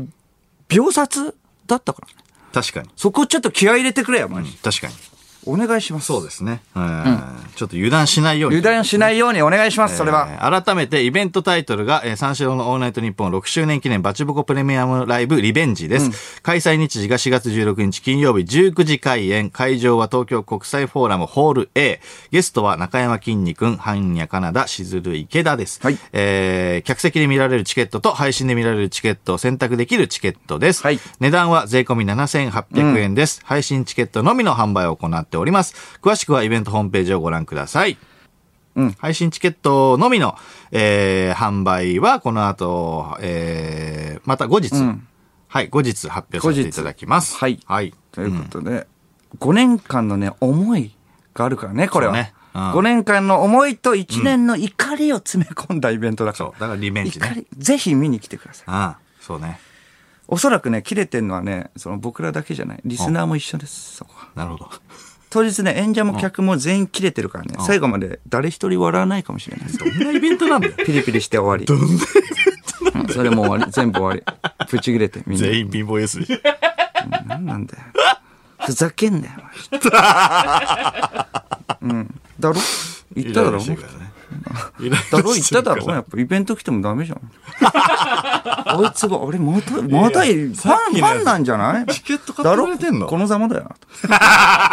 [SPEAKER 2] 秒殺だったからね。
[SPEAKER 1] 確かに。
[SPEAKER 2] そこちょっと気合い入れてくれよ、マジ。
[SPEAKER 1] 確かに。
[SPEAKER 2] お願いします。
[SPEAKER 1] そうですね。うんちょっと油断しないように。
[SPEAKER 2] 油断しないようにお願いします、それは。
[SPEAKER 1] えー改めてイベントタイトルが、えー三四郎のオールナイトニッポン6周年記念バチボコプレミアムライブリベンジです。開催日時が4月16日金曜日19時開演。会場は東京国際フォーラムホール A。ゲストは中山きんに君、半夜カナダ、しずる池田です。
[SPEAKER 2] はい
[SPEAKER 1] えー客席で見られるチケットと配信で見られるチケットを選択できるチケットです。
[SPEAKER 2] はい
[SPEAKER 1] 値段は税込み7800円です、配信チケットのみの販売を行っております。詳しくはイベントホームページをご覧ください。配信チケットのみの、えー販売はこの後、えーまた後日、はい、後日発表させていただきます。
[SPEAKER 2] 後日
[SPEAKER 1] はい。
[SPEAKER 2] ということで、5年間のね、思いがあるからね、これは。
[SPEAKER 1] そうねうん
[SPEAKER 2] 5年間の思いと1年の怒りを詰め込んだイベントだか
[SPEAKER 1] そう
[SPEAKER 2] ら。。
[SPEAKER 1] だからリベンジ
[SPEAKER 2] 怒
[SPEAKER 1] ね。
[SPEAKER 2] り、ぜひ見に来てください。
[SPEAKER 1] ああ、そうね。
[SPEAKER 2] おそらくね、切れてんのはね、その僕らだけじゃない。リスナーも一緒です、そこは。
[SPEAKER 1] なるほど。
[SPEAKER 2] 当日ね、演者も客も全員切れてるからね、最後まで誰一人笑わないかもし れないです。
[SPEAKER 1] どんなイベントなんだよ。
[SPEAKER 2] ピリピリして終わり。うんそれも終わり。全部終わり。プチ切れて、みんな。
[SPEAKER 1] 全員貧乏ゆすり。
[SPEAKER 2] なんなんだよ。ふざけんなよ、マジでうん。だろ言っただろ
[SPEAKER 1] イライラしてるからね。イライラして
[SPEAKER 2] だ
[SPEAKER 1] る
[SPEAKER 2] ろ言っただ
[SPEAKER 1] から
[SPEAKER 2] ろやっぱイベント来てもダメじ ゃん。あいつが、俺また、また、ファン、フ
[SPEAKER 1] さっきのやつ
[SPEAKER 2] ァンなんじゃない
[SPEAKER 1] チケット買ってくれてんの
[SPEAKER 2] だろこのざ まだよなと。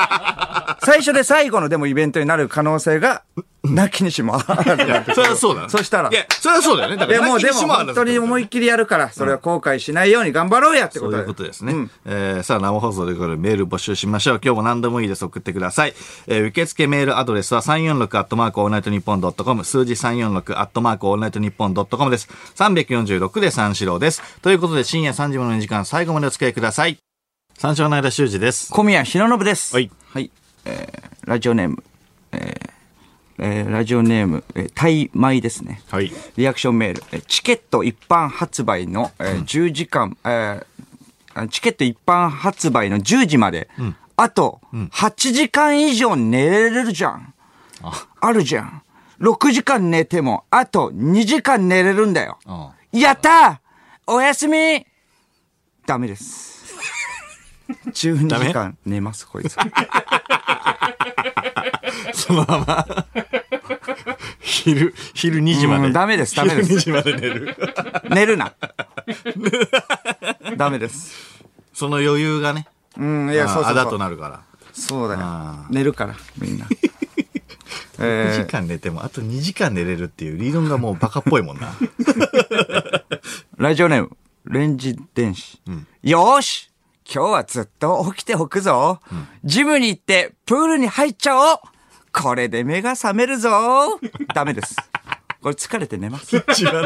[SPEAKER 2] 最初で最後のでもイベントになる可能性が、なきにしもあらず
[SPEAKER 1] いや、そりゃそうだ、ね。
[SPEAKER 2] そしたら
[SPEAKER 1] いや、そりゃそうだよね。だ
[SPEAKER 2] い
[SPEAKER 1] から、
[SPEAKER 2] やもうでも
[SPEAKER 1] 本
[SPEAKER 2] 本当に思いっきりやるから、それは後悔しないように頑張ろうやってこ
[SPEAKER 1] そ
[SPEAKER 2] と
[SPEAKER 1] う
[SPEAKER 2] だ
[SPEAKER 1] いう
[SPEAKER 2] よ
[SPEAKER 1] ことですね。えーさあ、生放送でこれメール募集しましょう。今日も何でもいいです。送ってください。えー受付メールアドレスは346アットマークオールナイトニッポンドットコム、数字346アットマークオールナイトニッポンドットコムです。346で三四郎です。ということで、深夜3時までの時間、最後までお付き合いください。三四郎の間修二です。
[SPEAKER 2] 小宮浩信です。
[SPEAKER 1] はい。
[SPEAKER 2] はい。えー、ラジオネーム、えー、えーラジオネーム、えー、タイマイですね。
[SPEAKER 1] はい。
[SPEAKER 2] リアクションメール、えーチケット一般発売の、えー10時間、えーあチケット一般発売の10時まで、あと、8時間以上寝れるじゃん。あるじゃん。6時間寝ても、あと2時間寝れるんだよ。やったーおやすみダメです。12
[SPEAKER 1] ダメ
[SPEAKER 2] 時間寝ます、こいつ。
[SPEAKER 1] そのまま、昼、昼2時まで。
[SPEAKER 2] うんダメですダメです
[SPEAKER 1] 昼2時まで寝 る。
[SPEAKER 2] 寝る な。ダメです。
[SPEAKER 1] その余裕がね、
[SPEAKER 2] うん、いや、そう
[SPEAKER 1] あ
[SPEAKER 2] そ
[SPEAKER 1] あ
[SPEAKER 2] う
[SPEAKER 1] だ
[SPEAKER 2] そ
[SPEAKER 1] と
[SPEAKER 2] う。
[SPEAKER 1] なるから。
[SPEAKER 2] そうだよ
[SPEAKER 1] あ。
[SPEAKER 2] 寝るから、みんな。え
[SPEAKER 1] 1
[SPEAKER 2] ー
[SPEAKER 1] 時間寝ても、あと2時間寝れるっていう理論がもうバカっぽいも んな。
[SPEAKER 2] ラジオネーム、レンジ電子。よーし今日はずっと起きておくぞ、ジムに行ってプールに入っちゃおうこれで目が覚めるぞダメです。これ疲れて寝ます。プ
[SPEAKER 1] 一 番、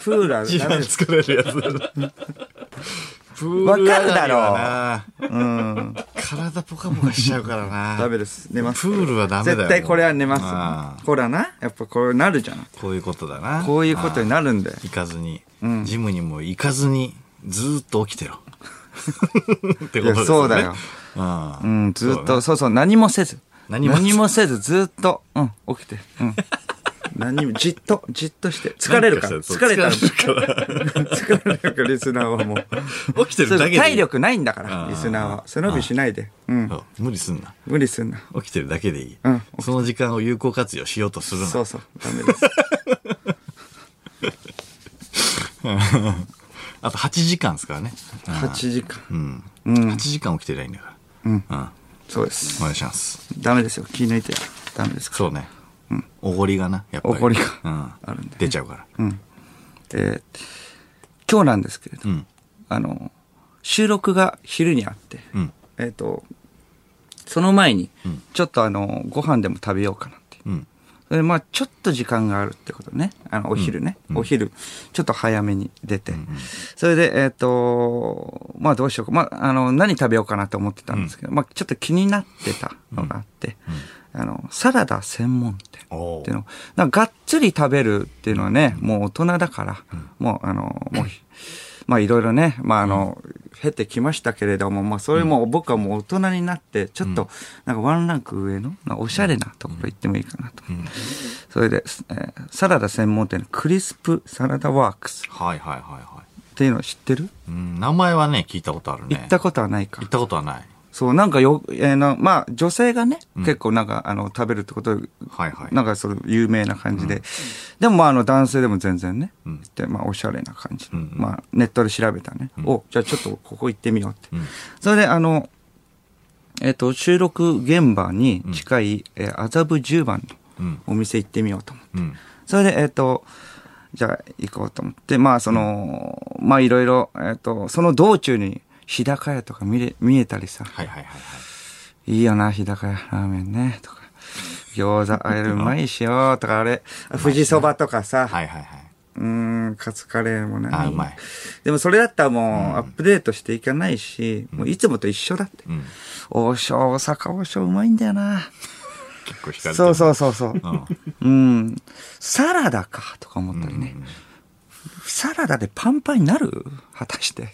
[SPEAKER 2] ールは
[SPEAKER 1] 一
[SPEAKER 2] ダメ
[SPEAKER 1] 番
[SPEAKER 2] です。
[SPEAKER 1] 疲れるやつだな。プール上がりはな体ポカポカしちゃうからな。
[SPEAKER 2] ダメです。寝ます。
[SPEAKER 1] プールはダメだよ
[SPEAKER 2] 絶対これは寝
[SPEAKER 1] あ
[SPEAKER 2] ます。ほらな。やっぱこうなるじゃん。
[SPEAKER 1] こういうことだな。
[SPEAKER 2] こういうことになるんで。
[SPEAKER 1] 行かずに、ジムにも行かずに、ずーっと起きて ろ。ってことですね。
[SPEAKER 2] いやそうだよ
[SPEAKER 1] うん。
[SPEAKER 2] うん、ずっと、そうそう、何もせず。
[SPEAKER 1] 何も。
[SPEAKER 2] 何もせずずっと、うん、起きて。 うん。何も、じっと、じっとして。疲れるから。
[SPEAKER 1] そう
[SPEAKER 2] 疲れたら、
[SPEAKER 1] 疲れるから
[SPEAKER 2] 疲れるから、リスナーはもう。
[SPEAKER 1] 起きてる
[SPEAKER 2] そ
[SPEAKER 1] だ
[SPEAKER 2] う
[SPEAKER 1] けで。
[SPEAKER 2] 体力ないんだか
[SPEAKER 1] あ
[SPEAKER 2] ら、
[SPEAKER 1] ー
[SPEAKER 2] リスナーは。背伸びしないで。うん。
[SPEAKER 1] そう。無理すんな。
[SPEAKER 2] 無理すんな。
[SPEAKER 1] 起きてるだけでいい。
[SPEAKER 2] うん
[SPEAKER 1] その時間を有効活用しようとするな。
[SPEAKER 2] そうそう。ダメ です。
[SPEAKER 1] あと8時間ですからね。
[SPEAKER 2] 8時間。
[SPEAKER 1] うん。8時間起きてないんだから。
[SPEAKER 2] うん
[SPEAKER 1] うん。
[SPEAKER 2] そうです
[SPEAKER 1] お。願いします。
[SPEAKER 2] ダメですよ。気抜いて。ダメですか。
[SPEAKER 1] そうね。おごりがな、やっぱり。
[SPEAKER 2] おごりが
[SPEAKER 1] う
[SPEAKER 2] あるん
[SPEAKER 1] ん
[SPEAKER 2] で。
[SPEAKER 1] 出ちゃうから。
[SPEAKER 2] えー今日なんですけれど、
[SPEAKER 1] うん。
[SPEAKER 2] あの、収録が昼にあって、
[SPEAKER 1] うん。
[SPEAKER 2] えっ、と、その前に
[SPEAKER 1] ん、
[SPEAKER 2] ちょっとあの、ご飯でも食べようかなって。
[SPEAKER 1] うん。
[SPEAKER 2] それでまあ、ちょっと時間があるってことね。あの、お昼ね。お昼、ちょっと早めに出て。それで、えっ、と、まあどうしようか。まあ、あの、何食べようかなって思ってたんですけど、まあ、ちょっと気になってたのがあって、あの、サラダ専門店。
[SPEAKER 1] お
[SPEAKER 2] って
[SPEAKER 1] ー
[SPEAKER 2] いうの。なんかがっつり食べるっていうのはね、もう大人だから、もうあの、もう、まあいろいろね、まああの、経てきましたけれども、まあそれも僕はもう大人になって、ちょっと、なんかワンランク上の、まあおしゃれなところ行ってもいいかなと。それで、えーサラダ専門店のクリスプサラダワークス
[SPEAKER 1] はいはいはいはい。
[SPEAKER 2] っていうの知ってる
[SPEAKER 1] うん。名前はね、聞いたことあるね。
[SPEAKER 2] 行ったことはないか
[SPEAKER 1] 行っ。たことはない。
[SPEAKER 2] そう、なんかよ、えーなまあ女性がね、結構なんかあの、食べるってこと
[SPEAKER 1] はいはい。
[SPEAKER 2] なんかその有名な感じで。でもまああの男性でも全然ね、
[SPEAKER 1] うん
[SPEAKER 2] でまあおしゃれな感じの、
[SPEAKER 1] うんうん
[SPEAKER 2] まあネットで調べたね。お、じゃあちょっとここ行ってみようって。
[SPEAKER 1] うん
[SPEAKER 2] それであの、えっ、と、収録現場に近い、えー麻布十番
[SPEAKER 1] う
[SPEAKER 2] の
[SPEAKER 1] ん
[SPEAKER 2] お店行ってみようと思って。
[SPEAKER 1] うん。
[SPEAKER 2] それで、えっ、と、じゃあ行こうと思って、まあその、まあいろいろ、えっ、と、その道中に日高屋とか見れ、見えたりさ、
[SPEAKER 1] はいはいはいはい。
[SPEAKER 2] いいよな、日高屋ラーメンね、とか。餃子、あれうまいし よ、とか、あれ、富士そばとかさ、
[SPEAKER 1] はいはいはい。
[SPEAKER 2] うーん、カツカレーもね。
[SPEAKER 1] あ、うまい。
[SPEAKER 2] でもそれだったらもう、アップデートしていかないし、もういつもと一緒だって。
[SPEAKER 1] うん。
[SPEAKER 2] 王将、大阪王将うまいんだよな。
[SPEAKER 1] 結構惹かれてる。
[SPEAKER 2] そうそうそう そう。
[SPEAKER 1] うん。
[SPEAKER 2] うん、サラダか、とか思ったりね。サラダでパンパンになる果たして。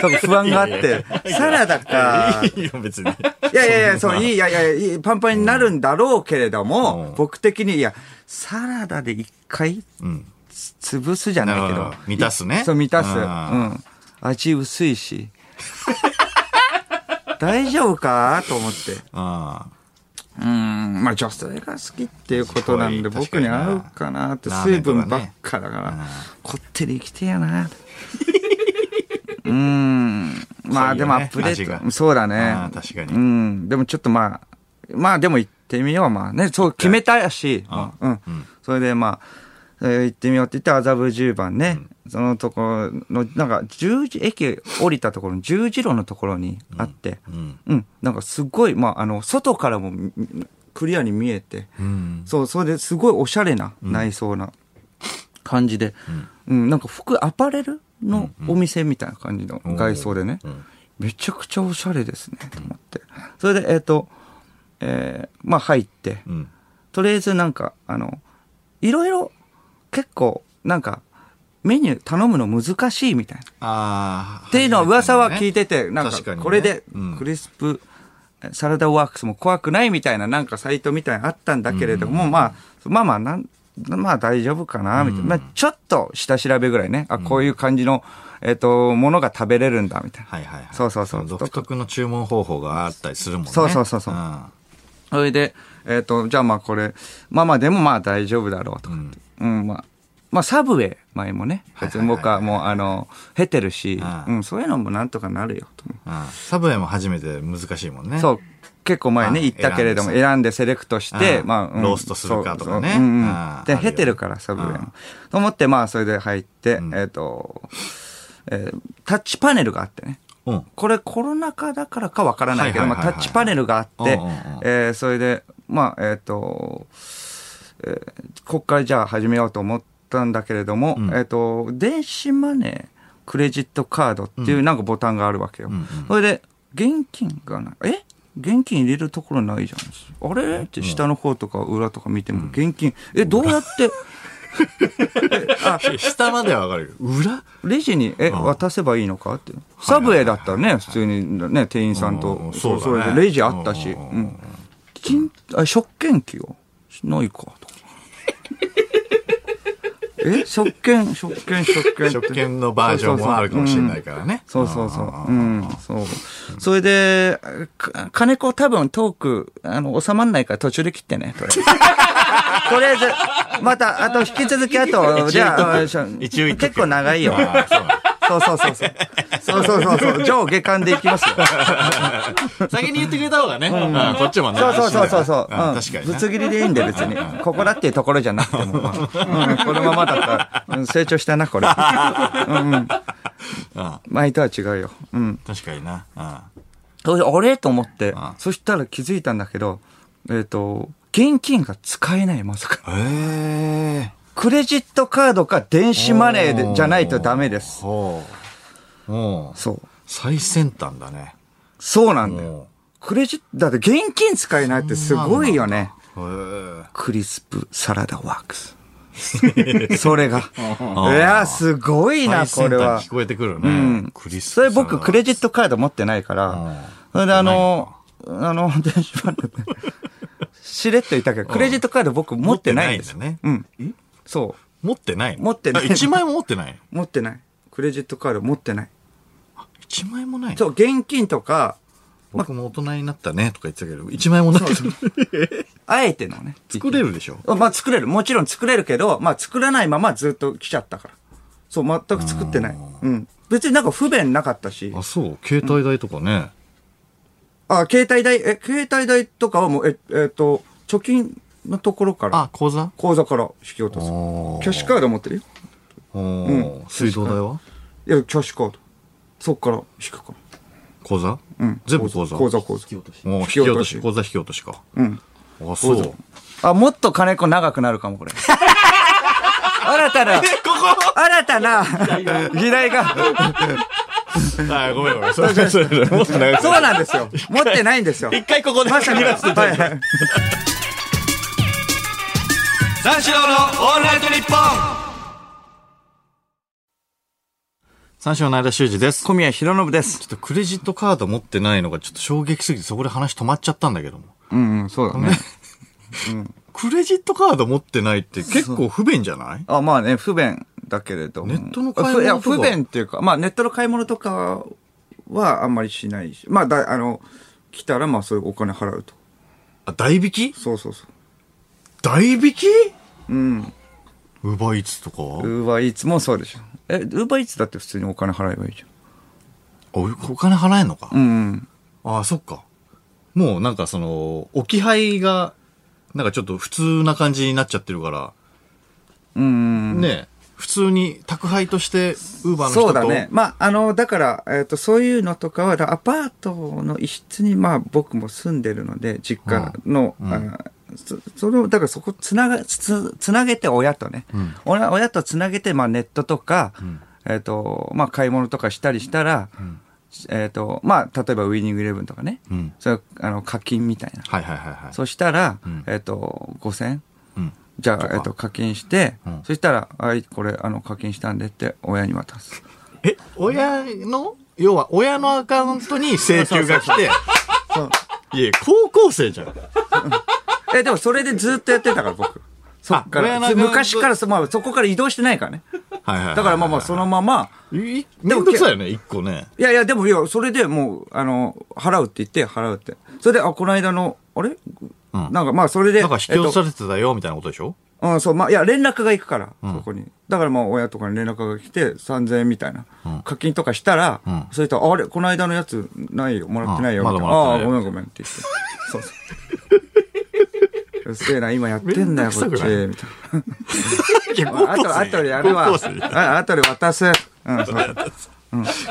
[SPEAKER 2] 多分不安があって。サラダか。
[SPEAKER 1] いいよ、別に。
[SPEAKER 2] いやいやいや、そう、いい、いやいやいい、パンパンになるんだろうけれども、
[SPEAKER 1] うん
[SPEAKER 2] 僕的に、いや、サラダで一回
[SPEAKER 1] うん。
[SPEAKER 2] つ潰すじゃないけ
[SPEAKER 1] なる
[SPEAKER 2] ど
[SPEAKER 1] ほど。満たすね
[SPEAKER 2] いそう、満たす。う
[SPEAKER 1] うん
[SPEAKER 2] ん。味薄いし。 大丈夫かと思って。
[SPEAKER 1] ああ。
[SPEAKER 2] うん。まあ、女性が好きっていうことなんで、
[SPEAKER 1] すごい
[SPEAKER 2] 僕に合うかなって、
[SPEAKER 1] 確かにな
[SPEAKER 2] 水分
[SPEAKER 1] ラ
[SPEAKER 2] ば
[SPEAKER 1] ーメ
[SPEAKER 2] っ
[SPEAKER 1] ンと
[SPEAKER 2] かだから、
[SPEAKER 1] うん
[SPEAKER 2] こってり生きてえや な。うん。まあ、でもアップデ
[SPEAKER 1] そうよね
[SPEAKER 2] ー
[SPEAKER 1] 味
[SPEAKER 2] ト。
[SPEAKER 1] が
[SPEAKER 2] そうだね
[SPEAKER 1] あ。ー確かに
[SPEAKER 2] うん。でもちょっとまあ、まあでも行ってみよう。まあね、そう決めたやし、まあうん。それでまあ、えー行ってみようって言って、麻布10番ね、そのところの、なんか、十字、駅降りたところの十字路のところにあって、
[SPEAKER 1] うん。
[SPEAKER 2] うん、なんかすごい、まあ、あの、外からもみクリアに見えて、
[SPEAKER 1] うん。
[SPEAKER 2] そう、それですごいおしゃれな内装な感じで、うん、なんか服、アパレルのお店みたいな感じの外装でね、
[SPEAKER 1] うん。
[SPEAKER 2] めちゃくちゃおしゃれですね、と思って。それで、えっ、と、えーまあ入って、
[SPEAKER 1] うん。
[SPEAKER 2] とりあえずなんか、あの、いろいろ結構、なんか、メニュー頼むの難しいみたいな。
[SPEAKER 1] ああ。
[SPEAKER 2] っていうのは噂は聞いてて、なん
[SPEAKER 1] 確か
[SPEAKER 2] か、
[SPEAKER 1] にね
[SPEAKER 2] これで
[SPEAKER 1] うん、
[SPEAKER 2] クリスプ、サラダワークスも怖くないみたいな、なんかサイトみたいなのあったんだけれども、まあ、まあまあ、なん、まあ大丈夫かな、みたいな。まあ、ちょっと下調べぐらいね。あ、こういう感じの、えっと、ものが食べれるんだ、みたいな。
[SPEAKER 1] はいはいはい。
[SPEAKER 2] そうそうそう
[SPEAKER 1] 独特の注文方法があったりするもんね。
[SPEAKER 2] そうそうそうそうんそれで、えっ、と、じゃあまあこれ、まあまあでもまあ大丈夫だろうとかって。うん、まあ。まあサブウェイ前もね、別に僕はもうあの、減ってるし、
[SPEAKER 1] ああ
[SPEAKER 2] うん、そういうのもなんとかなるよと思う。
[SPEAKER 1] うんサブウェイも初めて難しいもんね。
[SPEAKER 2] そう。結構前ね、
[SPEAKER 1] あ
[SPEAKER 2] 言ったけれども、
[SPEAKER 1] 選んで
[SPEAKER 2] 選んでセレクトして、
[SPEAKER 1] ああ
[SPEAKER 2] まあ、うん
[SPEAKER 1] ローストするかとかね
[SPEAKER 2] そうそううんうん
[SPEAKER 1] ああ
[SPEAKER 2] で、
[SPEAKER 1] あるよ
[SPEAKER 2] 減ってるから、サブウェイ
[SPEAKER 1] あ
[SPEAKER 2] も。と思って、まあ、それで入って、
[SPEAKER 1] ん
[SPEAKER 2] えっ、と、えータッチパネルがあってね。
[SPEAKER 1] う。うん。
[SPEAKER 2] これコロナ禍だからかわからないけど、
[SPEAKER 1] はい
[SPEAKER 2] ま
[SPEAKER 1] はい
[SPEAKER 2] あ
[SPEAKER 1] はいはい
[SPEAKER 2] タッチパネルがあって
[SPEAKER 1] うんうんうん、
[SPEAKER 2] えーそれで、まあ、えっ、と、えーこっからじゃあ始めようと思ったんだけれども、
[SPEAKER 1] ん
[SPEAKER 2] えっ、と、電子マネー、クレジットカードっていうなんかボタンがあるわけよ。
[SPEAKER 1] んうん
[SPEAKER 2] それで、現金がない。え現金入れるところないじゃん。あれって下の方とか裏とか見ても現金、え、どうやって、
[SPEAKER 1] 下まではわかるけど、裏
[SPEAKER 2] レジに、え、
[SPEAKER 1] ん
[SPEAKER 2] 渡せばいいのかって。サブウェイだったらね、普通にね、店員さん
[SPEAKER 1] う
[SPEAKER 2] と
[SPEAKER 1] ん、そうだね
[SPEAKER 2] れでレジあったし、
[SPEAKER 1] う
[SPEAKER 2] うんん。ちん、あ、食券機をないか、と。 え食券、食券、食券って。
[SPEAKER 1] 食券のバージョンもあるかもしれないからね。
[SPEAKER 2] そうそうそう。うん、そう。それで、か金子多分トーク、あの、収まんないから途中で切ってね、と りあえず。とりあえず、また、あと引き続き、あと、じゃあ、
[SPEAKER 1] 一応言っとく一応言っとく
[SPEAKER 2] 結構長いよ。
[SPEAKER 1] あそうなん
[SPEAKER 2] そうそうそうそう。そうそうそうそう。上下巻でいきますよ。
[SPEAKER 1] だ先に言ってくれた方がね、うんこっちもね。
[SPEAKER 2] そうそうそうそうそ
[SPEAKER 1] う
[SPEAKER 2] う。うんん、
[SPEAKER 1] 確かに
[SPEAKER 2] ぶ
[SPEAKER 1] な。
[SPEAKER 2] つ切りでいいんで別に。ここだっていうところじゃなくても。うん、このままだったら、うん成長したな、 これ。うん。前とは違うよ。うん。
[SPEAKER 1] 確かにな。うん
[SPEAKER 2] それであれと思って
[SPEAKER 1] ああ、
[SPEAKER 2] そしたら気づいたんだけど、えっ、と、現金が使えない、まさか。
[SPEAKER 1] ええ
[SPEAKER 2] クレジットカードか電子マネーでじゃないとダメです。
[SPEAKER 1] ほう。もう、
[SPEAKER 2] そう。
[SPEAKER 1] 最先端だね。
[SPEAKER 2] そうなんだよ。
[SPEAKER 1] も
[SPEAKER 2] クレジット、だって現金使えないってすごいよね。
[SPEAKER 1] う。へえ
[SPEAKER 2] クリスプサラダワークス。それが。いや、すごいな、
[SPEAKER 1] 最先
[SPEAKER 2] これは
[SPEAKER 1] 端聞。こえてくるね
[SPEAKER 2] ん。
[SPEAKER 1] クリス
[SPEAKER 2] それ僕、クレジットカード持ってないか
[SPEAKER 1] ん
[SPEAKER 2] ら、それであの、あの、電子マネーでしれっと言ったけど、クレジットカード僕持ってないんですよ
[SPEAKER 1] 持ってないんだ
[SPEAKER 2] うん。そ
[SPEAKER 1] 持ってないの
[SPEAKER 2] 持ってない。
[SPEAKER 1] あ一枚も持ってないう
[SPEAKER 2] 持ってない。クレジットカード持ってない。
[SPEAKER 1] 一枚もないの
[SPEAKER 2] そう、現金とか、
[SPEAKER 1] 僕も大人になったねとか言ってたけど、一枚もない。
[SPEAKER 2] あえてのね。
[SPEAKER 1] 作れるでしょ
[SPEAKER 2] まあ作れる。もちろん作れるけど、まあ作らないままずっと来ちゃったから。そう、全く作ってない。うん。別になんか不便なかったし。
[SPEAKER 1] あ、そう。携帯代とかね。
[SPEAKER 2] あ、携帯代、え、携帯代とかはもう、え、えっ、と、貯金のところから、
[SPEAKER 1] あ、口座
[SPEAKER 2] 口座から引き落とす。
[SPEAKER 1] お
[SPEAKER 2] キャッシュカード持ってるよ。
[SPEAKER 1] お水道代はい
[SPEAKER 2] や、キャッシュカード。そっから引くか
[SPEAKER 1] 口座
[SPEAKER 2] ら。うん。
[SPEAKER 1] 全部口座
[SPEAKER 2] 口座、口座。
[SPEAKER 1] お引
[SPEAKER 2] 引
[SPEAKER 1] き
[SPEAKER 2] き
[SPEAKER 1] 落
[SPEAKER 2] 落
[SPEAKER 1] と
[SPEAKER 2] と
[SPEAKER 1] し
[SPEAKER 2] し。
[SPEAKER 1] 口座引き落としか。
[SPEAKER 2] うん。
[SPEAKER 1] あ、そう。
[SPEAKER 2] 口座あ、もっと金子長くなるか も、これ。新たな、新たな、議題が。
[SPEAKER 1] あ、ごめんごめん。そうそうそう。もっと長く
[SPEAKER 2] そうなんですよ。持ってないんですよ。
[SPEAKER 1] 一回ここで。
[SPEAKER 2] まさに。はい
[SPEAKER 1] 三四郎のオールナイトニッポン三四郎の間修二です。ちょ
[SPEAKER 2] 小宮弘信です。
[SPEAKER 1] っとクレジットカード持ってないのがちょっと衝撃すぎてそこで話止まっちゃったんだけども。
[SPEAKER 2] うん、うん、そうだね。
[SPEAKER 1] クレジットカード持ってないって結構不便じゃない
[SPEAKER 2] あ、まあね、不便だけれども。
[SPEAKER 1] ネットの買い物とか
[SPEAKER 2] いや、不便っていうか、まあネットの買い物とかはあんまりしないし。まあ、だ、あの、来たらまあそういうお金払うと。
[SPEAKER 1] あ、代引き
[SPEAKER 2] そうそうそう。
[SPEAKER 1] 代引きうん。ウーバーイーツとかは
[SPEAKER 2] ウーバーイーツもそうでしょ。え、ウーバーイーツだって普通にお金払えばいいじ
[SPEAKER 1] おお金払えんのか、
[SPEAKER 2] ゃん。うん。
[SPEAKER 1] ああ、そっか。もうなんかその、置き配が、なんかちょっと普通な感じになっちゃってるから、
[SPEAKER 2] うん。
[SPEAKER 1] ねえ普通に宅配として、ウーバーの人と。
[SPEAKER 2] そうだね。。まあ、あの、だから、えっ、と、そういうのとかは、だからアパートの一室に、まあ、僕も住んでるので、実家の、
[SPEAKER 1] うんうん
[SPEAKER 2] あそその、だからそこつなが、つ、つなげて親とね、
[SPEAKER 1] うん
[SPEAKER 2] 親親とつなげて、まあ、ネットとか、
[SPEAKER 1] ん
[SPEAKER 2] えっ、と、まあ、買い物とかしたりしたら、
[SPEAKER 1] ん
[SPEAKER 2] えっ、と、まあ、例えばウィニングイレブンとかね、
[SPEAKER 1] うん。
[SPEAKER 2] それあの、課金みたいな。
[SPEAKER 1] はいはいはいはい。
[SPEAKER 2] そしたら、
[SPEAKER 1] うん
[SPEAKER 2] えっ、と、5000、
[SPEAKER 1] うん。
[SPEAKER 2] じゃ
[SPEAKER 1] と
[SPEAKER 2] あ、
[SPEAKER 1] か
[SPEAKER 2] えっと、課金して、
[SPEAKER 1] うん
[SPEAKER 2] そしたら、はい、これ、あの、課金したんでって、親に渡す。
[SPEAKER 1] え、親の、要は親のアカウントに請求が来て、いや、高校生じゃん。
[SPEAKER 2] え、でもそれでずっとやってたから、僕。そっか
[SPEAKER 1] 親のアカウ
[SPEAKER 2] ら。
[SPEAKER 1] ント
[SPEAKER 2] 昔からそ、まあ、そこから移動してないからね。
[SPEAKER 1] はいはいはいはい
[SPEAKER 2] だからまあまあ、そのまま、
[SPEAKER 1] いめ
[SPEAKER 2] でも
[SPEAKER 1] んどくさいよね、一個ね。
[SPEAKER 2] いやいや、でも、いや、それでもう、あの、払うって言って、払うって。それで、あ、この間の、あれ、
[SPEAKER 1] うん
[SPEAKER 2] なんか、まあ、それで、
[SPEAKER 1] なんか引き落とさ
[SPEAKER 2] えっ
[SPEAKER 1] れてたよ、みたいなことでしょ
[SPEAKER 2] とうん、そう、まあ、いや、連絡が行くから、
[SPEAKER 1] ん
[SPEAKER 2] そこに。だからまあ、親とかに連絡が来て、3000円みたいな。
[SPEAKER 1] ん
[SPEAKER 2] 課金とかしたら、
[SPEAKER 1] うん
[SPEAKER 2] それと、あれ、この間のやつ、ないよ、もらってないよ、
[SPEAKER 1] うん
[SPEAKER 2] みたいな。
[SPEAKER 1] まだもらっ
[SPEAKER 2] ああ
[SPEAKER 1] て
[SPEAKER 2] ー、
[SPEAKER 1] ない
[SPEAKER 2] ごめんごめんって言って。そうそう。うっせえな、今やってんだよ、こ
[SPEAKER 1] めんどく
[SPEAKER 2] っち、み
[SPEAKER 1] さく
[SPEAKER 2] た
[SPEAKER 1] ない
[SPEAKER 2] いな。
[SPEAKER 1] いや
[SPEAKER 2] あと、あとでやるわ。
[SPEAKER 1] 高校生
[SPEAKER 2] ああとで渡す。うん、そう。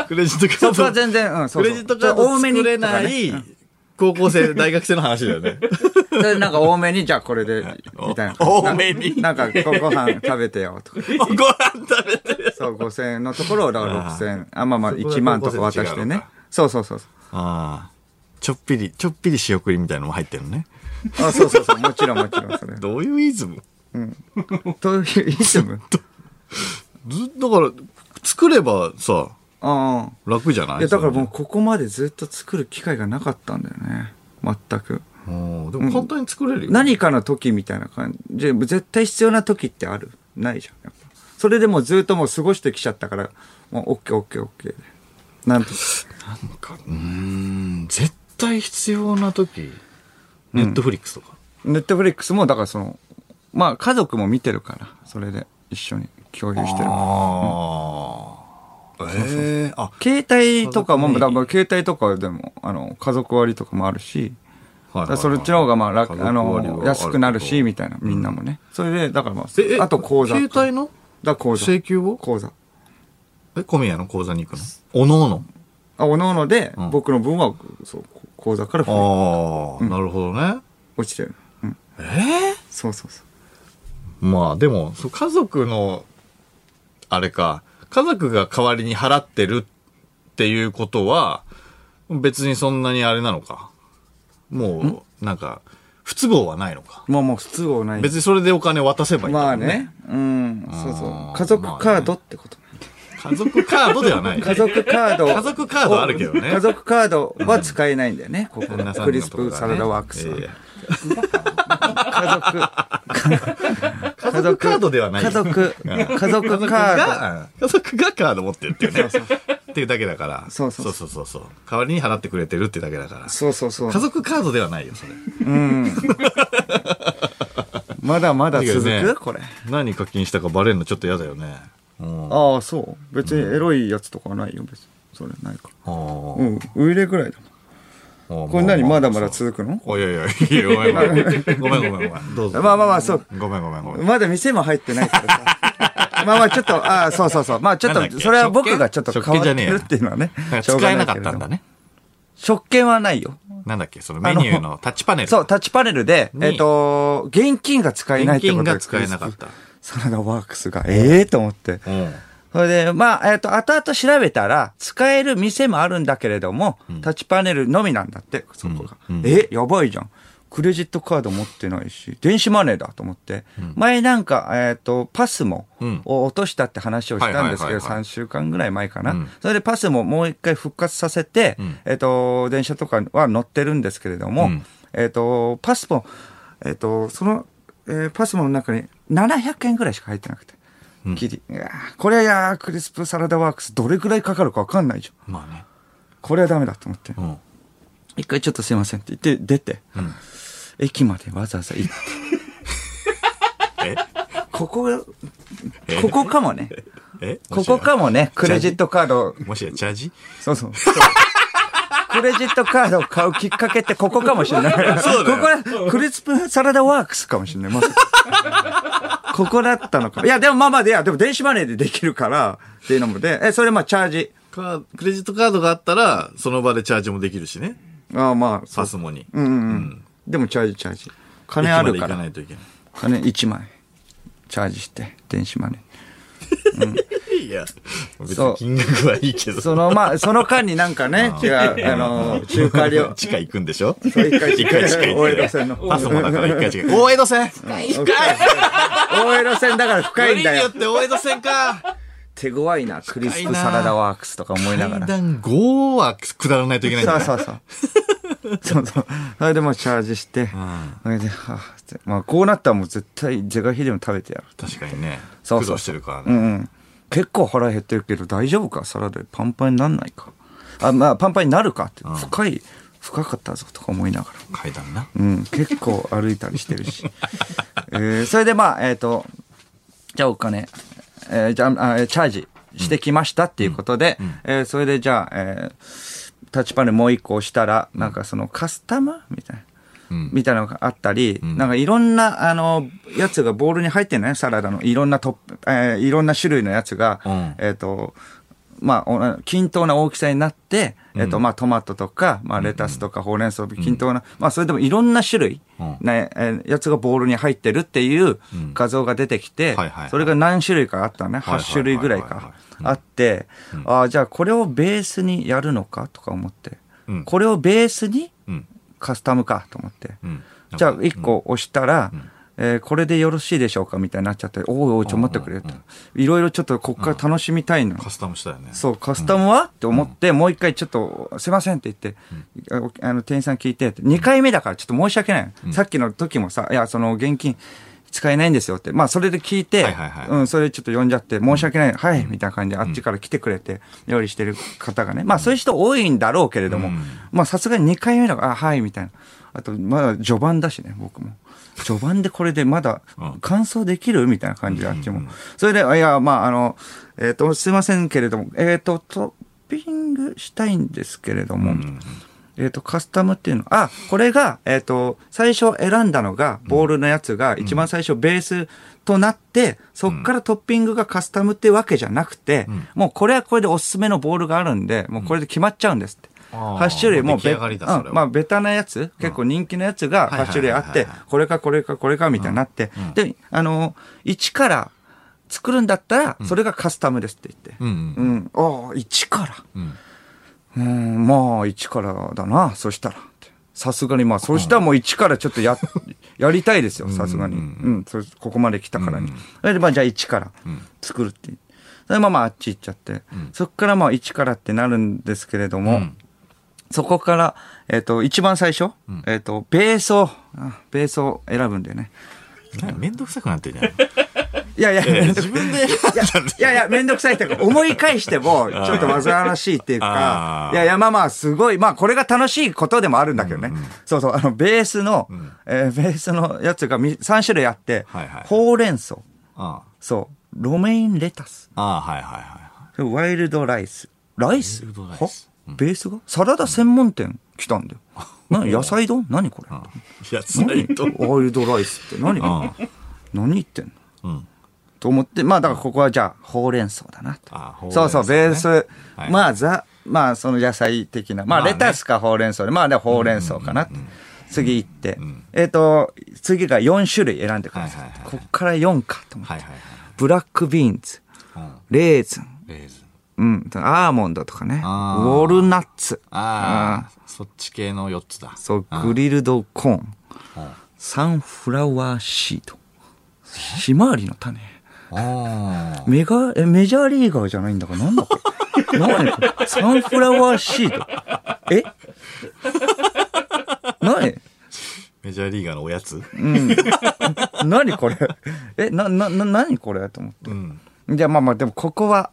[SPEAKER 1] クレジットカ
[SPEAKER 2] そ
[SPEAKER 1] ー
[SPEAKER 2] こ
[SPEAKER 1] ド
[SPEAKER 2] は。全然、うん、そうそう。
[SPEAKER 1] クレジットカード
[SPEAKER 2] 多めに
[SPEAKER 1] 作れな
[SPEAKER 2] とかね
[SPEAKER 1] い高校生、大学生の話だよね。
[SPEAKER 2] でなんか多めに、じゃあこれで、みたいな。
[SPEAKER 1] お多めに
[SPEAKER 2] ななんか、ごご飯食べてよ、とか。
[SPEAKER 1] ご 飯食べてる。
[SPEAKER 2] そう、5000円のところを、だから6000円。あ、まあまあ、
[SPEAKER 1] こが
[SPEAKER 2] 1万とか渡し
[SPEAKER 1] 高校生と違
[SPEAKER 2] て
[SPEAKER 1] うの
[SPEAKER 2] ね
[SPEAKER 1] か。
[SPEAKER 2] そうそうそう。
[SPEAKER 1] ああ。ちょっぴり、ちょっぴり仕送りみたいなのも入ってるね。
[SPEAKER 2] あそうそうそう。もちろんもちろ ん、それ。
[SPEAKER 1] どういうイズム
[SPEAKER 2] という、いつも。
[SPEAKER 1] ずだから、作ればさ、
[SPEAKER 2] ああ。
[SPEAKER 1] 楽じゃない
[SPEAKER 2] いや、だからもうここまでずっと作る機会がなかったんだよね。全く。
[SPEAKER 1] うおーでも簡単に作れるよ。
[SPEAKER 2] 何かの時みたいな感じで、絶対必要な時ってあるないじゃん。やっぱそれでもうずっともう過ごしてきちゃったから、もうオッケーオッケーオッケー。なんと、
[SPEAKER 1] かうーん絶対必要な時ネットフリックスとか、
[SPEAKER 2] ネットフリックスもだからその、まあ家族も見てるから、それで一緒に共有してる。
[SPEAKER 1] ああ、ええあ
[SPEAKER 2] 携帯とかも、
[SPEAKER 1] 家
[SPEAKER 2] だ
[SPEAKER 1] 族
[SPEAKER 2] から携帯とかでも、あの、家族割とかもあるし、
[SPEAKER 1] は
[SPEAKER 2] だからそっちの方がまあ楽、
[SPEAKER 1] 家族
[SPEAKER 2] あ
[SPEAKER 1] 割は
[SPEAKER 2] の、
[SPEAKER 1] る
[SPEAKER 2] 安くなるし、みたいな、みんなもね。それで、だからま
[SPEAKER 1] ええ
[SPEAKER 2] あ、あと口座か。
[SPEAKER 1] 携帯の
[SPEAKER 2] だ口座。
[SPEAKER 1] 請求を
[SPEAKER 2] 口座。
[SPEAKER 1] え小宮の口座に行くのおのおの
[SPEAKER 2] あ、おのおので
[SPEAKER 1] うん、
[SPEAKER 2] 僕の分は、そう、口座から振り
[SPEAKER 1] ああ、なるほどね
[SPEAKER 2] 落ちてる。うん。
[SPEAKER 1] ええ
[SPEAKER 2] そうそうそう。
[SPEAKER 1] まあでもそう家族のあれか家族が代わりに払ってるっていうことは別にそんなにあれなのかもうなんか不都合はないのか
[SPEAKER 2] まあもう不都合ない。
[SPEAKER 1] 別にそれでお金を渡せばいいんだ
[SPEAKER 2] ま
[SPEAKER 1] も
[SPEAKER 2] あ
[SPEAKER 1] ん
[SPEAKER 2] ね。うん。
[SPEAKER 1] あー
[SPEAKER 2] そうそう。家族カードってことね。
[SPEAKER 1] 家族カードではない。
[SPEAKER 2] 家族カード。
[SPEAKER 1] 家族カードあるけどね
[SPEAKER 2] 家族カードは使えないんだよ ね。ここ
[SPEAKER 1] 旦那さんのとこがね
[SPEAKER 2] クリスプサラダワークスは。
[SPEAKER 1] いやいや
[SPEAKER 2] 家
[SPEAKER 1] 家族カードではない。
[SPEAKER 2] 家族、家族カード。
[SPEAKER 1] が、家族がカード持ってるっていうね。っていうだけだから。
[SPEAKER 2] そうそう
[SPEAKER 1] そうそうそうそう代わりに払ってくれてるってだけだから。
[SPEAKER 2] そうそうそう。
[SPEAKER 1] 家族カードではないよ、それ。
[SPEAKER 2] うん。まだまだ続
[SPEAKER 1] いいよね
[SPEAKER 2] くこれ。
[SPEAKER 1] 何課金したかバレるのちょっと嫌だよね。うん。あ
[SPEAKER 2] ああ、そう。別にエロいやつとかはないよ、別に。それないか
[SPEAKER 1] あ
[SPEAKER 2] ら。うん。ウイレぐらいだもん。
[SPEAKER 1] ー。
[SPEAKER 2] これ何まだまだ
[SPEAKER 1] く。
[SPEAKER 2] 続くの
[SPEAKER 1] おいやいや、い やごめんごめん。ごめんごめんごめん。どうぞ。
[SPEAKER 2] まあまあまあそう。
[SPEAKER 1] ごめんごめんごめん。
[SPEAKER 2] まだ店も入ってないか らさ。まあまあちょっと、ああ、そうそうそう。まあちょっ
[SPEAKER 1] なんだっ
[SPEAKER 2] と、
[SPEAKER 1] け
[SPEAKER 2] それは僕がちょっと
[SPEAKER 1] 食
[SPEAKER 2] 変
[SPEAKER 1] 券
[SPEAKER 2] わってる
[SPEAKER 1] 食券
[SPEAKER 2] っていうのはね
[SPEAKER 1] なん。か
[SPEAKER 2] しょう
[SPEAKER 1] 使
[SPEAKER 2] が
[SPEAKER 1] え
[SPEAKER 2] な
[SPEAKER 1] ないか
[SPEAKER 2] け
[SPEAKER 1] っ
[SPEAKER 2] れ
[SPEAKER 1] た
[SPEAKER 2] ど
[SPEAKER 1] ん
[SPEAKER 2] も
[SPEAKER 1] だ。ね。
[SPEAKER 2] 食券はないよ。
[SPEAKER 1] なんだっけそのメニューのタッチパネル。
[SPEAKER 2] そう、タッチパネルで、
[SPEAKER 1] に
[SPEAKER 2] えっと、現金が使えないっ
[SPEAKER 1] 現
[SPEAKER 2] て
[SPEAKER 1] 金
[SPEAKER 2] ことで
[SPEAKER 1] が使えなかった。
[SPEAKER 2] サラダワークスが、ええと思って。
[SPEAKER 1] うん。
[SPEAKER 2] それで、まあ、えっと、後々調べたら、使える店もあるんだけれども、タッチパネルのみなんだって、そこが。
[SPEAKER 1] うん
[SPEAKER 2] え、やばいじゃん。クレジットカード持ってないし、電子マネーだと思って、前なんか、えっ、と、パスも、
[SPEAKER 1] うん
[SPEAKER 2] を落としたって話をしたんですけど、
[SPEAKER 1] はいはいはいはい
[SPEAKER 2] 3週間ぐらい前かな。
[SPEAKER 1] うん
[SPEAKER 2] それでパスももう一回復活させて、
[SPEAKER 1] うん
[SPEAKER 2] えっ、と、電車とかは乗ってるんですけれども、
[SPEAKER 1] うん
[SPEAKER 2] えっ、と、パスも、えっ、と、その、えーパスもの中に700円ぐらいしか入ってなくて。ギリ。いやーこれはいやークリスプサラダワークスどれくらいかかるかわかんないじゃん。
[SPEAKER 1] まあね。
[SPEAKER 2] これはダメだと思って。
[SPEAKER 1] うん。
[SPEAKER 2] 一回ちょっとすいませんって言って、出て、
[SPEAKER 1] ん
[SPEAKER 2] 駅までわざわざ行って。
[SPEAKER 1] え
[SPEAKER 2] ここが、ここかもね。
[SPEAKER 1] え
[SPEAKER 2] ここかもね、クレジットカード、
[SPEAKER 1] もしやチャージ
[SPEAKER 2] そうそう。クレジットカードを買うきっかけってここかもしれない。
[SPEAKER 1] そうだよ
[SPEAKER 2] ここはクリスプサラダワークスかもしれない。まさかここだったのか。いや、でもまあまあで、いや、でも電子マネーでできるから、っていうのもで、え、それまあチャージ。
[SPEAKER 1] かクレジットカードがあったら、その場でチャージもできるしね。
[SPEAKER 2] ああまあ、そう
[SPEAKER 1] パスモに。
[SPEAKER 2] うんうんうん。でもチャージチャージ。金ある
[SPEAKER 1] 駅ま
[SPEAKER 2] か。
[SPEAKER 1] で行からないといけな
[SPEAKER 2] 金1万円。チャージして、電子マネー。
[SPEAKER 1] い。いや、別
[SPEAKER 2] そ
[SPEAKER 1] に
[SPEAKER 2] う
[SPEAKER 1] 金額はいいけど。。
[SPEAKER 2] そのまあ、その間になんかね、違う、あの、中華 料
[SPEAKER 1] 地下行くんでしょ
[SPEAKER 2] そう一回
[SPEAKER 1] 一回地下行って。
[SPEAKER 2] 大江戸線の
[SPEAKER 1] パスモだから一回地下。大江戸線
[SPEAKER 2] 大江戸線だから深
[SPEAKER 1] よ
[SPEAKER 2] いん
[SPEAKER 1] り
[SPEAKER 2] だ
[SPEAKER 1] によ
[SPEAKER 2] よ
[SPEAKER 1] っ。て大江戸線か。
[SPEAKER 2] 手強いな、クリスプサラダワークスとか思いなが
[SPEAKER 1] 階
[SPEAKER 2] ら。
[SPEAKER 1] 段5は下らないといけないん
[SPEAKER 2] そ
[SPEAKER 1] だ
[SPEAKER 2] う
[SPEAKER 1] ね。
[SPEAKER 2] そうそう。 そうそう。それでもうチャージして、それで、はあってまあ、こうなったらもう絶対、是が非でも食べてやる。
[SPEAKER 1] 確かにね。
[SPEAKER 2] そう
[SPEAKER 1] 苦
[SPEAKER 2] そう
[SPEAKER 1] 労してるから
[SPEAKER 2] う
[SPEAKER 1] ね。
[SPEAKER 2] んうん。結構腹減ってるけど大丈夫かサラダパンパンになんないか。あ、まあパンパンになるかって。深い、深かったぞとか思いながら。
[SPEAKER 1] 階段な。
[SPEAKER 2] うん、結構歩いたりしてる し。えーそれでまあ、えっ、と、じゃあお金、えーじゃああえー、チャージしてきましたっていうことで、えーそれでじゃあ、えータッチパネルもう一個押したら、なんかそのカスタマーみたいな。
[SPEAKER 1] うん
[SPEAKER 2] みたいなのがあったり、なんかいろんな、あの、やつがボウルに入ってんのね、サラダの。いろんなトップ、えーいろんな種類のやつが、
[SPEAKER 1] うん
[SPEAKER 2] えっ、と、まあお、均等な大きさになって、えっ、と、まあ、トマトとか、まあ、レタスとか、ほうれん草、均等な、まあ、それでもいろんな種類、
[SPEAKER 1] うん
[SPEAKER 2] ね、えーやつがボウルに入ってるっていう画像が出てきて、
[SPEAKER 1] はいはい
[SPEAKER 2] それが何種類かあったの
[SPEAKER 1] は
[SPEAKER 2] ね、
[SPEAKER 1] いはいはいはい
[SPEAKER 2] 8種類ぐらい
[SPEAKER 1] はいはい
[SPEAKER 2] かあって、ああ、じゃあこれをベースにやるのかとか思って、
[SPEAKER 1] うん
[SPEAKER 2] これをベースに
[SPEAKER 1] うん。
[SPEAKER 2] カスタムかと思って、
[SPEAKER 1] うん。
[SPEAKER 2] じゃあ1個押したら、えーこれでよろしいでしょうかみたいになっちゃって、おいおい、ちょ、待ってくれって。いろいろちょっとこっから楽しみたいの。
[SPEAKER 1] カスタムしたよね。
[SPEAKER 2] そう、カスタムは、って思って、もう一回ちょっと、すいませんって言って、ああの、店員さん聞いてって、2回目だからちょっと申し訳ない、さっきの時もさ、いや、その、現金使えないんですよって。まあ、それで聞いて、
[SPEAKER 1] はいはいはい
[SPEAKER 2] うん、それでちょっと呼んじゃって、申し訳ない、はい、みたいな感じで、あっちから来てくれて、料理してる方がね。まあ、そういう人多いんだろうけれども、まあ、さすがに2回目だから、あ、はい、みたいな。あと、まだ序盤だしね、僕も。序盤でこれでまだ
[SPEAKER 1] うん
[SPEAKER 2] 完走できるみたいな感じであっちも。それで、あいや、まあ、あの、えっ、と、すいませんけれども、えっ、と、トッピングしたいんですけれども、えっ、と、カスタムっていうの、あ、これが、えっ、と、最初選んだのが、ボールのやつが、一番最初ベースとなって、そっからトッピングがカスタムってわけじゃなくて、
[SPEAKER 1] ん
[SPEAKER 2] もうこれはこれでおすすめのボールがあるんで、もうこれで決まっちゃうんですって。
[SPEAKER 1] あー
[SPEAKER 2] 8種類、もう
[SPEAKER 1] 出来
[SPEAKER 2] べ、
[SPEAKER 1] 上がりだそれは
[SPEAKER 2] うんまあ、ベタなやつ、結構人気のやつが8種類あっ
[SPEAKER 1] はいはいはい
[SPEAKER 2] て
[SPEAKER 1] はいはい、
[SPEAKER 2] これかこれかこれかみたいになって、で、あの、1から作るんだったら、それがカスタムですって言って。
[SPEAKER 1] うん
[SPEAKER 2] う。ん、ああ、1から。
[SPEAKER 1] うん。
[SPEAKER 2] うん、まあ、1からだな、そしたらって。さすがに、まあ、そしたらもう1からちょっとや、 やりたいですよ、さすがに。うん、そここまで来たからに。それで、まあ、じゃあ1から作るって。それでまあまあ、あっち行っちゃって。そっからまあ、1からってなるんですけれども、
[SPEAKER 1] ん
[SPEAKER 2] そこから、えっ、と、一番最初、えっ、と、ベースを、あベースを選ぶんだよね。
[SPEAKER 1] なんかめんどくさくなってんじゃん。
[SPEAKER 2] いやいや、
[SPEAKER 1] ええ自分で。
[SPEAKER 2] いやいやいや、めんどくさいっていうか、思い返しても、ちょっと煩わしいっていう
[SPEAKER 1] あ、
[SPEAKER 2] か
[SPEAKER 1] ー
[SPEAKER 2] いやいや、まあまあ、すごい、まあ、これが楽しいことでもあるんだけどね。そうそう、あの、ベースの、えーベースのやつが3種類あって
[SPEAKER 1] はいはい、
[SPEAKER 2] ほうれん草、
[SPEAKER 1] あ
[SPEAKER 2] そう、ロメインレタス、
[SPEAKER 1] あ、あーはいはいは
[SPEAKER 2] ワイルドライス。ライス
[SPEAKER 1] ワイルドライス
[SPEAKER 2] はベースがサラダ専門店来た んだよ。な野菜丼何これ
[SPEAKER 1] いうん。いや、つらいと。
[SPEAKER 2] ワイルドライスって何何言ってんの
[SPEAKER 1] うん。
[SPEAKER 2] と思って、まあだからここはじゃあ、ほうれん草だなと
[SPEAKER 1] あほうれん草
[SPEAKER 2] そうそう、ベース、
[SPEAKER 1] ねはい
[SPEAKER 2] まあザ、まあその野菜的な、まあ
[SPEAKER 1] まあね
[SPEAKER 2] レタスかほうれん草で、まあでほうれん草かなって。次行って、えっ、と、次が4種類選んでください。
[SPEAKER 1] はいはいはい
[SPEAKER 2] こっから4かと思って、
[SPEAKER 1] はいはい
[SPEAKER 2] ブラックビーンズ、
[SPEAKER 1] はい。うん。
[SPEAKER 2] レーズン、
[SPEAKER 1] レーズン。
[SPEAKER 2] うん、アーモンドとかね、ウ
[SPEAKER 1] あー
[SPEAKER 2] ォルナッツ、
[SPEAKER 1] ああ、そっち系の4つだ。
[SPEAKER 2] そう、グリルドコーン、
[SPEAKER 1] うん。
[SPEAKER 2] サンフラワーシード、ひまわりの種。
[SPEAKER 1] あ
[SPEAKER 2] メガ、え、メジャーリーガーじゃないんだから、なんだこれ。何これサンフラワーシード。え何
[SPEAKER 1] メジャーリーガーのおやつ
[SPEAKER 2] 何これえ、な、な、な、何これと思って。
[SPEAKER 1] うん。
[SPEAKER 2] じゃあまあまあ、でもここは、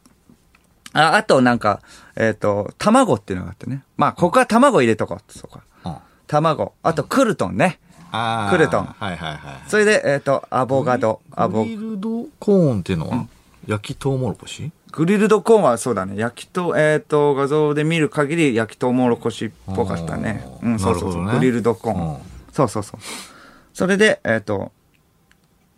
[SPEAKER 2] あ、あとなんか、えっ、と、卵っていうのがあってね。まあ、ここは卵入れとこう。そうか。
[SPEAKER 1] あ
[SPEAKER 2] 卵。あと、クルトンね。
[SPEAKER 1] あー。
[SPEAKER 2] クレトン
[SPEAKER 1] はいはいはい。
[SPEAKER 2] それで、えっ、と、アボガド、アボ
[SPEAKER 1] グ、リルドコーンっていうのは、焼きとうもろこし
[SPEAKER 2] グリルドコーンはそうだね。焼きと、えっ、と、画像で見る限り焼きとうもろこしっぽかったね。
[SPEAKER 1] あ
[SPEAKER 2] う
[SPEAKER 1] ー
[SPEAKER 2] ん、そうそう
[SPEAKER 1] なる
[SPEAKER 2] そう、
[SPEAKER 1] ほどね
[SPEAKER 2] グリルドコーン。
[SPEAKER 1] うん
[SPEAKER 2] そうそうそう。それで、えっ、と、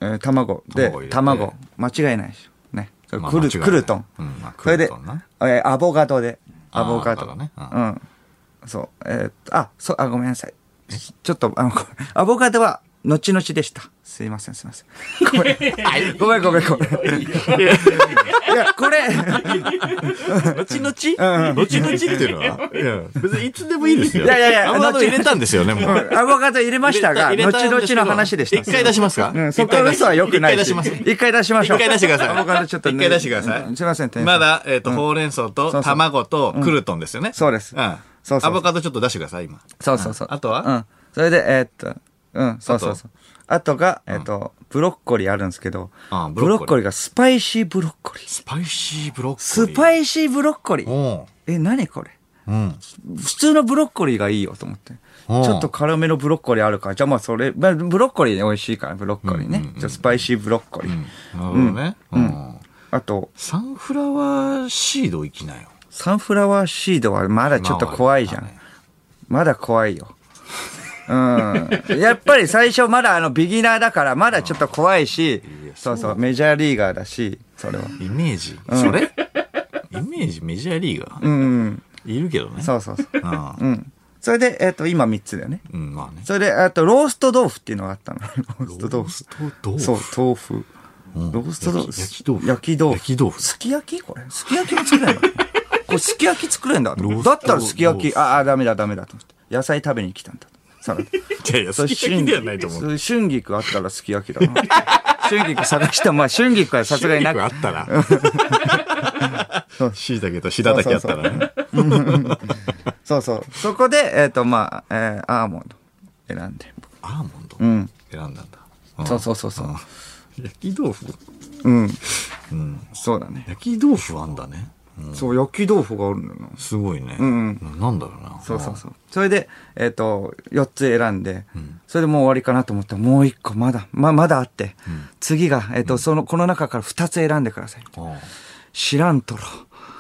[SPEAKER 2] えー卵で
[SPEAKER 1] 卵入れ、て
[SPEAKER 2] 卵。間違いないでしょ。ね。それ
[SPEAKER 1] まあ
[SPEAKER 2] ク
[SPEAKER 1] 間
[SPEAKER 2] ル
[SPEAKER 1] 違いない
[SPEAKER 2] クルトン。
[SPEAKER 1] うんまあ
[SPEAKER 2] それで
[SPEAKER 1] クルトンな、
[SPEAKER 2] えーアボガドで。アボガ
[SPEAKER 1] あーアボ
[SPEAKER 2] ド。
[SPEAKER 1] ガドね
[SPEAKER 2] う。
[SPEAKER 1] うん
[SPEAKER 2] そう。えーっとあ、そう、あ、ごめんなさい。ちょっと、あの、これアボガドは、後々でした。すいません、すいません。ごめん、ごめん、ごめん、ごめん。いや、これ、
[SPEAKER 1] 後々後々っていうのはいや、別にいつでもいいですよ。
[SPEAKER 2] いやいやいや
[SPEAKER 1] アボカド入れたんですよね、もう。
[SPEAKER 2] アボカド入れましたが、
[SPEAKER 1] 入
[SPEAKER 2] 後
[SPEAKER 1] れた入れたんですけど
[SPEAKER 2] 々の話でした。
[SPEAKER 1] 一回出しますか
[SPEAKER 2] うん、そこは嘘は良くない
[SPEAKER 1] 一回出
[SPEAKER 2] し。
[SPEAKER 1] します
[SPEAKER 2] 一回出しましょう。
[SPEAKER 1] 一回出してください
[SPEAKER 2] アボカドちょっとね
[SPEAKER 1] 一回出してください
[SPEAKER 2] うんすいません、店員さ
[SPEAKER 1] ま
[SPEAKER 2] ん。
[SPEAKER 1] だ、えっと、ほうれん草
[SPEAKER 2] そう
[SPEAKER 1] と
[SPEAKER 2] そう
[SPEAKER 1] 卵とクルトンですよね。
[SPEAKER 2] そうです
[SPEAKER 1] ん
[SPEAKER 2] そうそうそう
[SPEAKER 1] アボカドちょっと出してください、今。
[SPEAKER 2] そうそうそう。
[SPEAKER 1] あとは
[SPEAKER 2] うん。それで、えーっと、うん、そうそうそう。あとが、えーっと、ブロッコリーあるんですけど
[SPEAKER 1] あ、ブ
[SPEAKER 2] ブ
[SPEAKER 1] ロ
[SPEAKER 2] ロ
[SPEAKER 1] ッコリー
[SPEAKER 2] ッコリーがスパイシーブロッコリー。
[SPEAKER 1] スパイシーブロッコ
[SPEAKER 2] ス
[SPEAKER 1] リー。
[SPEAKER 2] パ
[SPEAKER 1] イ
[SPEAKER 2] イシーブロッコリー。
[SPEAKER 1] うん。
[SPEAKER 2] え、何これ
[SPEAKER 1] うん。
[SPEAKER 2] 普通のブロッコリーがいいよと思って。ち
[SPEAKER 1] うん
[SPEAKER 2] ょっと辛めのブロッコリーあるから。じゃあまあそれ、まあ、ブロッコリーね美味しいから、ブロッコリーね。じゃあスパイシーブロッコリー。
[SPEAKER 1] なるほどね。うん。
[SPEAKER 2] あと、
[SPEAKER 1] サンフラワーシードいきなよ。
[SPEAKER 2] サンフラワーシードはまだちょっと怖いじゃん。まだ怖いよ。うん。 やっぱり最初まだあのビギナーだからまだちょっと怖いし
[SPEAKER 1] いや、
[SPEAKER 2] そうそう、メジャーリーガーだし、それは。
[SPEAKER 1] イメージ、それイメージメジャーリーガー、
[SPEAKER 2] うん。
[SPEAKER 1] いるけどね。
[SPEAKER 2] そうそうそう。
[SPEAKER 1] ああ
[SPEAKER 2] うん。それで、えっ、と、今3つだよね。
[SPEAKER 1] うん、まあね。
[SPEAKER 2] それで、あと、ロースト豆腐っていうのがあったの。ロース
[SPEAKER 1] ロ
[SPEAKER 2] ト豆
[SPEAKER 1] ー
[SPEAKER 2] 腐
[SPEAKER 1] ス。ト豆腐。
[SPEAKER 2] そう、豆腐。
[SPEAKER 1] うん
[SPEAKER 2] ロースト豆腐。
[SPEAKER 1] 焼き豆腐。
[SPEAKER 2] 焼き豆腐。
[SPEAKER 1] 焼き豆腐。
[SPEAKER 2] すき焼きこれ。すき焼き も作れんのこれすき焼き作れんだ。
[SPEAKER 1] ロースト
[SPEAKER 2] だったらすき焼
[SPEAKER 1] ロー
[SPEAKER 2] き、
[SPEAKER 1] ス
[SPEAKER 2] ああ、ダメだダメだと思って。野菜食べに来たんだ。たの。
[SPEAKER 1] いやいや、好き的ではないと思う。
[SPEAKER 2] 春菊春菊あったらすき焼きだな。 春菊探しても、まあ春菊はさすがにな
[SPEAKER 1] あ
[SPEAKER 2] く、
[SPEAKER 1] ったら。しいたけと白滝あったらね。
[SPEAKER 2] そうそう。そこで、えっ、と、まあ、えーアーモンド選んで。
[SPEAKER 1] アーモンド
[SPEAKER 2] うん。
[SPEAKER 1] 選んだんだ。うん
[SPEAKER 2] そうそうそうそう。
[SPEAKER 1] うん焼き豆腐
[SPEAKER 2] うん。
[SPEAKER 1] うん。
[SPEAKER 2] そうだね。
[SPEAKER 1] 焼き豆腐あんだね。うん
[SPEAKER 2] そう、焼き豆腐があるんだよな。
[SPEAKER 1] すごいね。
[SPEAKER 2] うん
[SPEAKER 1] なんだろうな。
[SPEAKER 2] そうそうそう。それで、えっ、と、4つ選んで、それでもう終わりかなと思って、もう1個まだ、ま、まだあって、次が、えっ、と、その、この中から2つ選んでください。
[SPEAKER 1] うん。うん
[SPEAKER 2] シラントロ。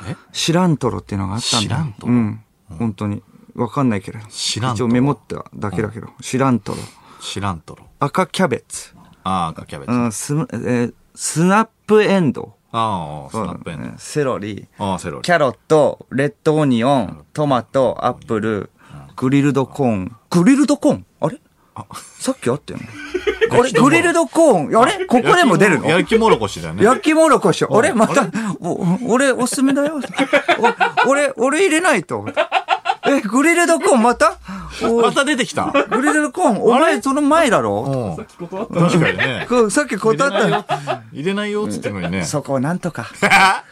[SPEAKER 1] え
[SPEAKER 2] シラントロっていうのがあったんだ。
[SPEAKER 1] シラントロ
[SPEAKER 2] うん。本当に。わかんないけれど。
[SPEAKER 1] シラント
[SPEAKER 2] 一
[SPEAKER 1] ロ
[SPEAKER 2] 応メモっただけだけど。シラントロ。
[SPEAKER 1] 知らんとろ。
[SPEAKER 2] 赤キャベツ。
[SPEAKER 1] ああ、キャベツ。
[SPEAKER 2] う
[SPEAKER 1] あ
[SPEAKER 2] ん、ス、えースナップエンド
[SPEAKER 1] あ、ス
[SPEAKER 2] ウ。
[SPEAKER 1] ナップエンド
[SPEAKER 2] うん。セロリ。
[SPEAKER 1] ああ、セロリ。
[SPEAKER 2] キャロット、レッドオニオン、トマト、アップル、グリルドコーン。グリルドコーンあれさっきあったよね。あれグリルドコーンあれここでも出るの
[SPEAKER 1] 焼きもろこしだね。
[SPEAKER 2] 焼きもろこし。あれまた、お俺おすすめだよ。お俺、俺入れないと。え、グリルドコーンまたお
[SPEAKER 1] また出てきた。
[SPEAKER 2] グリルドコーン、お前その前だ
[SPEAKER 1] う
[SPEAKER 2] ろ
[SPEAKER 1] ん。確かにね。
[SPEAKER 2] こうさっき断ったよ。
[SPEAKER 1] 入れないよっつってのにね。
[SPEAKER 2] そこをなんとか。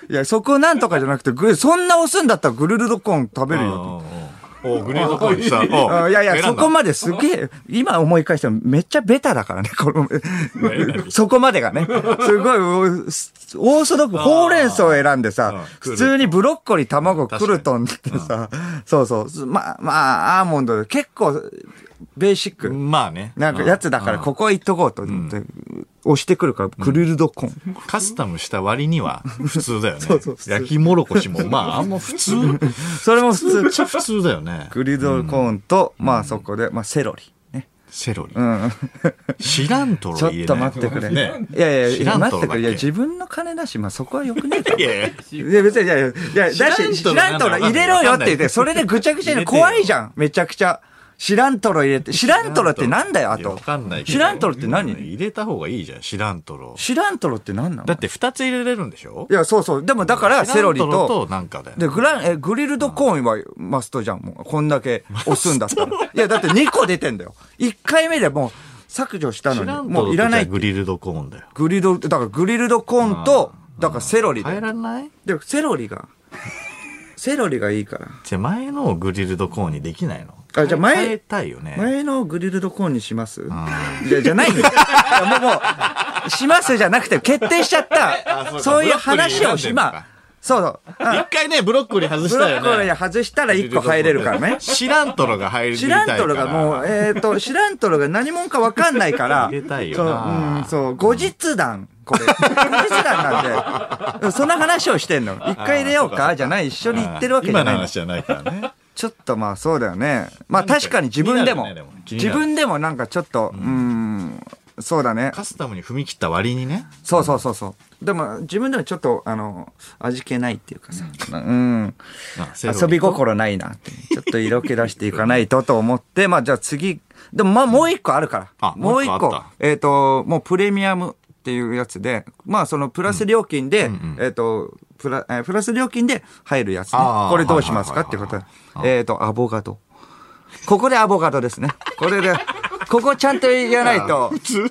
[SPEAKER 2] いや、そこをなんとかじゃなくて、グリそんな押すんだったらグリルドコーン食べるよ。
[SPEAKER 1] うんうんうんおグレードコーンした。
[SPEAKER 2] あ
[SPEAKER 1] お
[SPEAKER 2] いやいや、そこ
[SPEAKER 1] ま
[SPEAKER 2] まですげえ、今思い返してもめっちゃベタだからね、この、そこまでがね。すごい、おすオーソドックス、ほうれん草を選んで
[SPEAKER 1] うん
[SPEAKER 2] さ、普通にブロッコリー、卵、クルトンってさ、そうそう、ま、まあ、アーモンド、結構、ベーシック。
[SPEAKER 1] まあね。
[SPEAKER 2] なんかやつだから、
[SPEAKER 1] うん
[SPEAKER 2] ここ行っとこうと思って、押してくるから、クリルドコーン。
[SPEAKER 1] カスタムした割には普通だよね。
[SPEAKER 2] そうそう普通
[SPEAKER 1] 焼きもろこしも、まああ んま普通、めっ
[SPEAKER 2] それも普通、
[SPEAKER 1] ちゃ普通だよね。
[SPEAKER 2] クリルドコーンと、まあそこで、まあセロリ。ね。
[SPEAKER 1] セロリ
[SPEAKER 2] う。ん。
[SPEAKER 1] 知らんとろ
[SPEAKER 2] ちょ
[SPEAKER 1] 言えない
[SPEAKER 2] っと待ってくれ。
[SPEAKER 1] ね
[SPEAKER 2] いやい
[SPEAKER 1] 知
[SPEAKER 2] やいや、
[SPEAKER 1] らん
[SPEAKER 2] 待
[SPEAKER 1] と
[SPEAKER 2] って
[SPEAKER 1] ろだ
[SPEAKER 2] く
[SPEAKER 1] け
[SPEAKER 2] れ。いや、自分の金だし、まあそこはよくねえか。
[SPEAKER 1] いやいや
[SPEAKER 2] いや、別に、いやいや、いや、だし、知
[SPEAKER 1] 知
[SPEAKER 2] ら
[SPEAKER 1] ら
[SPEAKER 2] ん
[SPEAKER 1] ん
[SPEAKER 2] と
[SPEAKER 1] とろ
[SPEAKER 2] ろ入れろよって言って、それでぐちゃぐちゃに
[SPEAKER 1] 入れてよ
[SPEAKER 2] 怖いじゃん。めちゃくちゃ。知らんとろ入れて。知らんとろってなんだよ、あ
[SPEAKER 1] いや
[SPEAKER 2] と
[SPEAKER 1] わ。かんないけど
[SPEAKER 2] 知らんとろって何
[SPEAKER 1] 入れた方がいいじゃん、知らんとろ。
[SPEAKER 2] 知らんとろってなんなの
[SPEAKER 1] だって二つ入れれるんでしょ
[SPEAKER 2] いや、そうそう。でもだから、セロリ
[SPEAKER 1] 知らん
[SPEAKER 2] と、
[SPEAKER 1] となんかだよね。
[SPEAKER 2] で、グラン、え、グリルドコーンはマストじゃん、もう。こんだけ押すんだったら。いや、だって2個出てんだよ。1回目でもう削除したの
[SPEAKER 1] 知らんと
[SPEAKER 2] に、も
[SPEAKER 1] ろ
[SPEAKER 2] ういらないって
[SPEAKER 1] グリルドコーンだよ。
[SPEAKER 2] グリルド、だからグリルドコーンと、だからセロリだ
[SPEAKER 1] 変え
[SPEAKER 2] よ。
[SPEAKER 1] らんない
[SPEAKER 2] で、セロ リが、セロリがいいから。
[SPEAKER 1] じゃあ前のをグリルドコーンにできないの
[SPEAKER 2] あじゃあ前
[SPEAKER 1] 変えたいよね。
[SPEAKER 2] 前のグリルドコーンにしますいや、じゃないんだよ。いやもう、もう、しますじゃなくて、決定しちゃっ
[SPEAKER 1] あそう
[SPEAKER 2] た。
[SPEAKER 1] か
[SPEAKER 2] そういう話をし、
[SPEAKER 1] ブロッコリー選んでんのか
[SPEAKER 2] まあ、そうそう。あ
[SPEAKER 1] 一回ね、ブロッコリー外し
[SPEAKER 2] ブロ
[SPEAKER 1] たよね。
[SPEAKER 2] ッコリー外したら1個入れるからね。
[SPEAKER 1] 知らんとろが入りた
[SPEAKER 2] 知
[SPEAKER 1] いから
[SPEAKER 2] らんとろがもう、えっ、と、知らんとろが何者か分かんないから、
[SPEAKER 1] 入れたいよ
[SPEAKER 2] そう、う、
[SPEAKER 1] なん
[SPEAKER 2] そう、後日談、これ。後日談なんで、そんな話をしてんの。一回入れようかじゃない、一緒に行ってるわけじゃ
[SPEAKER 1] 今の
[SPEAKER 2] ないの。
[SPEAKER 1] 話じゃないからね。
[SPEAKER 2] ちょっとまあそうだよね。まあ確かに自分でも
[SPEAKER 1] 気になるよね、でも
[SPEAKER 2] 自分でもなんかちょっと、うーん、そうだね。
[SPEAKER 1] カスタムに踏み切った割にね。
[SPEAKER 2] そうそうそうそう。でも自分でもちょっと、あの、味気ないっていうかさ、うん、
[SPEAKER 1] あセロリ
[SPEAKER 2] 遊び心ないなって。ちょっと色気出していかないとと思って、 まあじゃあ次、でもまあもう一個あるから。
[SPEAKER 1] あもう一個あった
[SPEAKER 2] えっ、と、もうプレミアムっていうやつで、まあそのプラス料金で、えっ、と、プラ、えープラス料金で入るやつね、
[SPEAKER 1] あー
[SPEAKER 2] これどうしますかっていうこと
[SPEAKER 1] は
[SPEAKER 2] で。えっ、と、アボカド。ここでアボカドですね。これで、 ここちゃんと言わないと。普通 普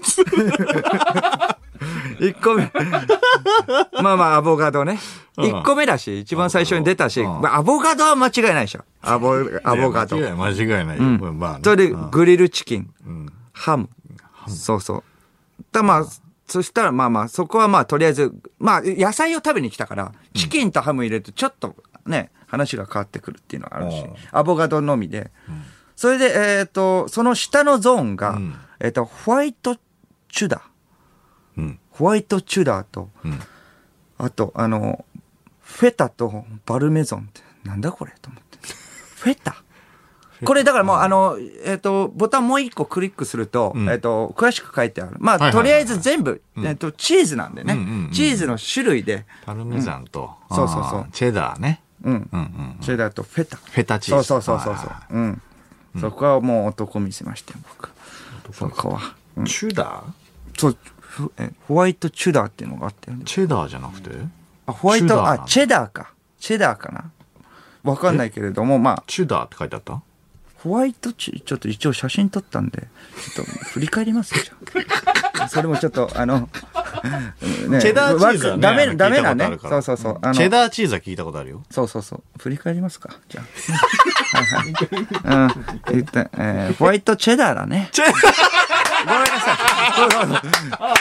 [SPEAKER 2] 通 ?1 個目。まあまあ、アボカドね。1個目だし、一番最初に出たし、
[SPEAKER 1] うん
[SPEAKER 2] まあアボカドは間違いないで しょ。アボ、アボカド
[SPEAKER 1] い。や間違いない間違いないよ。まあね
[SPEAKER 2] それで、
[SPEAKER 1] うん
[SPEAKER 2] グリルチキン、
[SPEAKER 1] ん
[SPEAKER 2] ハム。そうそう。だまあ、そしたらまあまあ、そこはまあ、とりあえず、まあ、野菜を食べに来たから、チキンとハム入れると、ちょっとね、話が変わってくるっていうのはあるし
[SPEAKER 1] うん、
[SPEAKER 2] アボカドのみで。それで、えっ、と、その下のゾーンが、
[SPEAKER 1] ん
[SPEAKER 2] えっ、と、ホワイトチュダー。
[SPEAKER 1] うん
[SPEAKER 2] ホワイトチュダーと、
[SPEAKER 1] ん
[SPEAKER 2] あと、あの、フェタとバルメゾンって、なんだこれと思って。フェタこれだからもう、あの、えっ、と、ボタンもう一個クリックすると、
[SPEAKER 1] ん
[SPEAKER 2] えっ、と、詳しく書いてある。まあ、
[SPEAKER 1] いはい
[SPEAKER 2] と
[SPEAKER 1] はい
[SPEAKER 2] りあえず全部、えっ、と、チーズなんでね、
[SPEAKER 1] うんうんうん
[SPEAKER 2] チーズの種類で、
[SPEAKER 1] パルメザンと、
[SPEAKER 2] うんそうそうそう
[SPEAKER 1] あーチェダーね。
[SPEAKER 2] うん、
[SPEAKER 1] うんうん。
[SPEAKER 2] チェダーとフェタ。
[SPEAKER 1] フェタチー
[SPEAKER 2] そ
[SPEAKER 1] ズ。
[SPEAKER 2] うそうそうそうそう
[SPEAKER 1] は。
[SPEAKER 2] うん。そこはもう男見せましたよ、僕。そこは。
[SPEAKER 1] いはいチュダー
[SPEAKER 2] そう、ふえホワイトチュダーっていうのがあったよね。
[SPEAKER 1] チェダーじゃなくて
[SPEAKER 2] あ、ホワイ
[SPEAKER 1] チュ
[SPEAKER 2] ト、
[SPEAKER 1] ダー
[SPEAKER 2] あ、チェダーか。チェダーかな。わかんないけれども、まあ、
[SPEAKER 1] チュダーって書いてあった
[SPEAKER 2] ホワイトチ、ちょっと一応写真撮ったんで、ちょっと振り返りますよ、じ ゃあそれもちょっと、あの、ね
[SPEAKER 1] チェダーチーズはね
[SPEAKER 2] ダメ、
[SPEAKER 1] あの
[SPEAKER 2] ダメな
[SPEAKER 1] 聞いた
[SPEAKER 2] ね。
[SPEAKER 1] ことあ
[SPEAKER 2] そ
[SPEAKER 1] るから
[SPEAKER 2] うそうそう。あの
[SPEAKER 1] チェダーチーズは聞いたことあるよ。
[SPEAKER 2] そうそうそう。振り返りますか。じゃあ。はいはいうん。言った、えー、ホワイトチェダーだね。チェダーごめんなさ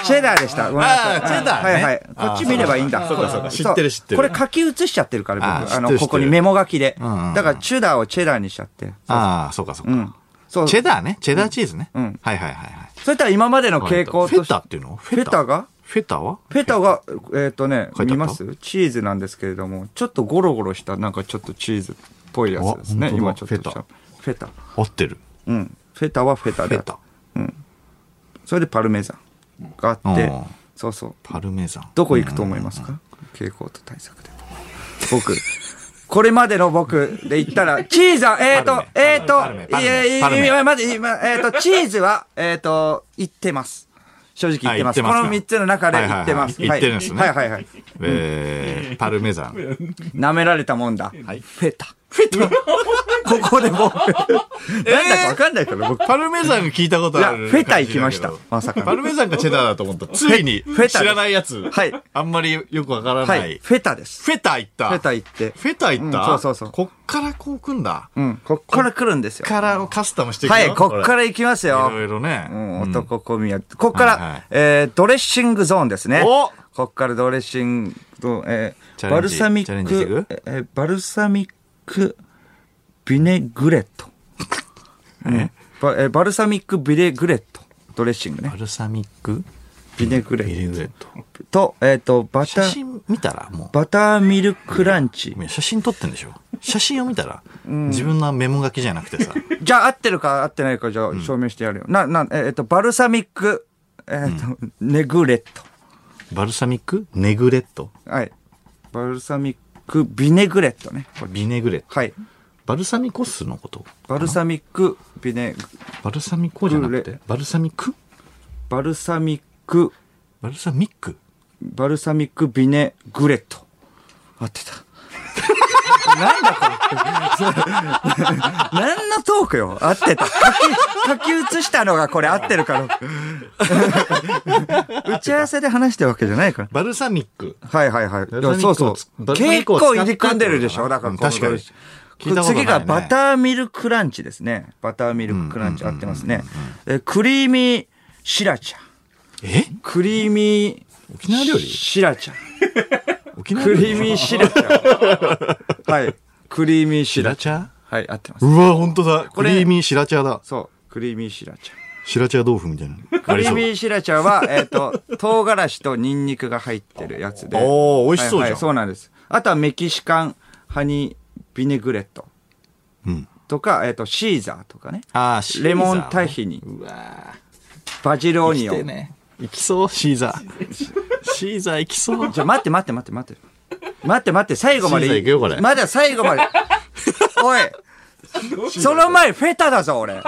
[SPEAKER 2] い。チェダーでした。ごめんなさ
[SPEAKER 1] あ
[SPEAKER 2] い。
[SPEAKER 1] ーチェダーね
[SPEAKER 2] はいはい。こっち見ればいいんだ。
[SPEAKER 1] そうかそうか
[SPEAKER 2] こ
[SPEAKER 1] 知ってる知ってる
[SPEAKER 2] これ書き写しちゃってるか
[SPEAKER 1] あー
[SPEAKER 2] ら、僕。
[SPEAKER 1] 知
[SPEAKER 2] あ
[SPEAKER 1] ってる
[SPEAKER 2] の、
[SPEAKER 1] 知ってる
[SPEAKER 2] ここにメモ書きで。だ
[SPEAKER 1] んうんうん
[SPEAKER 2] から、チュダーをチェダーにしちゃって。
[SPEAKER 1] ああ、そうかそうか。
[SPEAKER 2] うん。そう。
[SPEAKER 1] チ
[SPEAKER 2] そ
[SPEAKER 1] ェダーね。チェダーチーズね。
[SPEAKER 2] うん
[SPEAKER 1] はいはいはいはい。
[SPEAKER 2] れとは今までの傾向
[SPEAKER 1] フ
[SPEAKER 2] と
[SPEAKER 1] ェ
[SPEAKER 2] して
[SPEAKER 1] タ。っていうのフ
[SPEAKER 2] フェタが
[SPEAKER 1] フェタは
[SPEAKER 2] ペタが、えっ、とね、
[SPEAKER 1] 書いてあった
[SPEAKER 2] 見ますチーズなんですけれども、ちょっとゴロゴロした、なんかちょっとチーズっぽいやつですね
[SPEAKER 1] あ。本当だ
[SPEAKER 2] 今ちょっとし
[SPEAKER 1] フ
[SPEAKER 2] た
[SPEAKER 1] ェ
[SPEAKER 2] フェタ。
[SPEAKER 1] 合ってる。
[SPEAKER 2] うん。フェタはフェタ
[SPEAKER 1] フ
[SPEAKER 2] で
[SPEAKER 1] ェ。タ。
[SPEAKER 2] それでパルメザンがあっ
[SPEAKER 1] う
[SPEAKER 2] て
[SPEAKER 1] ん、
[SPEAKER 2] そうそう。
[SPEAKER 1] パルメザン。
[SPEAKER 2] どこ行くと思いますか傾向と対策で。僕。これまでの僕で言ったら、チーズは、えっ、と、えっ、
[SPEAKER 1] パルメ
[SPEAKER 2] と、
[SPEAKER 1] パルメ
[SPEAKER 2] いやい
[SPEAKER 1] パルメ
[SPEAKER 2] や、今まで、今、えっ、と、チーズは、えっ、と、言ってます。正直言ってます。
[SPEAKER 1] はい言ってますか
[SPEAKER 2] この3つの中で言ってます。
[SPEAKER 1] はいはいはい言ってるんですね
[SPEAKER 2] はいはいはい。
[SPEAKER 1] えー、パルメザン。
[SPEAKER 2] 舐められたもんだ。
[SPEAKER 1] はい
[SPEAKER 2] フェタ。フェ タここでもう、なんだかわかんないから、僕。
[SPEAKER 1] パルメザン聞いたことある。
[SPEAKER 2] いやフェタ行きました
[SPEAKER 1] 感じだけど
[SPEAKER 2] まさかの
[SPEAKER 1] パルメザンかチェダーだと思った。ついに、
[SPEAKER 2] フェタです
[SPEAKER 1] 知らないやつ。
[SPEAKER 2] はい
[SPEAKER 1] あんまりよくわから
[SPEAKER 2] は。
[SPEAKER 1] ないい。
[SPEAKER 2] フェタです。
[SPEAKER 1] フェタ行った。
[SPEAKER 2] フェタ行って。
[SPEAKER 1] フェタ行った、
[SPEAKER 2] うんそうそうそう
[SPEAKER 1] こっからこう来んだ。こ
[SPEAKER 2] うん。こっから来るんですよ
[SPEAKER 1] っ。からをカスタムしていくよ
[SPEAKER 2] はい、こっから
[SPEAKER 1] れ
[SPEAKER 2] 行きます
[SPEAKER 1] い
[SPEAKER 2] よ。
[SPEAKER 1] ろいろね。
[SPEAKER 2] うん、男込みや。こっから、
[SPEAKER 1] はいはい
[SPEAKER 2] えー、ドレッシングゾーンですね。
[SPEAKER 1] お
[SPEAKER 2] こっからドレッシングと、え
[SPEAKER 1] チ
[SPEAKER 2] ー、
[SPEAKER 1] ャレ
[SPEAKER 2] バ
[SPEAKER 1] ン
[SPEAKER 2] ル
[SPEAKER 1] ジ
[SPEAKER 2] サミ
[SPEAKER 1] チャレ
[SPEAKER 2] ッ
[SPEAKER 1] ンジしてい
[SPEAKER 2] ク
[SPEAKER 1] く、
[SPEAKER 2] えーバルサミック、ビネグレット。うんば えーバルサミックビネグレット。ドレッシングね
[SPEAKER 1] バ。ルサミック
[SPEAKER 2] ビネグレ
[SPEAKER 1] ビ
[SPEAKER 2] ッ
[SPEAKER 1] ネグレット。
[SPEAKER 2] ト。と、えっ、と、バタ
[SPEAKER 1] 写
[SPEAKER 2] ー、
[SPEAKER 1] 真見たらもう。
[SPEAKER 2] バターミルクランチ
[SPEAKER 1] い。や写真撮ってんでしょ写真を見たら、自分のメモ書きじゃなくて さ。
[SPEAKER 2] じゃあ合ってるか合ってないかじゃあ証明してやるよ。な、な、えっ、と、バルサミック、えっ、と、ネグレット。
[SPEAKER 1] バルサミックネグレット
[SPEAKER 2] はい。バルサミックビネグレットね。これ
[SPEAKER 1] ビネグレット。
[SPEAKER 2] はい。
[SPEAKER 1] バルサミコ酢のこと
[SPEAKER 2] バルサミックビネグ、
[SPEAKER 1] バルサミコじゃなく
[SPEAKER 2] グ
[SPEAKER 1] て
[SPEAKER 2] レ、
[SPEAKER 1] バルサミク
[SPEAKER 2] バルサミック、
[SPEAKER 1] バルサミック
[SPEAKER 2] バルサミックビネグレット。合ってた。 なんだこれ。何のトークよ合ってた。書き、書き写したのがこれ合ってるから。 打ち合わせで話してるわけじゃないから。
[SPEAKER 1] バルサミック。
[SPEAKER 2] はいはいはい。
[SPEAKER 1] バルサミッ
[SPEAKER 2] そ
[SPEAKER 1] ク
[SPEAKER 2] うそう
[SPEAKER 1] をつ。バルサミッ
[SPEAKER 2] 結
[SPEAKER 1] クを使っ
[SPEAKER 2] 構
[SPEAKER 1] た
[SPEAKER 2] 入り組んでるでしょだから
[SPEAKER 1] うん
[SPEAKER 2] この
[SPEAKER 1] 確かに聞いたことないね
[SPEAKER 2] 次がバターミルクランチですね。バターミルクランチ合ってますね。えクリーミーシラチャ。
[SPEAKER 1] え
[SPEAKER 2] クリーミー
[SPEAKER 1] 沖縄料理
[SPEAKER 2] シラチャ。
[SPEAKER 1] 沖縄
[SPEAKER 2] ク
[SPEAKER 1] 料理
[SPEAKER 2] リーミーシラチャ。はい。クリーミーシ
[SPEAKER 1] シ
[SPEAKER 2] ラ
[SPEAKER 1] ラ
[SPEAKER 2] チ
[SPEAKER 1] チャ
[SPEAKER 2] ャ。はい、合ってます。
[SPEAKER 1] うわ、ほんとだ。ク
[SPEAKER 2] れ
[SPEAKER 1] リーミーシラチャだ。
[SPEAKER 2] そう。クリーミーシラチャ。
[SPEAKER 1] シラチャ豆腐みたいな。
[SPEAKER 2] クリーミ
[SPEAKER 1] あり
[SPEAKER 2] ーシラチャは、えっと、唐辛子とニンニクが入ってるやつで。
[SPEAKER 1] そうおー、美味しそうじ
[SPEAKER 2] はい
[SPEAKER 1] ゃ
[SPEAKER 2] はいそ
[SPEAKER 1] ん。
[SPEAKER 2] うなんです。あとはメキシカンハニービネグレット
[SPEAKER 1] うん。
[SPEAKER 2] とか、えっ、と、シーザーとかね。
[SPEAKER 1] あーシーザー
[SPEAKER 2] レモンタヒニ、
[SPEAKER 1] うわ
[SPEAKER 2] バジルオ
[SPEAKER 1] ー。
[SPEAKER 2] ニオン。
[SPEAKER 1] ね。いきそう、シーザ ー。シーザーいきそう。
[SPEAKER 2] じゃあ待って待って待って待って。待って待って、最後ま
[SPEAKER 1] シーザー
[SPEAKER 2] で
[SPEAKER 1] いくよこれ
[SPEAKER 2] まだ最後 まで。おい。その前、フェタだぞ、俺。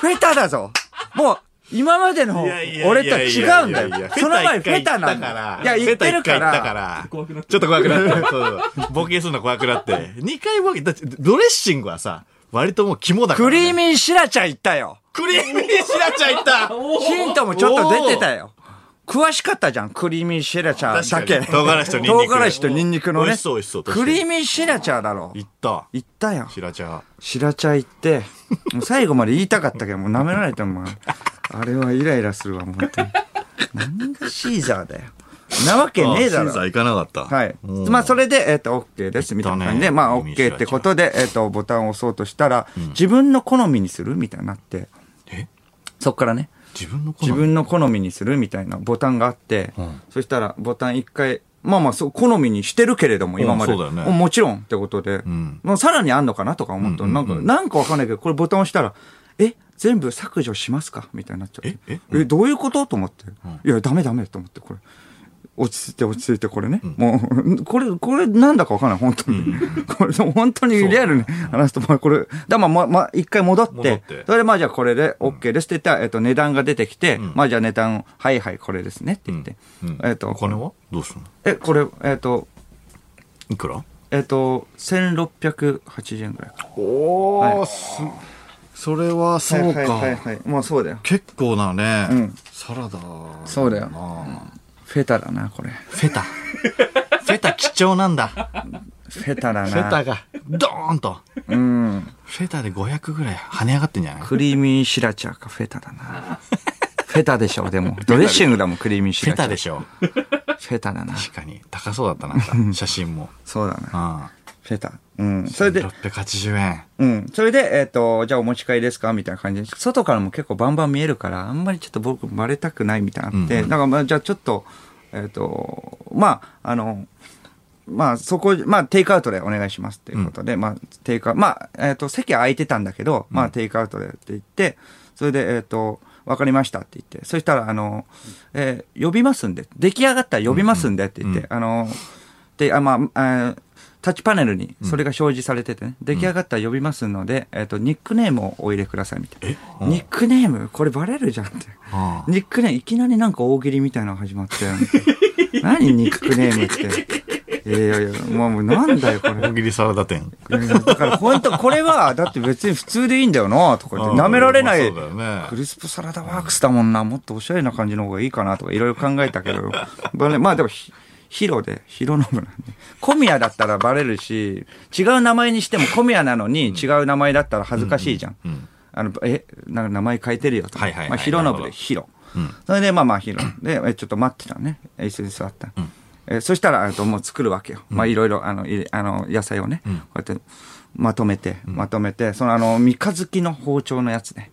[SPEAKER 2] フェタだぞ。もう、今までの
[SPEAKER 1] いやいやいや
[SPEAKER 2] 俺と違うんだ
[SPEAKER 1] いやいや
[SPEAKER 2] よ。その前、フェタなんだよ。いや、言ってるか。
[SPEAKER 1] フェタ一回行ったからら。ちょっと怖くなった。そうそう冒険するの怖くなって。2回冒険、だってドレッシングはさ、割ともう肝だから、
[SPEAKER 2] クリーミーシラチャ行ったよ。
[SPEAKER 1] クリーミーシラチャいった
[SPEAKER 2] ヒントもちょっと出てたよ。詳しかったじゃん。クリーミーシェラチャーだけ。
[SPEAKER 1] 確かに唐辛子とニンニク
[SPEAKER 2] 唐辛子とニンニクのね。
[SPEAKER 1] 美味しそう美味しそう確か
[SPEAKER 2] ク
[SPEAKER 1] に
[SPEAKER 2] リーミーシェラチャーだろ。
[SPEAKER 1] いった。
[SPEAKER 2] 行ったよ。
[SPEAKER 1] シラチャ。
[SPEAKER 2] シラチャー行って、もう最後まで言いたかったけど、もう舐められたもん。あれはイライラするわ、もう本当に。何がシーザーだよ。なわけねえだ
[SPEAKER 1] あシーザー
[SPEAKER 2] ろ。
[SPEAKER 1] 行かなかった。
[SPEAKER 2] はい。
[SPEAKER 1] うん
[SPEAKER 2] まあ、それで、えっ、と、OK です、みたいな感じで、
[SPEAKER 1] ク
[SPEAKER 2] まあ、
[SPEAKER 1] リーミーシェラチャ
[SPEAKER 2] OK ってことで、えっ、と、ボタンを押そうとしたら、自分の好みにするみたいになって、
[SPEAKER 1] え
[SPEAKER 2] そっからね。
[SPEAKER 1] 自分の好み
[SPEAKER 2] 自分の好みにするみたいなボタンがあって、
[SPEAKER 1] ん
[SPEAKER 2] そしたらボタン一回、まあまあそう、好みにしてるけれども、今まで。
[SPEAKER 1] うんそうだよね
[SPEAKER 2] ももちろんってことで、
[SPEAKER 1] ん
[SPEAKER 2] もうさらにあんのかなとか思った、
[SPEAKER 1] うんうんう
[SPEAKER 2] なんんか、なんかわかんないけど、これボタン押したら、え全部削除しますかみたいになっちゃって。
[SPEAKER 1] え
[SPEAKER 2] えどういうことと思って。いや、ダメダメと思って、これ。落ち着いて落ち着いてこれね、もうこれこれなんだかわかんない本当に、 これでも本当にリアルに話すとまあこれだまあまあまあ一回戻って
[SPEAKER 1] 戻って
[SPEAKER 2] それでまあじゃあこれで OK ですって言ったら、えっと値段が出てきて、まあじゃあ値段はいはいこれですねって言って、
[SPEAKER 1] うん
[SPEAKER 2] えっと
[SPEAKER 1] お金はどうするの
[SPEAKER 2] えこれえっと
[SPEAKER 1] いくら
[SPEAKER 2] えっと、1680円ぐらいか。
[SPEAKER 1] お
[SPEAKER 2] ー
[SPEAKER 1] すそれはそうか、
[SPEAKER 2] はいはいはいはい。まあそうだよ。
[SPEAKER 1] 結構なね、
[SPEAKER 2] うん
[SPEAKER 1] サラダ
[SPEAKER 2] そうだよ
[SPEAKER 1] な
[SPEAKER 2] フェタだな、これ。
[SPEAKER 1] フェタフェタ貴重なんだ
[SPEAKER 2] フェタだな。
[SPEAKER 1] フェタがドーンと
[SPEAKER 2] うん。
[SPEAKER 1] フェタで500ぐらい跳ね上がってんじゃないフ
[SPEAKER 2] クリーミーシラチャーか、フェタだな。フェタでしょ、でも。ドレッシングだもん、クリーミーシ
[SPEAKER 1] ェ
[SPEAKER 2] ラチャ
[SPEAKER 1] タ
[SPEAKER 2] ー。
[SPEAKER 1] でしょ
[SPEAKER 2] フェタだな。
[SPEAKER 1] 確かに高そうだったなんか写真も
[SPEAKER 2] そうだな。
[SPEAKER 1] あ
[SPEAKER 2] フェタ。うん。そ
[SPEAKER 1] あ
[SPEAKER 2] れで、
[SPEAKER 1] 680円
[SPEAKER 2] うん。それで、えっ、と、じゃあお持ち帰りですかみたいな感じで、外からも結構バンバン見えるから、あんまりちょっと僕バレたくないみたいなのあって、
[SPEAKER 1] うんうん
[SPEAKER 2] だからまあ、じゃあちょっと、えっ、と、まあ、あの、まあ、そこ、まあ、テイクアウトでお願いしますっていうことで、まあ、テイクアウト、まあ、えっ、と、席空いてたんだけど、まあ、テイクアウトでって言って、それで、えっ、と、わかりましたって言って、そしたら、あの、えー呼びますんで、出来上がったら呼びますんでって言っ
[SPEAKER 1] う
[SPEAKER 2] て、
[SPEAKER 1] ん
[SPEAKER 2] あの、で、あ、まあ、あータッチパネルにそれが表示されててね、出来上がったら呼びますので、えっ、と、ニックネームをお入れくださいみたいな。ニックネームこれバレるじゃんって。
[SPEAKER 1] ああ
[SPEAKER 2] ニックネーム、いきなりなんか大喜利みたいなの始まって。 何ニックネームって。いやいやいや、もうもうなんだ よ、これ
[SPEAKER 1] 大。喜利サラダ店
[SPEAKER 2] だから本当これは、だって別に普通でいいんだよな、とか言って、舐められない。
[SPEAKER 1] まあそうだよね
[SPEAKER 2] クリスプサラダワークスだもんな、もっとおしゃれな感じの方がいいかなとかいろいろ考えたけど、 まあねまあでもひ、ヒロで、ヒロノブなんで。小宮だったらバレるし、違う名前にしても小宮なのに違う名前だったら恥ずかしいじゃん。
[SPEAKER 1] うん
[SPEAKER 2] あの、え、なんか名前変えてるよとか。
[SPEAKER 1] はいはいはい
[SPEAKER 2] まあ、ヒロノブ
[SPEAKER 1] なる
[SPEAKER 2] で
[SPEAKER 1] ほど
[SPEAKER 2] ヒロ。
[SPEAKER 1] うん
[SPEAKER 2] それで、まあまあヒロ。で、えちょっと待ってたのね。椅子に座った。えそしたら、あともう作るわけよ。まあいろいろ、あの、いれあの、野菜をね、こうやって、まとめて、まとめて、そのあの、三日月の包丁のやつね。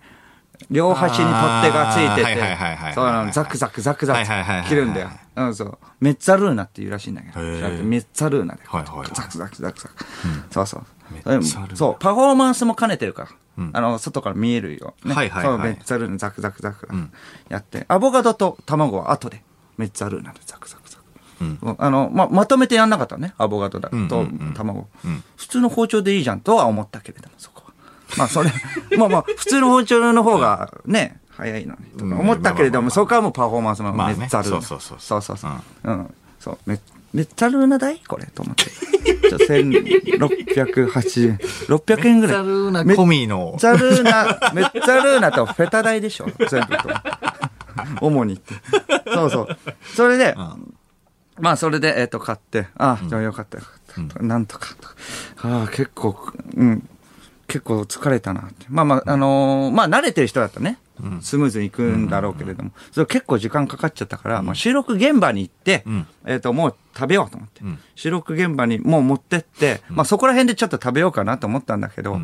[SPEAKER 2] 両端に取っ手がつ
[SPEAKER 1] あー
[SPEAKER 2] いて
[SPEAKER 1] はいはいはいはいは
[SPEAKER 2] て、
[SPEAKER 1] い
[SPEAKER 2] そうあの、ザクザクザクザ
[SPEAKER 1] はいはいはいはいは
[SPEAKER 2] ク
[SPEAKER 1] い
[SPEAKER 2] 切るんだよ。うん、そう。メッツァルーナっていうらしいんだけど。
[SPEAKER 1] へー
[SPEAKER 2] 調べてメッツァルーナで。
[SPEAKER 1] はいはいはい
[SPEAKER 2] ザクザクザクザク。そうそう
[SPEAKER 1] メッ。ツ
[SPEAKER 2] それ
[SPEAKER 1] ァルーナ
[SPEAKER 2] そう、パフォーマンスも兼ねてるから。
[SPEAKER 1] ん
[SPEAKER 2] あの、外から見えるよ。ね
[SPEAKER 1] はいはい
[SPEAKER 2] そう
[SPEAKER 1] はい
[SPEAKER 2] メッツァルーナザクザクザク
[SPEAKER 1] ん
[SPEAKER 2] やって、アボカドと卵は後で、メッツァルーナでザクザクザク。
[SPEAKER 1] うん
[SPEAKER 2] あの、ま、まとめてやんなかったね。アボカドだと
[SPEAKER 1] んうんうん
[SPEAKER 2] 卵
[SPEAKER 1] うん。
[SPEAKER 2] 普通の包丁でいいじゃんとは思ったけれども、そこは。まあ、それ、 まあまあ、普通の包丁の方がね、早いのに、とか思ったけれど
[SPEAKER 1] うんまあまあま
[SPEAKER 2] も、
[SPEAKER 1] あ
[SPEAKER 2] そこはもうパフォーマンスも
[SPEAKER 1] まあ
[SPEAKER 2] メ
[SPEAKER 1] ね
[SPEAKER 2] ッツァルーナ。
[SPEAKER 1] そうそう
[SPEAKER 2] そ
[SPEAKER 1] そうう
[SPEAKER 2] そ
[SPEAKER 1] そうう
[SPEAKER 2] そう。うん。そう。めめっちゃルーナ代これと思って。ちょ、1680円。600円ぐらい。めっ
[SPEAKER 1] コミーの
[SPEAKER 2] ちゃルーナ、 めっちゃルーナとフェタ代でしょ全部と。主にって。そうそう。それで、まあそれで、えっ、と、買って、ああ、じゃあよかったよかった。なんとかとか。ああ、結構、うん。結構疲れたなって。まあまあ、あのーまあ慣れてる人だったらね。スムーズに行くんだろうけれども、それ結構時間かかっちゃったから、まあ、収録現場に行って、
[SPEAKER 1] うん
[SPEAKER 2] えっ、と、もう食べようと思って、
[SPEAKER 1] うん
[SPEAKER 2] 収録現場にもう持ってって、まあそこら辺でちょっと食べようかなと思ったんだけど、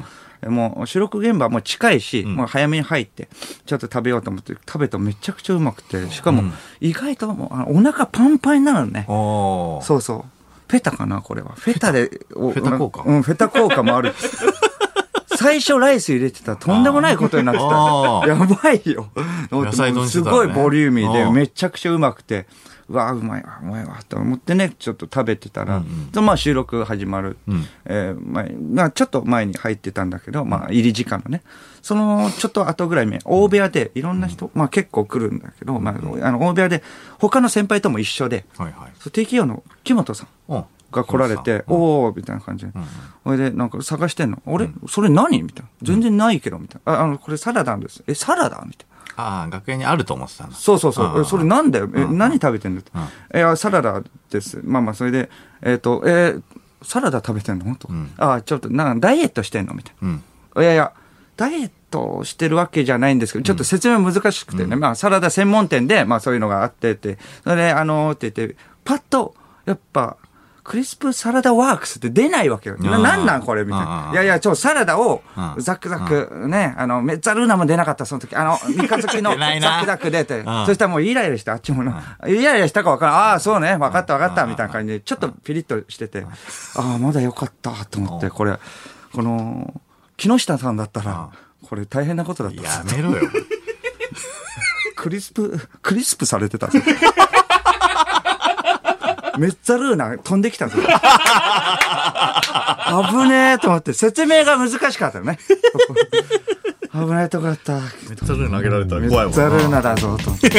[SPEAKER 2] もう収録現場も近いし、もう早めに入って、ちょっと食べようと思って、食べたらめちゃくちゃうまくて、しかも意外ともうあのお腹パンパンになるのね。
[SPEAKER 1] おー
[SPEAKER 2] そうそう。フェタかなこれは。フェタで、お
[SPEAKER 1] フェタ効果
[SPEAKER 2] うん、フェタ効果もある。 最初ライス入れてたらとんでもないことになって
[SPEAKER 1] あー
[SPEAKER 2] た。やばいよ。
[SPEAKER 1] 野菜丼して
[SPEAKER 2] す
[SPEAKER 1] たの
[SPEAKER 2] ご
[SPEAKER 1] ね
[SPEAKER 2] いボリューミー
[SPEAKER 1] う
[SPEAKER 2] で、
[SPEAKER 1] ん
[SPEAKER 2] めちゃくちゃうまくて、うわあ、うまいわ、うまいわ、と思ってね、ちょっと食べてたら、でまあ収録始まる。
[SPEAKER 1] ん
[SPEAKER 2] えー前まあ、ちょっと前に入ってたんだけど、まあ入り時間のね。その、ちょっと後ぐらい目、大部屋でいろんな人、まあ結構来るんだけど、まあ、あの、大部屋で、他の先輩とも一緒で、
[SPEAKER 1] はいはい
[SPEAKER 2] そう TKO の木本さん
[SPEAKER 1] うん
[SPEAKER 2] が来られて、
[SPEAKER 1] うん
[SPEAKER 2] おおみたいな感じで
[SPEAKER 1] ん。
[SPEAKER 2] ほ、れ、で、なんか探してんの。あれ、それ何みたいな。全然ないけど、みたいな。あ、あの、これサラダです。え、サラダみたいな。
[SPEAKER 1] ああ学園にあると思ってたんだ
[SPEAKER 2] そうそうそう。
[SPEAKER 1] あー
[SPEAKER 2] えそれなんだよ。え、
[SPEAKER 1] うん
[SPEAKER 2] 何食べてんのって。え、あサラダです。まあまあ、それで、えっ、と、えーサラダ食べてんのとか。
[SPEAKER 1] うん
[SPEAKER 2] あ、ちょっと、なんかダイエットしてんのみたいな。
[SPEAKER 1] うん
[SPEAKER 2] いやいや、ダイエットしてるわけじゃないんですけど、ちょっと説明難しくてね、まあ、サラダ専門店で、まあ、そういうのがあってって、それで、あのーって言って、パッと、やっぱ、クリスプサラダワークスって出ないわけよ。な、
[SPEAKER 1] うん
[SPEAKER 2] なんなんこれみたい
[SPEAKER 1] うん
[SPEAKER 2] な
[SPEAKER 1] う。ん
[SPEAKER 2] いやいや、ちょ、サラダを
[SPEAKER 1] う、ん
[SPEAKER 2] ザクザク、ね、あの、メッツァルーナも出なかった、その時。あの、三日月の
[SPEAKER 1] 出ない
[SPEAKER 2] ザ
[SPEAKER 1] な
[SPEAKER 2] クザク出て
[SPEAKER 1] う、ん
[SPEAKER 2] そしたらもうイライラして、あっちもな、イライラしたかわからん。ああー、そうね、わかったわかった、みたいな感じで、ちょっとピリッとしてて、ああ、まだよかった、と思って、これ、この、木下さんだったら、これ大変なことだった
[SPEAKER 1] やめろよ
[SPEAKER 2] クリスプ、クリスプされてたん ですよメッツァルーナ飛んできたんですよ。危ねえと思って、説明が難しかったよ ね。危ないとこだった。
[SPEAKER 1] めっちゃルー投げられた
[SPEAKER 2] メッツァルーナだぞ、と思って。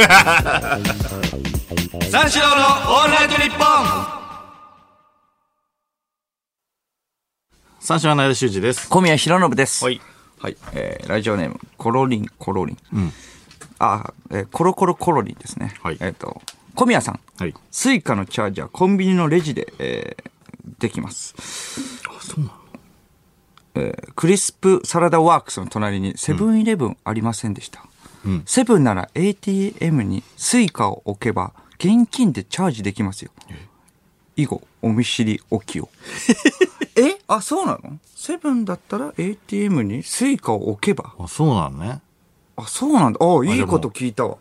[SPEAKER 1] 三四郎のオールナイトニッポン三四郎の間修二です。
[SPEAKER 2] 小宮弘信です。
[SPEAKER 1] はい。
[SPEAKER 2] はい。えー、ラジオネーム、コロリン、コロリン。あ、えーコロコロコロリンですね。
[SPEAKER 1] はい
[SPEAKER 2] えっ、と、小宮さん。
[SPEAKER 1] はい。
[SPEAKER 2] スイカのチャージャー、コンビニのレジで、えーできます。
[SPEAKER 1] あ、そうなの
[SPEAKER 2] クリスプサラダワークスの隣にセブンイレブンありませんでした。セブンなら ATM にスイカを置けば現金でチャージできますよ。以後、お見知り おきを。えあ、そうなのセブンだったら ATM にスイカを置けば。
[SPEAKER 1] あ、そうなのね。
[SPEAKER 2] あ、そうなんだ。あいいこと聞いたわ。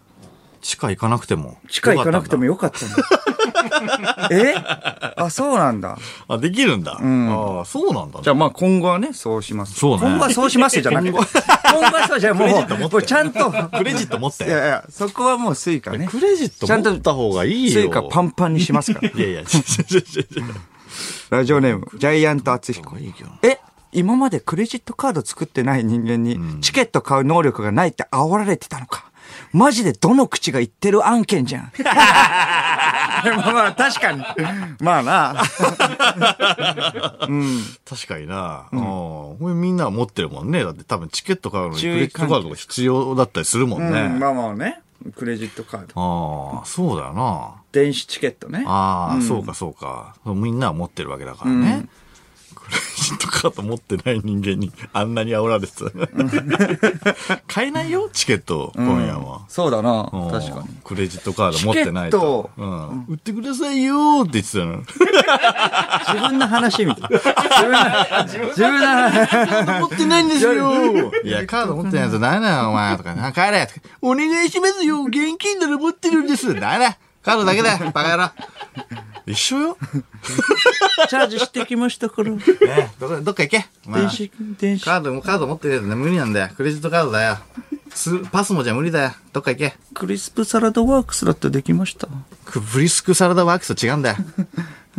[SPEAKER 1] 地下行かなくても。
[SPEAKER 2] 地下行かなくても
[SPEAKER 1] よ
[SPEAKER 2] よかったんだ。え あ、そうなんだ。
[SPEAKER 1] かったんだ。あ、できるんだ。ああ、そうなんだね。
[SPEAKER 2] じゃあまあ今後はね、そうします。
[SPEAKER 1] そうね
[SPEAKER 2] 今後はそうしますよじゃなくて。今後はそうじゃあも
[SPEAKER 1] クレジット持
[SPEAKER 2] う、
[SPEAKER 1] って
[SPEAKER 2] もうちゃんと。
[SPEAKER 1] クレジット持って。
[SPEAKER 2] いやいや、そこはもうスイカね。
[SPEAKER 1] クレジット持った方がいいよ。
[SPEAKER 2] スイカパンパンにしますから。
[SPEAKER 1] いやいや、ちょちょちょちょちょ
[SPEAKER 2] ラジオネーム、ジャイアント厚彦
[SPEAKER 1] いいけど。
[SPEAKER 2] え今までクレジットカード作ってない人間にチケット買う能力がないって煽られてたのか。マジでどの口が言ってる案件じ ゃん。まあまあ、確かに。まあな。
[SPEAKER 1] 確かにな。うん。これみんな持ってるもんね。だって多分チケット買うのにク
[SPEAKER 2] 注意
[SPEAKER 1] レジットカードが必要だったりするもんね。
[SPEAKER 2] まあまあね。クレジットカード。
[SPEAKER 1] ああ、そうだよな。
[SPEAKER 2] 電子チケットね。
[SPEAKER 1] ああ、そうかそうか。みんなは持ってるわけだからね。クレジットカード持ってない人間にあんなに煽られてた。 買えないよ、チケット、今夜は。
[SPEAKER 2] そうだな。
[SPEAKER 1] うん
[SPEAKER 2] 確かに。。
[SPEAKER 1] クレジットカード持ってないと。
[SPEAKER 2] チ
[SPEAKER 1] う
[SPEAKER 2] ケ
[SPEAKER 1] ん、売ってくださいよーって言ってたの。
[SPEAKER 2] 自分の話みたいな。自分の、自分の話。
[SPEAKER 1] カード持ってないんですよ。いや、カード持ってないとダメだよ、お前。とか、な帰れ。とかお願いしますよ。現金なら持ってるんです。ダメだ。カードだけだ。バカ野郎。一緒 よ。
[SPEAKER 2] チャージしてきましたから。
[SPEAKER 1] ねどこどっか行け。お前
[SPEAKER 2] 電子、電子。
[SPEAKER 1] カードもカード持ってないとね、無理なんだよ。クレジットカードだよ。スパスモじゃ無理だよ。どっか行け。
[SPEAKER 2] クリスプサラダワークスだってできました。
[SPEAKER 1] クブリスクサラダワークスと違うん だよ。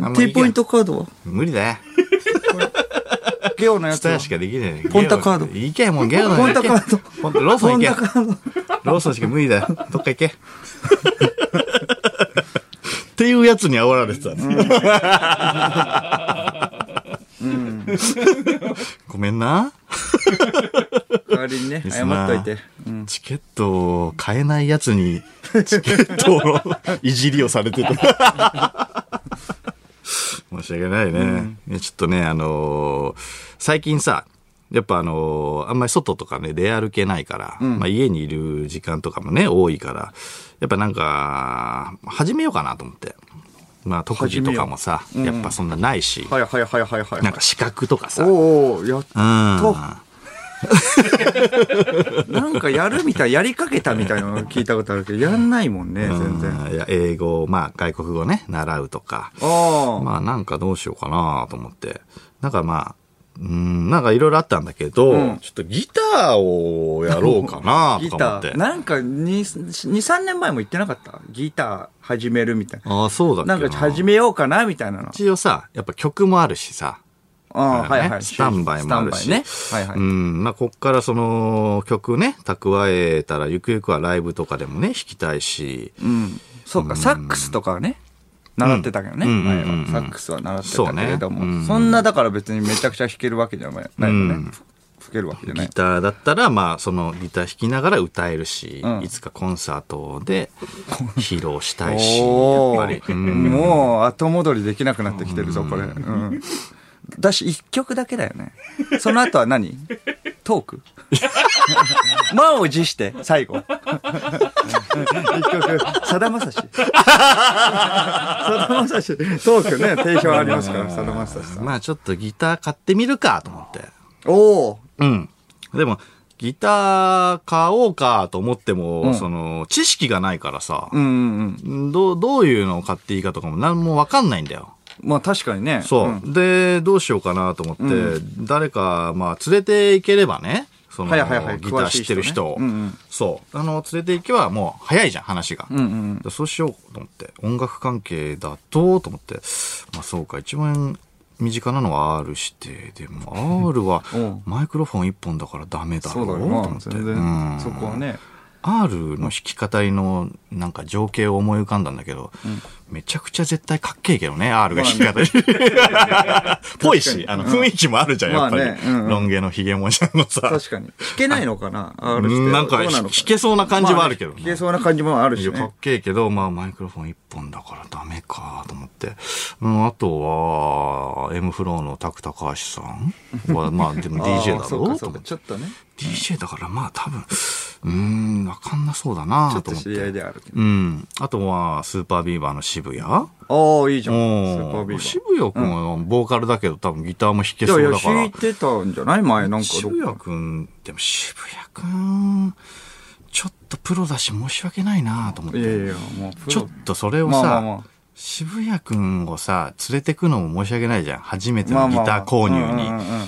[SPEAKER 1] あんまり
[SPEAKER 2] T
[SPEAKER 1] 行け
[SPEAKER 2] ポイントカードは
[SPEAKER 1] 無理だよ。
[SPEAKER 2] ゲオのや
[SPEAKER 1] スタヤしかできない。
[SPEAKER 2] ポンタカード
[SPEAKER 1] 行け、もうゲーム
[SPEAKER 2] ポンタカード
[SPEAKER 1] ド。ポンタローソン行け。
[SPEAKER 2] ポンタカ
[SPEAKER 1] ローソンしか無理だよ。どっか行 け。っていうやつに煽られてたね。ごめんな。
[SPEAKER 2] 代わりにね、
[SPEAKER 1] リス
[SPEAKER 2] 謝
[SPEAKER 1] ナ
[SPEAKER 2] っ
[SPEAKER 1] ー
[SPEAKER 2] といて。
[SPEAKER 1] チケットを買えないやつ に、チケットをいじりをされてた。 申し訳ないね。いやちょっとね、あのー最近さ、やっぱあのーあんまり外とかね、出歩けないから、まあ家にいる時間とかもね、多いから、やっぱなんか、始めようかなと思って。まあ特技とかもさ、やっぱそんなないし、
[SPEAKER 2] はいはいはいはいはい。
[SPEAKER 1] なんか資格とかさ、うん。
[SPEAKER 2] おおやっと。なんかやるみたい、やりかけたみたいなの聞いたことあるけど、やんないもんね、全然。
[SPEAKER 1] うんいや英語、まあ外国語ね、習うとか。
[SPEAKER 2] ああ。
[SPEAKER 1] まあなんかどうしようかなと思って。なんかまあ、うーん、なんかいろいろあったんだけど、
[SPEAKER 2] うん
[SPEAKER 1] ちょっとギターをやろうかな
[SPEAKER 2] ギ
[SPEAKER 1] とか思
[SPEAKER 2] タ
[SPEAKER 1] って
[SPEAKER 2] ー。。なんか2、3年前も言ってなかったギター始めるみたいな。
[SPEAKER 1] ああ、そうだっけ
[SPEAKER 2] な
[SPEAKER 1] な。
[SPEAKER 2] んか始めようかなみたいなの。
[SPEAKER 1] 一応さ、やっぱ曲もあるしさ。
[SPEAKER 2] ああ
[SPEAKER 1] だ
[SPEAKER 2] ー、は
[SPEAKER 1] よね
[SPEAKER 2] いはい。
[SPEAKER 1] スタンバイもあるし
[SPEAKER 2] スタンバイね。はいは
[SPEAKER 1] う
[SPEAKER 2] い。
[SPEAKER 1] ん、まあこっからその曲ね、蓄えたらゆくゆくはライブとかでもね、弾きたいし。
[SPEAKER 2] うん。そうか、サックスとかはね、習ってたけどね。
[SPEAKER 1] うん
[SPEAKER 2] 前
[SPEAKER 1] うんうんう
[SPEAKER 2] は
[SPEAKER 1] ん
[SPEAKER 2] サックスは習ってたけれど
[SPEAKER 1] そうねう
[SPEAKER 2] も。
[SPEAKER 1] ん
[SPEAKER 2] そんなだから別にめちゃくちゃ弾けるわけじゃないないよね。吹けるわけじゃな
[SPEAKER 1] ギ
[SPEAKER 2] い。
[SPEAKER 1] ターだったら、まあ、そのギター弾きながら歌えるし、
[SPEAKER 2] うん
[SPEAKER 1] いつかコンサートで披露したいし、やっ
[SPEAKER 2] お
[SPEAKER 1] ぱ
[SPEAKER 2] ー
[SPEAKER 1] り。
[SPEAKER 2] もう後戻りできなくなってきてるぞ、これ。うん。だし、一曲だけだよね。その後は何トーク 満を持して、最後。一曲、さだま さし。さだまさし、トークね、提唱ありますから、さだまさしさん。
[SPEAKER 1] まあちょっとギター買ってみるかと思って。
[SPEAKER 2] おー
[SPEAKER 1] うん。でも、ギター買おうかと思っても、その、知識がないからさ、
[SPEAKER 2] うんうんうん。
[SPEAKER 1] どうどういうのを買っていいかとかも何もわかんないんだよ。
[SPEAKER 2] まあ確かにね。
[SPEAKER 1] そう。で、どうしようかなと思って、誰か、まあ連れていければね、その、
[SPEAKER 2] はいはいはい
[SPEAKER 1] ギター
[SPEAKER 2] 詳
[SPEAKER 1] 知
[SPEAKER 2] しい人ね
[SPEAKER 1] ってる人を、
[SPEAKER 2] うんうん
[SPEAKER 1] そう。あの、連れて行けばもう早いじゃん、話が。
[SPEAKER 2] うん。うんうん。
[SPEAKER 1] でそうしようと思って、音楽関係だと、と思って、まあそうか、一番身近なのは R して、でも R は
[SPEAKER 2] うん
[SPEAKER 1] マイクロフォン一本だからダメだ
[SPEAKER 2] そ
[SPEAKER 1] ろ
[SPEAKER 2] う
[SPEAKER 1] う
[SPEAKER 2] だ
[SPEAKER 1] と
[SPEAKER 2] よ
[SPEAKER 1] 思っ
[SPEAKER 2] な。
[SPEAKER 1] て。
[SPEAKER 2] 全
[SPEAKER 1] う
[SPEAKER 2] 然、
[SPEAKER 1] ん
[SPEAKER 2] そこはね。
[SPEAKER 1] R の弾き語りのなんか情景を思い浮かんだんだけど、めちゃくちゃ絶対かっけえけどね、R が弾き語り。 ぽいし、あの雰囲気もあるじゃん、やっぱり。
[SPEAKER 2] まあねうんうん
[SPEAKER 1] ロン毛のヒゲもじゃんのさ。
[SPEAKER 2] 確かに。弾けないのかな ?R
[SPEAKER 1] う
[SPEAKER 2] して。
[SPEAKER 1] んなんか
[SPEAKER 2] どうな
[SPEAKER 1] 弾
[SPEAKER 2] のか
[SPEAKER 1] けそうな感じはあるけど
[SPEAKER 2] ま
[SPEAKER 1] な
[SPEAKER 2] ね弾けそうな感じもある
[SPEAKER 1] い
[SPEAKER 2] し
[SPEAKER 1] やかっ
[SPEAKER 2] ね。
[SPEAKER 1] けえけど、まあマイクロフォン一本だからダメかと思って。うん、あとは、M フローのタク高橋さんは、まあでも DJ
[SPEAKER 2] あー
[SPEAKER 1] だ
[SPEAKER 2] そう
[SPEAKER 1] ろ
[SPEAKER 2] か
[SPEAKER 1] うと
[SPEAKER 2] そう
[SPEAKER 1] 思
[SPEAKER 2] か。
[SPEAKER 1] って。
[SPEAKER 2] ちょっとね。
[SPEAKER 1] DJ だからまあ多分、うーん、わかんなそうだな
[SPEAKER 2] ちょっ
[SPEAKER 1] と
[SPEAKER 2] と
[SPEAKER 1] 思っ
[SPEAKER 2] 知り合い
[SPEAKER 1] て。
[SPEAKER 2] であるけど。
[SPEAKER 1] うん。あとは、スーパービーバーの渋谷
[SPEAKER 2] ああ、いいじゃん。スーパービ
[SPEAKER 1] うん。
[SPEAKER 2] ーバー。
[SPEAKER 1] 渋谷くんはボーカルだけど多分ギターも弾け
[SPEAKER 2] いや
[SPEAKER 1] そ
[SPEAKER 2] いうや、
[SPEAKER 1] だから。
[SPEAKER 2] 弾いてたんじゃない前なんかどっ
[SPEAKER 1] 渋谷くん、でも渋谷くん、ちょっとプロだし申し訳ないなと思っ
[SPEAKER 2] か。
[SPEAKER 1] て。
[SPEAKER 2] いやいや、もうプロ
[SPEAKER 1] ちょっとそれをさ、
[SPEAKER 2] まあまあまあ
[SPEAKER 1] 渋谷くんをさ、連れてくのも申し訳ないじゃん。初めてのギター購入に。
[SPEAKER 2] うんうんうん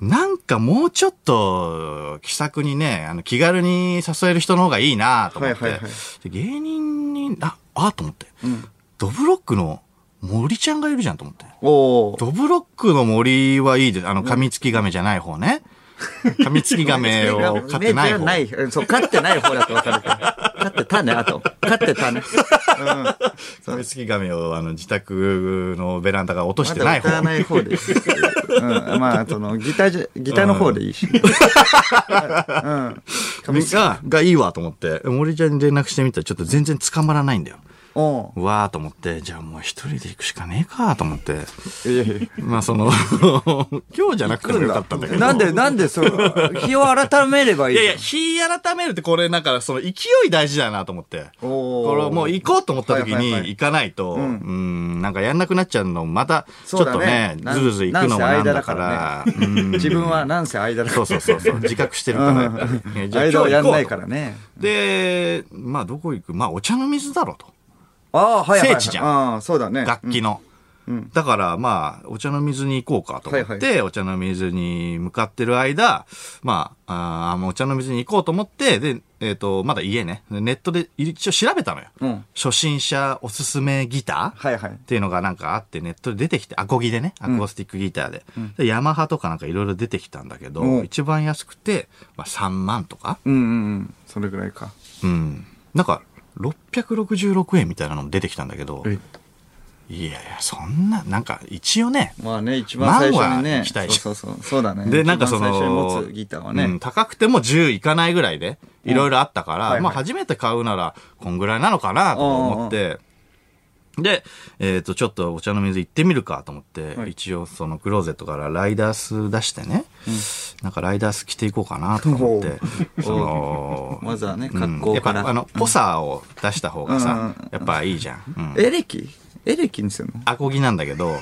[SPEAKER 1] なんかもうちょっと、気さくにね、あの、気軽に誘える人の方がいいなと思って。
[SPEAKER 2] はいはいはい
[SPEAKER 1] で芸人に、あ、あ、と思って。
[SPEAKER 2] うん
[SPEAKER 1] ドブロックの森ちゃんがいるじゃんと思って。
[SPEAKER 2] おー
[SPEAKER 1] ドブロックの森はいいです。あの、噛みつき亀じゃない方 ね。噛みつき亀を飼ってない
[SPEAKER 2] ねじゃ
[SPEAKER 1] 方。
[SPEAKER 2] ないうんそう、飼ってない方だとわかるから。飼ってたね、あと。飼ってたね。うん。
[SPEAKER 1] サメツキガメをあの自宅のベランダから落としてない
[SPEAKER 2] まだ歌わ
[SPEAKER 1] 方。
[SPEAKER 2] ない方でいい。うん。まあ、その、ギターじゃ、ギターの方でいいし。うん。髪
[SPEAKER 1] が、がいいわと思って、森ちゃんに連絡してみたらちょっと全然捕まらないんだよ。
[SPEAKER 2] おう
[SPEAKER 1] うわーと思って、じゃあもう一人で行くしかねえかと思って。
[SPEAKER 2] いやいやいや
[SPEAKER 1] まあその、 今日じゃなくてもよかったんだけど。
[SPEAKER 2] なんで、なんで、そう、日を改めればい
[SPEAKER 1] い
[SPEAKER 2] いじ
[SPEAKER 1] や
[SPEAKER 2] ゃん
[SPEAKER 1] いや、日改めるってこれ、だからその勢い大事だなと思って。
[SPEAKER 2] おー
[SPEAKER 1] これもう行こうと思った時
[SPEAKER 2] はい
[SPEAKER 1] に
[SPEAKER 2] はいはい
[SPEAKER 1] 行かないと、
[SPEAKER 2] ん
[SPEAKER 1] うん、なんかやんなくなっちゃうのもまた、ちょ
[SPEAKER 2] そう
[SPEAKER 1] っ
[SPEAKER 2] だ
[SPEAKER 1] とね
[SPEAKER 2] ね、
[SPEAKER 1] ずるずる行くのもなんだか
[SPEAKER 2] な
[SPEAKER 1] ら
[SPEAKER 2] ん、せ
[SPEAKER 1] うん
[SPEAKER 2] 自分はなんせ間だか
[SPEAKER 1] そう
[SPEAKER 2] ら。
[SPEAKER 1] そうそうそう、自覚してるからやっぱり。ねじゃあ
[SPEAKER 2] 間をやんない
[SPEAKER 1] 今日行こ
[SPEAKER 2] か
[SPEAKER 1] う
[SPEAKER 2] らね。
[SPEAKER 1] とで、まあどこ行くまあお茶の水だろうと。
[SPEAKER 2] ああ、はいはいはい。
[SPEAKER 1] 聖地じゃん
[SPEAKER 2] ああ、そうだね。
[SPEAKER 1] 楽器の。
[SPEAKER 2] うん
[SPEAKER 1] だからまあ、お茶の水に行こうかと思って、
[SPEAKER 2] はいは
[SPEAKER 1] お茶の水に向かってる間、まあ、あーもうお茶の水に行こうと思って、で、えっ、と、まだ家ね、ネットで一応調べたのよ。
[SPEAKER 2] うん。
[SPEAKER 1] 初心者おすすめギター
[SPEAKER 2] はいはい
[SPEAKER 1] っ。ていうのがなんかあってネットで出てきて、アコギでね、アコースティックギターで。でヤマハとかなんかいろいろ出てきたんだけど、
[SPEAKER 2] うん
[SPEAKER 1] 一番安くて、まあ3万とか
[SPEAKER 2] うんうんうん。それぐらいか。
[SPEAKER 1] うん。なんか、666円みたいなのも出てきたんだけど、いやいや、そんな、なんか、一応ね、
[SPEAKER 2] まあね、一番最初に
[SPEAKER 1] 万は
[SPEAKER 2] ね。
[SPEAKER 1] 行きたいし
[SPEAKER 2] そうそうそう。そうだね。
[SPEAKER 1] で、なんかその、
[SPEAKER 2] 一番最初に持つギターはね。
[SPEAKER 1] うん高くても10いかないぐらいで、いろいろあったから、
[SPEAKER 2] はいはい
[SPEAKER 1] まあ初めて買うなら、こんぐらいなのかな、と思って、で、えっ、と、ちょっとお茶の水行ってみるかと思って、
[SPEAKER 2] はい、
[SPEAKER 1] 一応そのクローゼットからライダース出してね、なんかライダース着ていこうかなと思って、その
[SPEAKER 2] まずはね、
[SPEAKER 1] うん
[SPEAKER 2] 格好
[SPEAKER 1] やっ
[SPEAKER 2] か
[SPEAKER 1] ぱ
[SPEAKER 2] ら。
[SPEAKER 1] あの、ポサーを出した方がさ、
[SPEAKER 2] うん
[SPEAKER 1] やっぱいいじゃん。うん
[SPEAKER 2] エレキエレキにするの
[SPEAKER 1] アコギなんだけど、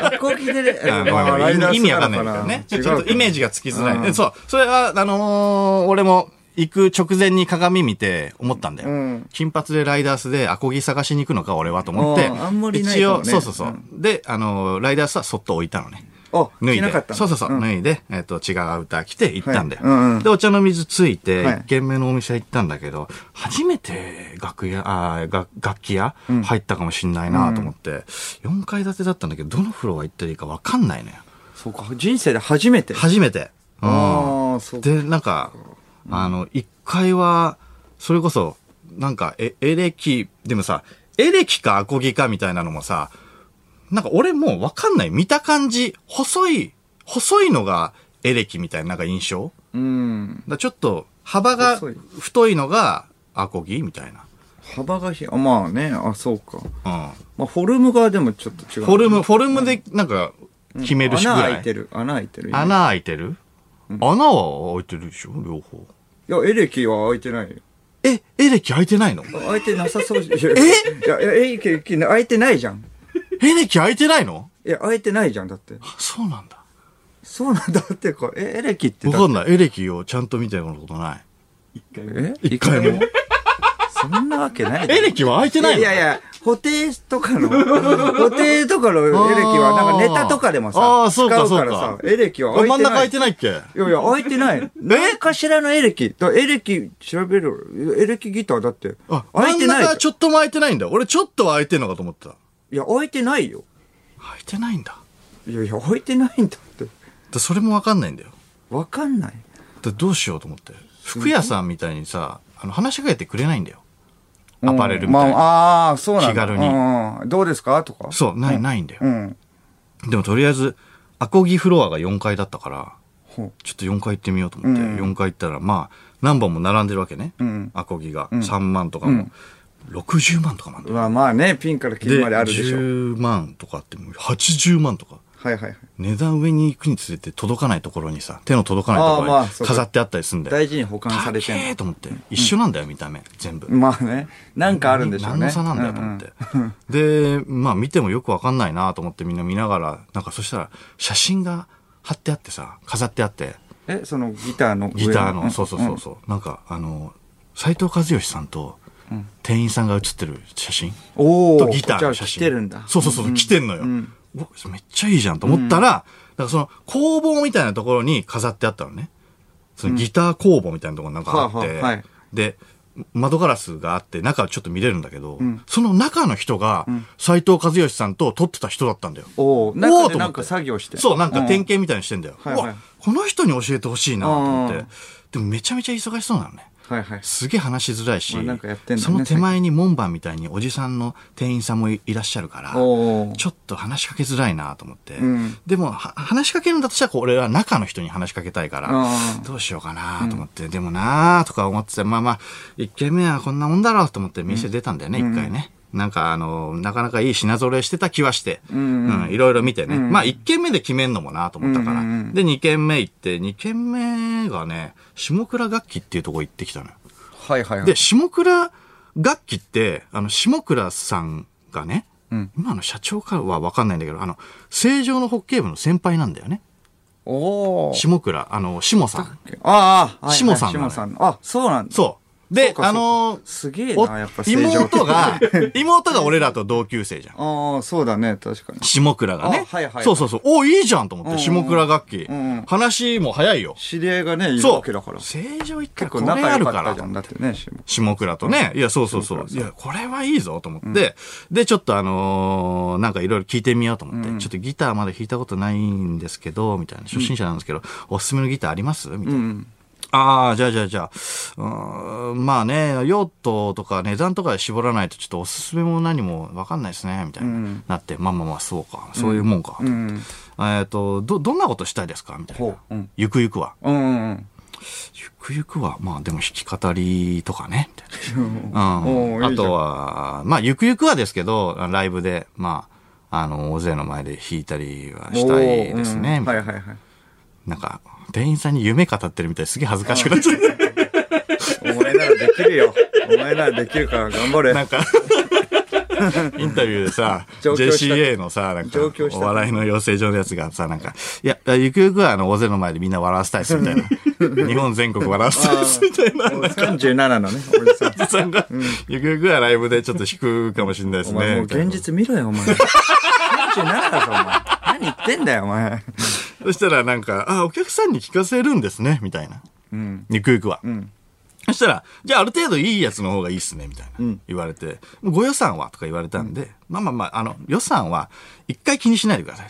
[SPEAKER 2] アコギで ね
[SPEAKER 1] あごめんごめん
[SPEAKER 2] ライダース
[SPEAKER 1] 意味わかんないんだ
[SPEAKER 2] な
[SPEAKER 1] よ
[SPEAKER 2] の
[SPEAKER 1] ね。
[SPEAKER 2] 違う
[SPEAKER 1] ちょっとイメージがつきづらい。でそう。それは、あのー俺も行く直前に鏡見て思ったんだよ。
[SPEAKER 2] うん
[SPEAKER 1] 金髪でライダースでアコギ探しに行くのか、俺はと思って。
[SPEAKER 2] うんあんまりない
[SPEAKER 1] 一
[SPEAKER 2] かも
[SPEAKER 1] 応、
[SPEAKER 2] ね
[SPEAKER 1] そうそうそう。で、あのーライダースはそっと置いたのね。
[SPEAKER 2] あ、
[SPEAKER 1] 脱いで
[SPEAKER 2] 着なかった。の
[SPEAKER 1] そうそうそう。
[SPEAKER 2] ん
[SPEAKER 1] 脱いで、えっ、と、違うアウター着て行ったんだよ。
[SPEAKER 2] はいうんうん
[SPEAKER 1] で、お茶の水ついて、
[SPEAKER 2] はい
[SPEAKER 1] 1軒目のお店行ったんだけど、初めて楽屋、あーが楽器屋入ったかもしんないなと思って、4階建てだったんだけど、どのフロア行ったらいいかわかんないのよ。
[SPEAKER 2] そうか、人生で初めて。
[SPEAKER 1] 初めて。うん
[SPEAKER 2] ああ、そうか。
[SPEAKER 1] で、なんか、あの、1階は、それこそ、なんか、え、エレキ、でもさ、エレキかアコギかみたいなのもさ、なんか俺もうわかんない。見た感じ、細い、細いのがエレキみたいななんか印象
[SPEAKER 2] うん。
[SPEAKER 1] だからちょっと、幅が
[SPEAKER 2] 細い
[SPEAKER 1] 太いのがアコギみたいな。
[SPEAKER 2] 幅がひ、あまあね、あ、そう
[SPEAKER 1] う
[SPEAKER 2] か。
[SPEAKER 1] ん。
[SPEAKER 2] まあ、フォルムがでもちょっと違う。
[SPEAKER 1] フォルム、フォルムでなんか、決めるしぐ
[SPEAKER 2] 穴
[SPEAKER 1] らい。
[SPEAKER 2] 開いてる。穴開いてる。い
[SPEAKER 1] 穴開いてる穴は開いてるでしょ両方。
[SPEAKER 2] や、エレキは開いてないよ。
[SPEAKER 1] え、エレキ開いてないの
[SPEAKER 2] あ開いてなさ そうじゃん。えいや、いやエレキエレキ開いてないじゃん。
[SPEAKER 1] エレキ開いてないの
[SPEAKER 2] いや、開いてないじゃん、だって。
[SPEAKER 1] そうなんだ。
[SPEAKER 2] そうなんだってか、え、エレキって
[SPEAKER 1] わ
[SPEAKER 2] だ
[SPEAKER 1] かんない。エレキをちゃんと見たようなことない。
[SPEAKER 2] え
[SPEAKER 1] 一回 も。
[SPEAKER 2] そんなわけない
[SPEAKER 1] エレキは開いてないの
[SPEAKER 2] いやいや、補定とかの、補定とかのエレキは、なんかネタとかでも
[SPEAKER 1] あ
[SPEAKER 2] さ、
[SPEAKER 1] ー
[SPEAKER 2] 使
[SPEAKER 1] そう
[SPEAKER 2] う
[SPEAKER 1] かそうか
[SPEAKER 2] か
[SPEAKER 1] ら
[SPEAKER 2] さ、エレキは開い
[SPEAKER 1] 真
[SPEAKER 2] て
[SPEAKER 1] ん中
[SPEAKER 2] な
[SPEAKER 1] 開い
[SPEAKER 2] い。
[SPEAKER 1] てないっけ
[SPEAKER 2] い やいや、開いてない。何かしらのエレキ。だエレキ調べる。エレキギターだって。
[SPEAKER 1] あ、
[SPEAKER 2] 開いてな
[SPEAKER 1] 真ん
[SPEAKER 2] い。
[SPEAKER 1] 中ちょっとも開いてないんだ。俺ちょっとは開いてんのかと思ってた。
[SPEAKER 2] いや、開いてないよ。
[SPEAKER 1] 開いてないんだ。
[SPEAKER 2] いやいや、開いてないんだって。
[SPEAKER 1] でそれもわかんないんだよ。
[SPEAKER 2] わかんない。
[SPEAKER 1] でどうしようと思って。服屋さんみたいにさ、あの、話しかけてくれないんだよ。アパレルみたい
[SPEAKER 2] ま
[SPEAKER 1] な。
[SPEAKER 2] あ、ああ、そうなんだ。
[SPEAKER 1] 気軽に
[SPEAKER 2] うんうんどうですかとか。
[SPEAKER 1] そう、ない、ないんだよ
[SPEAKER 2] う。ん。
[SPEAKER 1] でもとりあえず、アコギフロアが4階だったから、
[SPEAKER 2] ほう。
[SPEAKER 1] ちょっと4階行ってみようと思って、4階行ったら、まあ、何本も並んでるわけね。
[SPEAKER 2] ん
[SPEAKER 1] アコギが。3万とかも、60万とかもあんだよ
[SPEAKER 2] うわ、まあね、ピンから金まであるでしょ。
[SPEAKER 1] 10万とかあって、もう80万とか。
[SPEAKER 2] はいはいはい。
[SPEAKER 1] 値段上に行くにつれて届かないところにさ、手の届かないとこ
[SPEAKER 2] あー
[SPEAKER 1] ろ
[SPEAKER 2] まあ
[SPEAKER 1] に
[SPEAKER 2] そうか
[SPEAKER 1] 飾ってあったりすんだよ。
[SPEAKER 2] 大事に保管されて
[SPEAKER 1] 高え
[SPEAKER 2] ん
[SPEAKER 1] と思って。一緒なんだよ、見た目。全部。
[SPEAKER 2] の。まあね、なんかあるんでしょう
[SPEAKER 1] 何
[SPEAKER 2] ね。
[SPEAKER 1] の差なんだよと思って。で、まあ見てもよくわかんないなと思ってみんな見ながら、なんかそしたら写真が貼ってあってさ、飾ってあって、
[SPEAKER 2] うんうん。え、そのギターの上
[SPEAKER 1] ギター
[SPEAKER 2] う
[SPEAKER 1] の、
[SPEAKER 2] ん
[SPEAKER 1] そうそうそうそう、なんかあの、斎藤和義さんと店員さんが写ってる写真
[SPEAKER 2] お
[SPEAKER 1] と
[SPEAKER 2] お。
[SPEAKER 1] ギターの
[SPEAKER 2] じゃ
[SPEAKER 1] 写
[SPEAKER 2] あ
[SPEAKER 1] 真。
[SPEAKER 2] 来てるんだ。
[SPEAKER 1] そうそうそう、来てんのよ。うわめっちゃいいじゃんと思ったら、だからその工房みたいなところに飾ってあったのね。そのギター工房みたいなところなんかあって、
[SPEAKER 2] はあはあはい
[SPEAKER 1] で、窓ガラスがあって中はちょっと見れるんだけど、その中の人が斎藤和義さんと撮ってた人だったんだよ。
[SPEAKER 2] おお。
[SPEAKER 1] お
[SPEAKER 2] 中
[SPEAKER 1] ー
[SPEAKER 2] で
[SPEAKER 1] と思
[SPEAKER 2] な
[SPEAKER 1] っ
[SPEAKER 2] ん
[SPEAKER 1] て
[SPEAKER 2] か作業して。
[SPEAKER 1] そう、なんか点
[SPEAKER 2] 天気
[SPEAKER 1] 検みたいにしてんだよ。
[SPEAKER 2] はいはいう
[SPEAKER 1] わこの人に教えてほしいなと思って、
[SPEAKER 2] うん
[SPEAKER 1] でもめちゃめちゃ忙しそうなのね。
[SPEAKER 2] はいはい。
[SPEAKER 1] すげえ話しづらいし、
[SPEAKER 2] まあなんかやってんだね
[SPEAKER 1] その手前に門番みたいにおじさんの店員さんもいらっしゃるから、
[SPEAKER 2] おお。
[SPEAKER 1] ちょっと話しかけづらいなと思って。
[SPEAKER 2] ん
[SPEAKER 1] でも、は話しかけるんだとしたら、こう俺は中の人に話しかけたいから、
[SPEAKER 2] うん
[SPEAKER 1] どうしようかなと思って、でもなーとか思ってて、まあまあ、一軒目はこんなもんだろうと思って店出たんだよね、一、回ね。なんか、あの、なかなかいい品揃えしてた気はして、うん、いろいろ見てね。まあ、一軒目で決めんのもなと思ったから。
[SPEAKER 2] うんうんう
[SPEAKER 1] で、二軒目行って、二軒目がね、下倉楽器っていうとこ行ってきたのよ。
[SPEAKER 2] はいはいはい。
[SPEAKER 1] で、下倉楽器って、あの、下倉さんがね、今の社長かは分かんないんだけど、あの、成城のホッケー部の先輩なんだよね。
[SPEAKER 2] おお。
[SPEAKER 1] 下倉、あの、下さん。
[SPEAKER 2] ああ、ああ。
[SPEAKER 1] 下さんなの
[SPEAKER 2] 下さん。あ、そうなんだ。
[SPEAKER 1] そう。で、
[SPEAKER 2] そうか
[SPEAKER 1] あの
[SPEAKER 2] すげえ
[SPEAKER 1] お
[SPEAKER 2] な、やっぱ成長
[SPEAKER 1] 妹 が、妹が俺らと同級生じゃん。
[SPEAKER 2] ああ、そうだね、確かに。
[SPEAKER 1] 下倉がね
[SPEAKER 2] あ。はいはい
[SPEAKER 1] そうそうそう。お、いいじゃんと思って、
[SPEAKER 2] うん
[SPEAKER 1] 下倉楽器
[SPEAKER 2] んうん。
[SPEAKER 1] 話も早いよ。
[SPEAKER 2] 知り合いがね、いる
[SPEAKER 1] そ
[SPEAKER 2] わ
[SPEAKER 1] う
[SPEAKER 2] けだから。。結
[SPEAKER 1] 成城一回こ
[SPEAKER 2] 構
[SPEAKER 1] れ
[SPEAKER 2] 仲
[SPEAKER 1] あ
[SPEAKER 2] 良
[SPEAKER 1] る
[SPEAKER 2] か
[SPEAKER 1] か
[SPEAKER 2] った
[SPEAKER 1] ら
[SPEAKER 2] じゃ。ん。だってね、下
[SPEAKER 1] 下倉とね。いや、そうそうそう。いや、これはいいぞと思って。で、ちょっとあのーなんかいろいろ聞いてみようと思って。ちょっとギターまで弾いたことないんですけど、みたいな。初心者なんですけど、おすすめのギターありますみたいな。ああ、じゃあじゃあじゃあ。うーんまあね、用途とか値段とかで絞らないとちょっとおすすめも何もわかんないですね、みたいな。なって、まあまあまあ、そうか。そういうもんか。
[SPEAKER 2] ん
[SPEAKER 1] えっと、ど、どんなことしたいですかみたいな
[SPEAKER 2] ほ。ううん
[SPEAKER 1] ゆくゆくは。
[SPEAKER 2] うんうんうん。
[SPEAKER 1] ゆくゆくは、まあでも弾き語りとかね、みたいな。
[SPEAKER 2] お
[SPEAKER 1] う
[SPEAKER 2] ーいい
[SPEAKER 1] ん。
[SPEAKER 2] じゃ
[SPEAKER 1] あ
[SPEAKER 2] ん
[SPEAKER 1] とは、まあ、ゆくゆくはですけど、ライブで、まあ、あの、大勢の前で弾いたりはしたいですね。
[SPEAKER 2] おーうん
[SPEAKER 1] みた
[SPEAKER 2] はいい
[SPEAKER 1] な
[SPEAKER 2] はいはい。
[SPEAKER 1] なんか、店員さんに夢語ってるみたいですげえ恥ずかしくなっちゃっ て。
[SPEAKER 2] お前ならできるよ。 お前ならできるから頑張れ。
[SPEAKER 1] なんか、インタビューでさ、
[SPEAKER 2] 上京した
[SPEAKER 1] JCA のさ、なんか
[SPEAKER 2] 上京し、た
[SPEAKER 1] お笑いの養成所のやつがさ、なんか、いや、ゆくゆくはあの、大勢の前でみんな笑わせたいです、みた いな。日本全国笑わせたいです、みたいな。
[SPEAKER 2] 37のね、おじさん。
[SPEAKER 1] おじさんが、ゆくゆくはライブでちょっと弾くかもしれないです
[SPEAKER 2] お
[SPEAKER 1] ね。
[SPEAKER 2] 前もう
[SPEAKER 1] みたいな
[SPEAKER 2] 現実見ろよ、お前。37だぞ、お前。何言ってんだよ、お前。
[SPEAKER 1] そしたらなんか、あ、お客さんに聞かせるんですね、みたいな。
[SPEAKER 2] うん。
[SPEAKER 1] ゆくゆくは。
[SPEAKER 2] ん
[SPEAKER 1] そしたら、じゃあある程度いいやつの方がいいっすね、みたいな。言われて、ご予算はとか言われたんで、まあまあまあ、あの、予算は一回気にしないでください。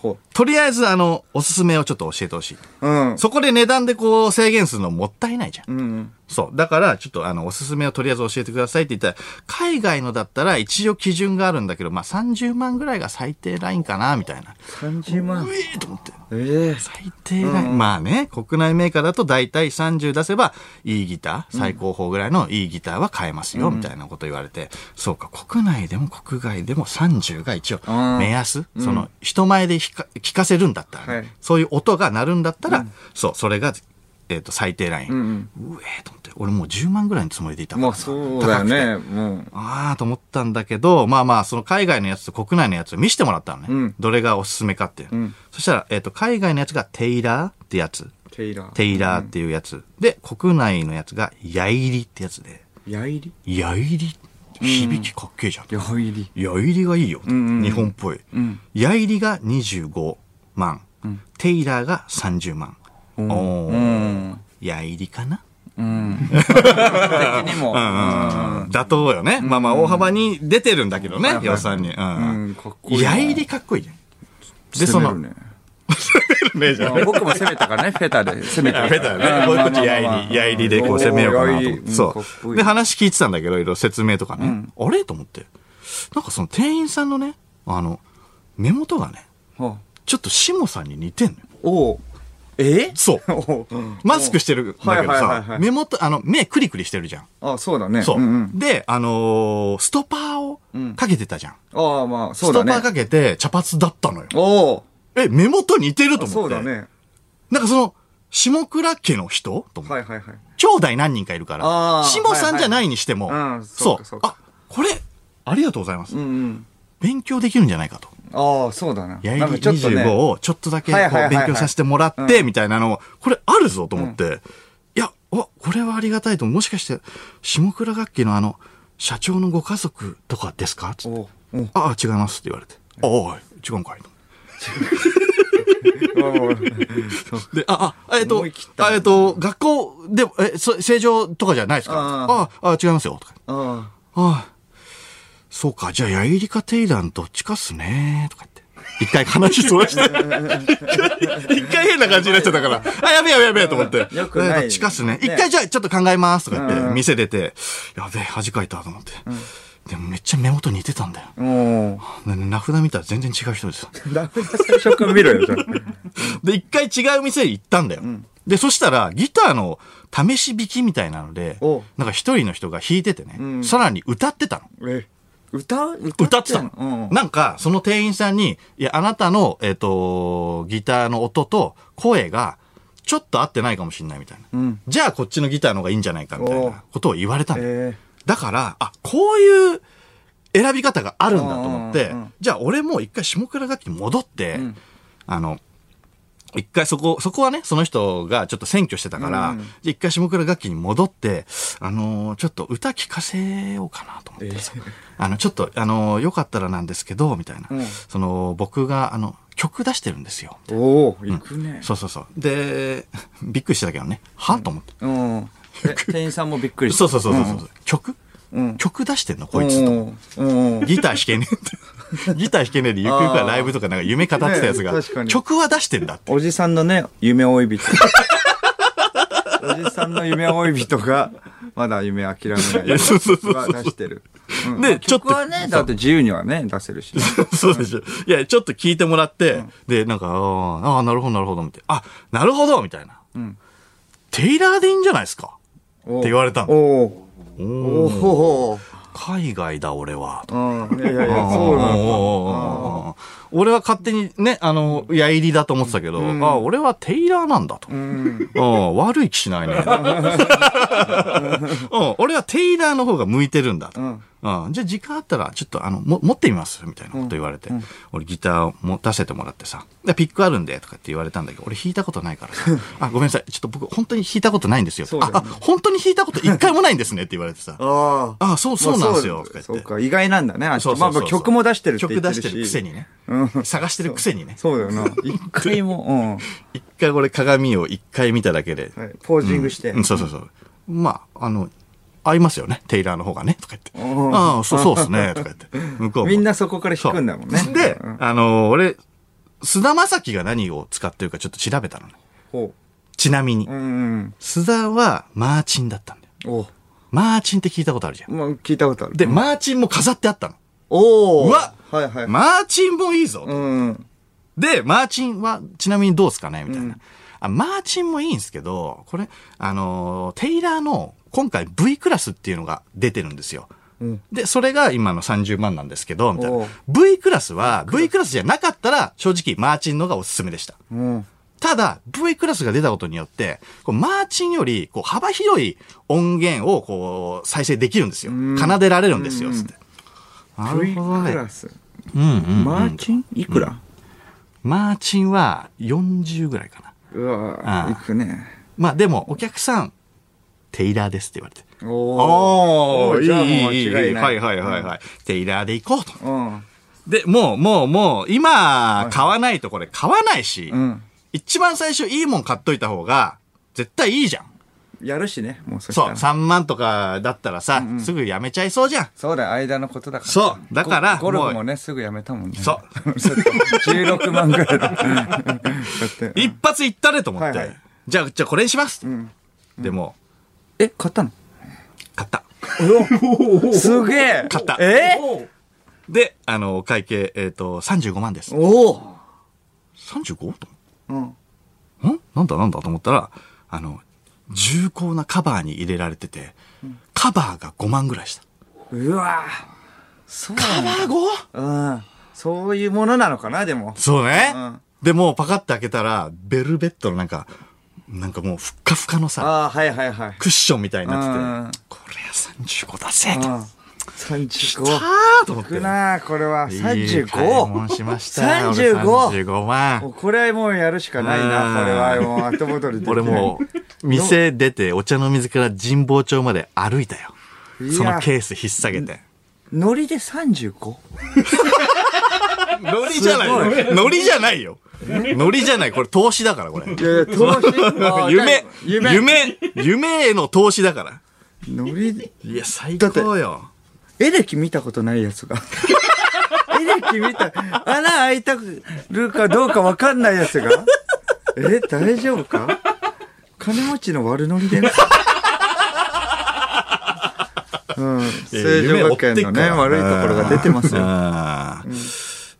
[SPEAKER 2] ほ
[SPEAKER 1] とりあえず、あの、おすすめをちょっと教えてほしい。
[SPEAKER 2] う。うん。
[SPEAKER 1] そこで値段でこう制限するのもったいないじゃん。
[SPEAKER 2] うん。
[SPEAKER 1] そう。だから、ちょっとあの、おすすめをとりあえず教えてくださいって言ったら、海外のだったら一応基準があるんだけど、まあ30万ぐらいが最低ラインかな、みたいな。
[SPEAKER 2] 30万
[SPEAKER 1] う。えーと思って。
[SPEAKER 2] ええ。
[SPEAKER 1] 最低ラインまあね、国内メーカーだと大体30出せばいいギター、最高峰ぐらいのいいギターは買えますよ、みたいなこと言われて、そうか、国内でも国外でも30が一応
[SPEAKER 2] うん
[SPEAKER 1] 目安、その人前で弾か聞かせるんだったらね、
[SPEAKER 2] はい
[SPEAKER 1] そういう音が鳴るんだったら、そう、それが、えっ、と、最低ライン。う
[SPEAKER 2] うん
[SPEAKER 1] えーと思って、俺もう10万ぐらいのつもりでいたから
[SPEAKER 2] ま
[SPEAKER 1] な。
[SPEAKER 2] あそうだよね、も
[SPEAKER 1] ああと思ったんだけど、まあまあ、その海外のやつと国内のやつを見せてもらったのね。
[SPEAKER 2] うん
[SPEAKER 1] どれがおすすめかっていう。そしたら、えっ、と、海外のやつがテイラーってやつ。
[SPEAKER 2] う。テイラー。
[SPEAKER 1] テイラーっていうやつ。で、国内のやつがヤイリってやつで。
[SPEAKER 2] 矢入り
[SPEAKER 1] ヤイリ響きかっけえじゃん。
[SPEAKER 2] 矢入り。
[SPEAKER 1] ヤイリがいいよ。
[SPEAKER 2] んうん
[SPEAKER 1] 日本っぽい。ヤイリが25万、テイラーが30万。おー。ヤイリかな
[SPEAKER 2] うん。的にも。うん
[SPEAKER 1] 妥当よね。まあまあ、大幅に出てるんだけどね、予算に。う
[SPEAKER 2] うんん。かっこいいな。
[SPEAKER 1] やいりかっこいいね。で、そ
[SPEAKER 2] 攻める
[SPEAKER 1] の
[SPEAKER 2] ね、
[SPEAKER 1] ねえじゃん。
[SPEAKER 2] うん僕も攻めたからね、フェタで攻めた。
[SPEAKER 1] あベタだね。こういうこっち、やいに、やいにでこう攻めようかなと思って。そう。で、
[SPEAKER 2] で、
[SPEAKER 1] 話聞いてたんだけど、いろいろ説明とかね。あれと思って。なんかその店員さんのね、あの、目元がね、
[SPEAKER 2] ほ
[SPEAKER 1] ちょっとシモさんに似てんのよ。
[SPEAKER 2] うおうえ
[SPEAKER 1] そう。
[SPEAKER 2] おう
[SPEAKER 1] マスクしてるんだけど
[SPEAKER 2] はいはいはい
[SPEAKER 1] さ
[SPEAKER 2] は、い
[SPEAKER 1] 目元、あの、目クリクリしてるじゃん。
[SPEAKER 2] あ、そうだね。
[SPEAKER 1] そう。
[SPEAKER 2] んん
[SPEAKER 1] で、あのーストッパーをかけてたじゃん。
[SPEAKER 2] ああ、まあ、そ
[SPEAKER 1] ス
[SPEAKER 2] う
[SPEAKER 1] ト
[SPEAKER 2] だ
[SPEAKER 1] ッパー
[SPEAKER 2] ね。
[SPEAKER 1] かけて茶髪だったのよ。
[SPEAKER 2] おお
[SPEAKER 1] え、目元似てると思って。
[SPEAKER 2] そうだね。
[SPEAKER 1] なんかその、下倉家の人と思って
[SPEAKER 2] はいはいはい。
[SPEAKER 1] 兄弟何人かいるから
[SPEAKER 2] あ、ー
[SPEAKER 1] 下さんじゃないにしても、
[SPEAKER 2] はいはいうん
[SPEAKER 1] そ
[SPEAKER 2] そううかそう
[SPEAKER 1] あ、
[SPEAKER 2] か
[SPEAKER 1] これ、ありがとうございます。
[SPEAKER 2] うんうん。
[SPEAKER 1] 勉強できるんじゃないかと。
[SPEAKER 2] ああ、そうだな。
[SPEAKER 1] やり
[SPEAKER 2] なんかちょっとね
[SPEAKER 1] 25をちょっとだけこ
[SPEAKER 2] はいうはいはいはい
[SPEAKER 1] 勉強させてもらって、みたいなのを、これあるぞと思って、いや、わ、これはありがたいと、もしかして、下倉楽器のあの、社長のご家族とかですかつって
[SPEAKER 2] おうおう
[SPEAKER 1] ああ、違いますって言われて。ああ、違うんかいと。
[SPEAKER 2] おうそう
[SPEAKER 1] で、あ、あ、えっと、
[SPEAKER 2] 思い切った
[SPEAKER 1] あえっと、学校で、え、そ正常とかじゃないですかああ、
[SPEAKER 2] あ
[SPEAKER 1] あ違いますよ。とか。
[SPEAKER 2] あ
[SPEAKER 1] ああ、そうか、じゃあ、ヤイリカ・テイランどっちかっすね、とか言って。一回話そ らして。一回、一回変な感じになっちゃったから、あ、やべえやべえやべえと思って。
[SPEAKER 2] よくない
[SPEAKER 1] えどっちかっすね。
[SPEAKER 2] ね
[SPEAKER 1] 一回じゃあ、ちょっと考えます、とか言っ
[SPEAKER 2] う
[SPEAKER 1] て、
[SPEAKER 2] ん
[SPEAKER 1] 店出て、やべえ、恥かいたと思って。でもめっちゃ目元似てたんだよ。
[SPEAKER 2] あ。も
[SPEAKER 1] な名札見たら全然違う人です よ。
[SPEAKER 2] う、ラクダ最初から見ろよ、じゃ
[SPEAKER 1] で、一回違う店に行ったんだよ。で、そしたら、ギターの試し弾きみたいなので
[SPEAKER 2] おう、
[SPEAKER 1] なんか一人の人が弾いててね、
[SPEAKER 2] うん
[SPEAKER 1] さらに歌ってたの。
[SPEAKER 2] あえ、歌う
[SPEAKER 1] 歌ってたの。
[SPEAKER 2] うん。
[SPEAKER 1] なんか、その店員さんに、いや、あなたの、えっ、と、ギターの音と声が、ちょっと合ってないかもしれないみたいな。
[SPEAKER 2] うん
[SPEAKER 1] じゃあ、こっちのギターの方がいいんじゃないかみたい
[SPEAKER 2] おう
[SPEAKER 1] なことを言われたの。
[SPEAKER 2] え
[SPEAKER 1] だから、あ、こういう選び方があるんだと思って、
[SPEAKER 2] うんうんうん
[SPEAKER 1] じゃあ、俺も一回下倉楽器に戻って、
[SPEAKER 2] ん
[SPEAKER 1] あの、一回そこ、そこはね、その人がちょっと選挙してたから、
[SPEAKER 2] うん
[SPEAKER 1] じゃあ一回下倉楽器に戻って、あのーちょっと歌聞かせようかなと思って。
[SPEAKER 2] え
[SPEAKER 1] あの、ちょっと、あの、よかったらなんですけど、みたいな。
[SPEAKER 2] うん
[SPEAKER 1] その、僕が、あの、曲出してるんですよ。
[SPEAKER 2] おお行くね。
[SPEAKER 1] そうそうそう。で、びっくりしてたけどね。はと思って。
[SPEAKER 2] うん。え店員さんもびっくりした。
[SPEAKER 1] そうそうそうそうそう、曲、
[SPEAKER 2] うん
[SPEAKER 1] 曲出してんのこ
[SPEAKER 2] うん。
[SPEAKER 1] いつと。
[SPEAKER 2] うん。うん。
[SPEAKER 1] ギター弾けねえって。ギター弾けねえで、ゆくゆくはライブとかなんか夢語ってたやつ
[SPEAKER 2] ね
[SPEAKER 1] が
[SPEAKER 2] え確か、に
[SPEAKER 1] 曲は出してんだって。
[SPEAKER 2] おじさんのね、夢追い人。 おじさんの夢追い人が、まだ夢諦めない。
[SPEAKER 1] いやそうそうそうそう
[SPEAKER 2] が出してる。うん
[SPEAKER 1] で
[SPEAKER 2] まあ
[SPEAKER 1] ちょっと
[SPEAKER 2] 曲はね、だって自由にはね、出せるしね。
[SPEAKER 1] そうでしょ。いや、ちょっと聞いてもらって、で、なんか、あーあー、なるほど、なるほど、みたいな。あ、なるほど、みたいな。
[SPEAKER 2] ん
[SPEAKER 1] テイラーでいいんじゃないですか
[SPEAKER 2] お
[SPEAKER 1] って言われたの
[SPEAKER 2] おう
[SPEAKER 1] お
[SPEAKER 2] お
[SPEAKER 1] ー
[SPEAKER 2] うおう
[SPEAKER 1] 海外だ、俺は。
[SPEAKER 2] うん。いやいやいや、
[SPEAKER 1] あー
[SPEAKER 2] そうなの。
[SPEAKER 1] おー俺は勝手にね、あの、矢入りだと思ってたけど、ああ、俺はテイラーなんだと。
[SPEAKER 2] うん。
[SPEAKER 1] うん、悪い気し ないね。うん、俺はテイラーの方が向いてるんだと。
[SPEAKER 2] う
[SPEAKER 1] うんん、じゃあ時間あったら、ちょっとあの、も持ってみますみたいなこと言われて。俺ギターを持たせてもらってさ。でピックあるんで、とかって言われたんだけど、俺弾いたことないから さ。あ、ごめんなさい。ちょっと僕本当に弾いたことないんですよ。
[SPEAKER 2] そうだ
[SPEAKER 1] あ
[SPEAKER 2] よね
[SPEAKER 1] あ、本当に弾いたこと一回もないんですねって言われてさ。
[SPEAKER 2] ああ。
[SPEAKER 1] あ、そう、そうなんですよ。とか言って
[SPEAKER 2] そうか、意外なんだね。あ
[SPEAKER 1] そうそう
[SPEAKER 2] ま
[SPEAKER 1] そ
[SPEAKER 2] あ
[SPEAKER 1] う
[SPEAKER 2] まあ曲も出してるって言
[SPEAKER 1] 曲
[SPEAKER 2] って
[SPEAKER 1] 出
[SPEAKER 2] る
[SPEAKER 1] してるく
[SPEAKER 2] し。
[SPEAKER 1] せにね。
[SPEAKER 2] うん。
[SPEAKER 1] 探してるくせにね。
[SPEAKER 2] そうだ よな。一回も、
[SPEAKER 1] 一回俺鏡を一回見ただけで
[SPEAKER 2] うん。。はいポージングして。
[SPEAKER 1] うん、そうそうそう。まあ、あの、合いますよね、テイラーの方がね、とか言って。
[SPEAKER 2] うん
[SPEAKER 1] ああ、そう、そうっすね、とか言って。向こうも。
[SPEAKER 2] みんなそこから弾くんだもんね
[SPEAKER 1] そ。うで
[SPEAKER 2] うん、
[SPEAKER 1] あの、俺、菅田将暉が何を使ってるかちょっと調べたのね。
[SPEAKER 2] ほ
[SPEAKER 1] ちなみに
[SPEAKER 2] う。う、ん。
[SPEAKER 1] 菅田はマーチンだったんだよ。
[SPEAKER 2] お
[SPEAKER 1] マーチンって聞いたことあるじゃん。
[SPEAKER 2] まあ、聞いたことある。
[SPEAKER 1] で、、マーチンも飾ってあったの。
[SPEAKER 2] おお
[SPEAKER 1] うわ
[SPEAKER 2] はいはい。
[SPEAKER 1] マーチンもいいぞ。
[SPEAKER 2] うん。
[SPEAKER 1] で、マーチンはちなみにどうすかねみたいな、あ。マーチンもいいんですけど、これ、あのーテイラーの今回 V クラスっていうのが出てるんですよ。
[SPEAKER 2] うん
[SPEAKER 1] で、それが今の30万なんですけど、みたい
[SPEAKER 2] お
[SPEAKER 1] な
[SPEAKER 2] う。
[SPEAKER 1] V クラスは、V クラスじゃなかったら、正直、マーチンのがおすすめでした。
[SPEAKER 2] うん。
[SPEAKER 1] ただ、V クラスが出たことによって、こうマーチンより、こう、幅広い音源を、こう、再生できるんですよ。奏でられるんですよ、つって。なる
[SPEAKER 2] V
[SPEAKER 1] ほど
[SPEAKER 2] ク
[SPEAKER 1] ね
[SPEAKER 2] ラ。ス。
[SPEAKER 1] うんうん。
[SPEAKER 2] マーチンいくら
[SPEAKER 1] マーチンは40ぐらいかな。
[SPEAKER 2] うわ
[SPEAKER 1] ああ
[SPEAKER 2] ぁ、いくね。
[SPEAKER 1] まあでも、お客さん、テイラーですって言われて。
[SPEAKER 2] お
[SPEAKER 1] ー
[SPEAKER 2] じゃあもう違いない。
[SPEAKER 1] はいはいはいはい。テイラーで行こうと。
[SPEAKER 2] うん。
[SPEAKER 1] で、もうもうもう、今、買わないとこれ買わないし、
[SPEAKER 2] うん。
[SPEAKER 1] 一番最初いいもん買っといた方が、絶対いいじゃん。
[SPEAKER 2] やるしね、もうそした
[SPEAKER 1] そう、
[SPEAKER 2] ら
[SPEAKER 1] 3万とかだったらさ、すぐやめちゃいそうじゃん。
[SPEAKER 2] そうだよ、間のことだから。
[SPEAKER 1] そうだから
[SPEAKER 2] ゴゴルフ
[SPEAKER 1] も
[SPEAKER 2] もね、すぐやめたもんね。。
[SPEAKER 1] そう
[SPEAKER 2] ちょっと、16万ぐら いだ。だって。
[SPEAKER 1] 一発いったねと思って。
[SPEAKER 2] はいはい
[SPEAKER 1] じゃあ、じゃあこれにします、でも、
[SPEAKER 2] え、買ったの
[SPEAKER 1] 買った。
[SPEAKER 2] すげえ
[SPEAKER 1] 買った
[SPEAKER 2] え
[SPEAKER 1] で、あの、お会計、えっ、と、35万です。
[SPEAKER 2] おお
[SPEAKER 1] 35? と思って
[SPEAKER 2] うん。
[SPEAKER 1] んなんだなんだと思ったら、あの、重厚なカバーに入れられてて、カバーが5万ぐらいした。
[SPEAKER 2] うわぁそう
[SPEAKER 1] カバー 5?
[SPEAKER 2] なのうん。そういうものなのかな、でも。
[SPEAKER 1] そうね。
[SPEAKER 2] うん
[SPEAKER 1] で、もうパカって開けたら、ベルベットのなんか、なんかもうふっかふかのさ、
[SPEAKER 2] ああ、はいはいはい。
[SPEAKER 1] クッションみたいに
[SPEAKER 2] うんう
[SPEAKER 1] なっ
[SPEAKER 2] ん
[SPEAKER 1] てて、これは35だぜ
[SPEAKER 2] う
[SPEAKER 1] と。
[SPEAKER 2] ん。
[SPEAKER 1] きた
[SPEAKER 2] 35。
[SPEAKER 1] ーと思って。
[SPEAKER 2] くなあこれは。
[SPEAKER 1] いい買い
[SPEAKER 2] 35?
[SPEAKER 1] 物しましたよ。
[SPEAKER 2] 35
[SPEAKER 1] 俺35
[SPEAKER 2] もう
[SPEAKER 1] 万。
[SPEAKER 2] これはもうやるしかない
[SPEAKER 1] うん
[SPEAKER 2] な、これは。もう後戻りできな
[SPEAKER 1] 俺
[SPEAKER 2] い。
[SPEAKER 1] もう、店出てお茶の水から神保町まで歩いたよ。
[SPEAKER 2] いや
[SPEAKER 1] そのケース引っ提げて。
[SPEAKER 2] ノリで 35?
[SPEAKER 1] ノリじゃないよ。ノリじゃないよ。ノリじゃない。これ投資だから、これ。
[SPEAKER 2] いやいや、投資
[SPEAKER 1] 夢、
[SPEAKER 2] 夢
[SPEAKER 1] 夢、夢への投資だから。
[SPEAKER 2] ノリ、
[SPEAKER 1] いや、最高よ。
[SPEAKER 2] エレキ見たことないやつが。エレキ見た、穴開いたるかどうかわかんないやつが。え、大丈夫か金持ちの悪ノリで。うん。成城学園のね、悪いところが出てますよ。
[SPEAKER 1] よ。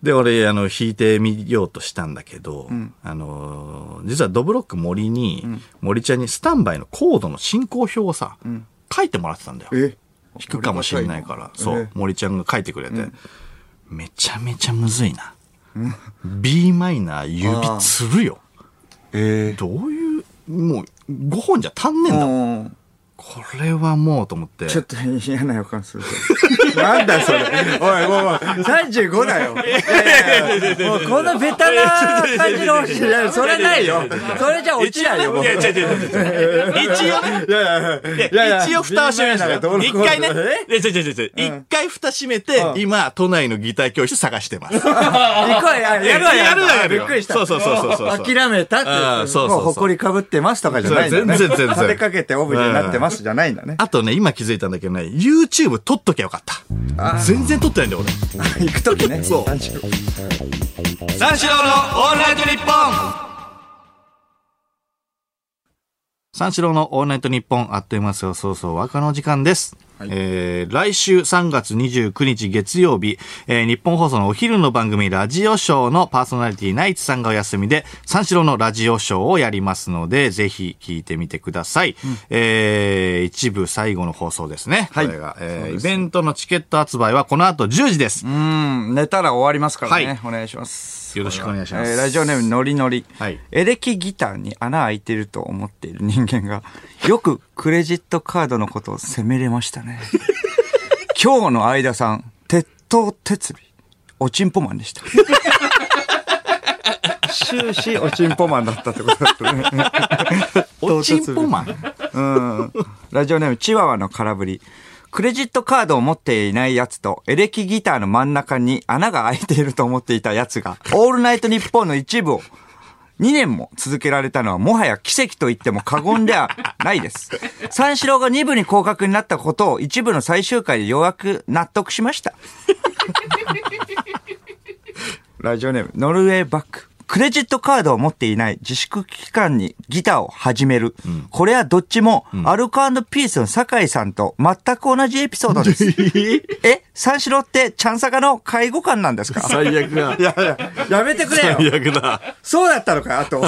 [SPEAKER 1] で、俺、あの、弾いてみようとしたんだけど、あのー、実はドブロック森に、森ちゃんにスタンバイのコードの進行表をさ、書いてもらってたんだよ。
[SPEAKER 2] え
[SPEAKER 1] 弾くかもしれないから、そ
[SPEAKER 2] え
[SPEAKER 1] う、森ちゃんが書いてくれて、めちゃめちゃむずいな。b マイナー指つるよ。
[SPEAKER 2] え
[SPEAKER 1] どういう、もう、5本じゃ足んねえん
[SPEAKER 2] え
[SPEAKER 1] だ。
[SPEAKER 2] うん
[SPEAKER 1] これはもうと思って。
[SPEAKER 2] ちょっと嫌な予感する。なんだそれ。おい、もう、もう35だよ。いやいやもう、こんなベタな感じの落ちない。それないよ。それじゃ落ちないよ。もう
[SPEAKER 1] いや、違う違う違う。一応ね。
[SPEAKER 2] いやいやい
[SPEAKER 1] いや一応蓋を閉めましたよ
[SPEAKER 2] どう。の
[SPEAKER 1] 一回ね
[SPEAKER 2] こうのえ。
[SPEAKER 1] いや違う違う違う一回蓋閉めて、
[SPEAKER 2] うん
[SPEAKER 1] 今、都内のギター教室探してます。
[SPEAKER 2] 行こうや、やるわ
[SPEAKER 1] やるわやるわ
[SPEAKER 2] びっくりした。
[SPEAKER 1] そうそうそうそうそう
[SPEAKER 2] 諦めたって
[SPEAKER 1] あ。ーそうそうそう
[SPEAKER 2] もう誇りかぶってますとかじゃないんだね。
[SPEAKER 1] そう全然全然
[SPEAKER 2] 立てかけてオブジェになってますじゃないんだね。
[SPEAKER 1] あとね、今気づいたんだけどね、YouTube 撮っときゃよかった。全然撮ってないんだよ、俺。
[SPEAKER 2] 行くときね。
[SPEAKER 1] そう三四郎のオールナイトニッポン三四郎のオールナイトニッポンあっという間ですよ、そうそう、若の時間です。えー来週3月29日月曜日、えー日本放送のお昼の番組、ラジオショーのパーソナリティナイツさんがお休みで、三四郎のラジオショーをやりますので、ぜひ聞いてみてください。えー一部最後の放送ですね。
[SPEAKER 2] はい
[SPEAKER 1] これが、えー
[SPEAKER 2] そう
[SPEAKER 1] イ
[SPEAKER 2] です
[SPEAKER 1] ベントのチケット発売はこの後10時です。
[SPEAKER 2] うん、寝たら終わりますから
[SPEAKER 1] はい
[SPEAKER 2] ね。お願いします。
[SPEAKER 1] よろしくお願いします
[SPEAKER 2] えーラジオネームノリノリ。
[SPEAKER 1] はい
[SPEAKER 2] エレキギターに穴開いてると思っている人間が、よくクレジットカードのことを責めれましたね。 今日の相田さん、鉄頭鉄尾、おちんぽマンでした。 終始おちんぽマンだったってことだったね。
[SPEAKER 1] おちんぽマン。
[SPEAKER 2] うん。ラジオネーム、チワワの空振り。クレジットカードを持っていないやつと、エレキギターの真ん中に穴が開いていると思っていたやつが、オールナイトニッポンの一部を、2年も続けられたのはもはや奇跡と言っても過言ではないです。三四郎が2部に降格になったことを一部の最終回でようやく納得しました。ラジオネーム、ノルウェーバック。クレジットカードを持っていない自粛期間にギターを始める。これはどっちも、アルコピースの酒井さんと全く同じエピソードです。え三四郎ってちゃんさかの介護官なんですか
[SPEAKER 1] 最悪だ。
[SPEAKER 2] いやいや、やめてくれ
[SPEAKER 1] 最悪だ。
[SPEAKER 2] そうだったのか あと。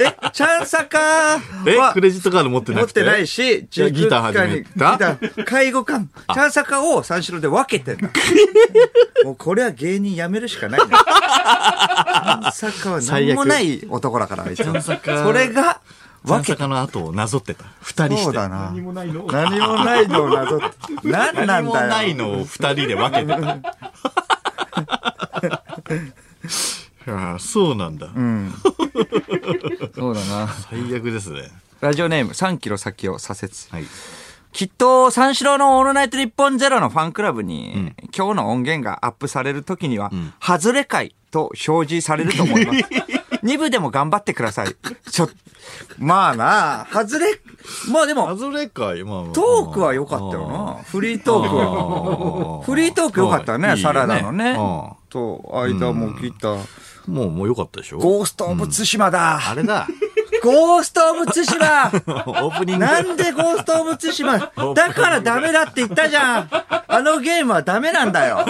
[SPEAKER 2] え、ちゃんさか
[SPEAKER 1] え、
[SPEAKER 2] は
[SPEAKER 1] クレジットカード持ってな
[SPEAKER 2] 持
[SPEAKER 1] く
[SPEAKER 2] っててないし、
[SPEAKER 1] いやギター始めた
[SPEAKER 2] ギター介護官、ちゃんさかを三四郎で分けてんだ。もうこれは芸人辞めるしかないね。ちゃんさかは何もない男だから、あいつは
[SPEAKER 1] か
[SPEAKER 2] それが分
[SPEAKER 1] 三
[SPEAKER 2] けて。
[SPEAKER 1] 坂の後をなぞってた。二人して。
[SPEAKER 2] そうだな。
[SPEAKER 3] 何もないの
[SPEAKER 2] 何もないのをなぞって。何な
[SPEAKER 1] 何
[SPEAKER 2] ん
[SPEAKER 1] も
[SPEAKER 2] だよ。
[SPEAKER 1] ないのを二人で分けて た。ああそうなんだ、
[SPEAKER 2] そうだな。
[SPEAKER 1] 最悪ですね。
[SPEAKER 2] ラジオネーム3キロ先を左折。
[SPEAKER 1] はい。
[SPEAKER 2] きっと、三四郎のオールナイト日本ゼロのファンクラブに、今 日の音源がアップされるときには、ハズレ会と表示されると思います。 2部でも頑張ってください。ちょ、まあなあ、外れ、まあでも、
[SPEAKER 1] 外れか、今は。
[SPEAKER 2] トークは良かったよな。フリートークは。フリートーク良かった
[SPEAKER 1] あー
[SPEAKER 2] ね、
[SPEAKER 1] いいよ
[SPEAKER 2] サラダのね
[SPEAKER 1] あ。
[SPEAKER 2] と、間も切った。
[SPEAKER 1] ーもう、もう良かったでしょ
[SPEAKER 2] ゴースト・オブ・ツシマだ。
[SPEAKER 1] あれ だ。
[SPEAKER 2] ゴースト・オブ・ツシ マ
[SPEAKER 1] オープニング。
[SPEAKER 2] なんでゴースト・オブ・ツシマだからダメだって言ったじゃん。あのゲームはダメなんだよ。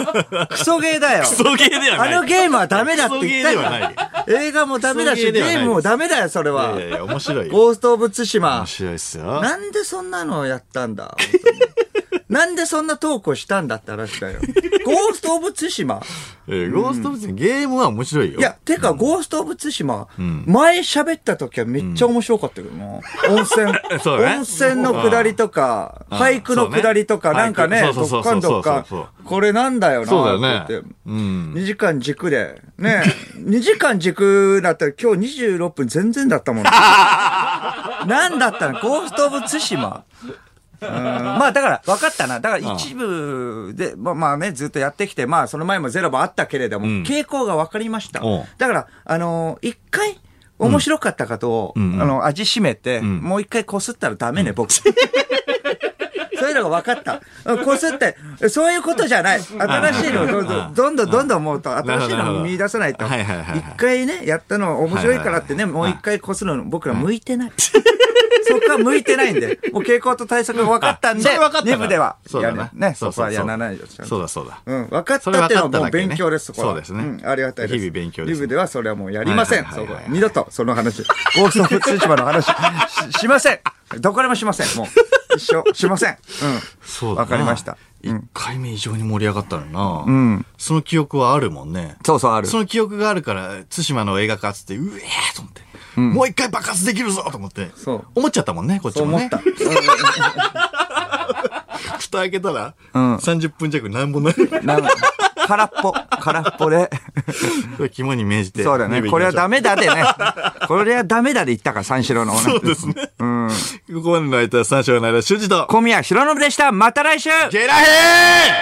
[SPEAKER 2] クソゲーだよ。
[SPEAKER 1] クソゲーでは
[SPEAKER 2] あ
[SPEAKER 1] ない。
[SPEAKER 2] のゲームはダメだって言ったじ
[SPEAKER 1] クソゲーでは
[SPEAKER 2] ゃん。映画もダメだ
[SPEAKER 1] クソゲー
[SPEAKER 2] し、
[SPEAKER 1] で
[SPEAKER 2] ゲ
[SPEAKER 1] はない
[SPEAKER 2] ームもダメだよ、それ
[SPEAKER 1] いやい
[SPEAKER 2] は。
[SPEAKER 1] や、面白いよ。
[SPEAKER 2] ゴースト・オブ・ツシマ
[SPEAKER 1] 面。白いっすよ。
[SPEAKER 2] なんでそんなのをやったんだ本当になんでそんなトークをしたんだって 話だよ。ゴースト・オブ・ツシマ。
[SPEAKER 1] えーゴーストオブツシマゲームは面白いよ。、
[SPEAKER 2] いや、てか、ゴースト・オブ・ツシマ、前喋った時はめっちゃ面白かったけどな。温泉
[SPEAKER 1] そうね
[SPEAKER 2] 温泉の下りとか、
[SPEAKER 1] うん
[SPEAKER 2] 俳句の下りとか、
[SPEAKER 1] そうね
[SPEAKER 2] なんか
[SPEAKER 1] 俳
[SPEAKER 2] ね、
[SPEAKER 1] 句そうそ
[SPEAKER 2] ど
[SPEAKER 1] うそ
[SPEAKER 2] っか
[SPEAKER 1] うん
[SPEAKER 2] どっか
[SPEAKER 1] そうそう、
[SPEAKER 2] これなんだよな、
[SPEAKER 1] そうだよね
[SPEAKER 2] って言って。
[SPEAKER 1] うん。
[SPEAKER 2] 2時間軸で。ね 2時間軸だったら今日26分全然だっ たもん。なんだったのゴースト・オブ・ツシマ。うんまあだから分かったな。だから一部で、まあまあね、ずっとやってきて、まあその前もゼロもあったけれども、
[SPEAKER 1] ん
[SPEAKER 2] 傾向が分かりました
[SPEAKER 1] おう。
[SPEAKER 2] だから、あのー一回面白かったかと、
[SPEAKER 1] んうん
[SPEAKER 2] あの、味しめて、
[SPEAKER 1] ん
[SPEAKER 2] もう一回こすったらダメね、僕。そういうのが分かった。こすって、そういうことじゃない。新しいのをどんどんどんどんどんどんもうと、新しいのを見出さないと。
[SPEAKER 1] なるほどなるほどはいはいはいはい
[SPEAKER 2] 一回ね、やったの面白いからってね、
[SPEAKER 1] はい
[SPEAKER 2] もう一回こするの、僕ら向いてない。 そこは向いてないんで、もう傾向と対策が分かったんで
[SPEAKER 1] それ分かっ、た
[SPEAKER 2] 2部では、
[SPEAKER 1] そう
[SPEAKER 2] や
[SPEAKER 1] だ
[SPEAKER 2] る
[SPEAKER 1] な。
[SPEAKER 2] ね、
[SPEAKER 1] う
[SPEAKER 2] そうこはやらないよ。ちゃんと
[SPEAKER 1] そうだそうだ。
[SPEAKER 2] うん、分かったっていうのはもう勉強です、そこは。
[SPEAKER 1] それ分かっただけねそうですね
[SPEAKER 2] ん、ありがたいです。
[SPEAKER 1] 日々勉強です
[SPEAKER 2] リブではそれはもうやりません。
[SPEAKER 1] はいはいはいはい
[SPEAKER 2] そこは二度とその話、ゴースト・オブ・ツシマの話ししません。どこでもしません。もう、一生しません。う。
[SPEAKER 1] そうんだ
[SPEAKER 2] わ
[SPEAKER 1] な
[SPEAKER 2] かりました。
[SPEAKER 1] 一回目以上に盛り上がったのな。
[SPEAKER 2] ん
[SPEAKER 1] その記憶はあるもんね。
[SPEAKER 2] そうそう、ある
[SPEAKER 1] その記憶があるから、対馬の映画化っつって、うえーと思って、もう一回爆発できるぞと思って
[SPEAKER 2] そう、
[SPEAKER 1] 思っちゃったもんね、こっち
[SPEAKER 2] そう
[SPEAKER 1] も
[SPEAKER 2] 思
[SPEAKER 1] ね。
[SPEAKER 2] った。
[SPEAKER 1] 蓋開けたら、
[SPEAKER 2] ん
[SPEAKER 1] 30分弱なん もない。
[SPEAKER 2] なんか空っぽ、空っぽで。
[SPEAKER 1] 肝に銘じて。
[SPEAKER 2] そうだね。これはダ
[SPEAKER 1] メ。
[SPEAKER 2] メだでね。これはダメだで言ったから、三四郎の。
[SPEAKER 1] そうですね。ここまでの間、三章の間、主人と、
[SPEAKER 2] 小宮浩信でした。また来週
[SPEAKER 1] ゲラヘー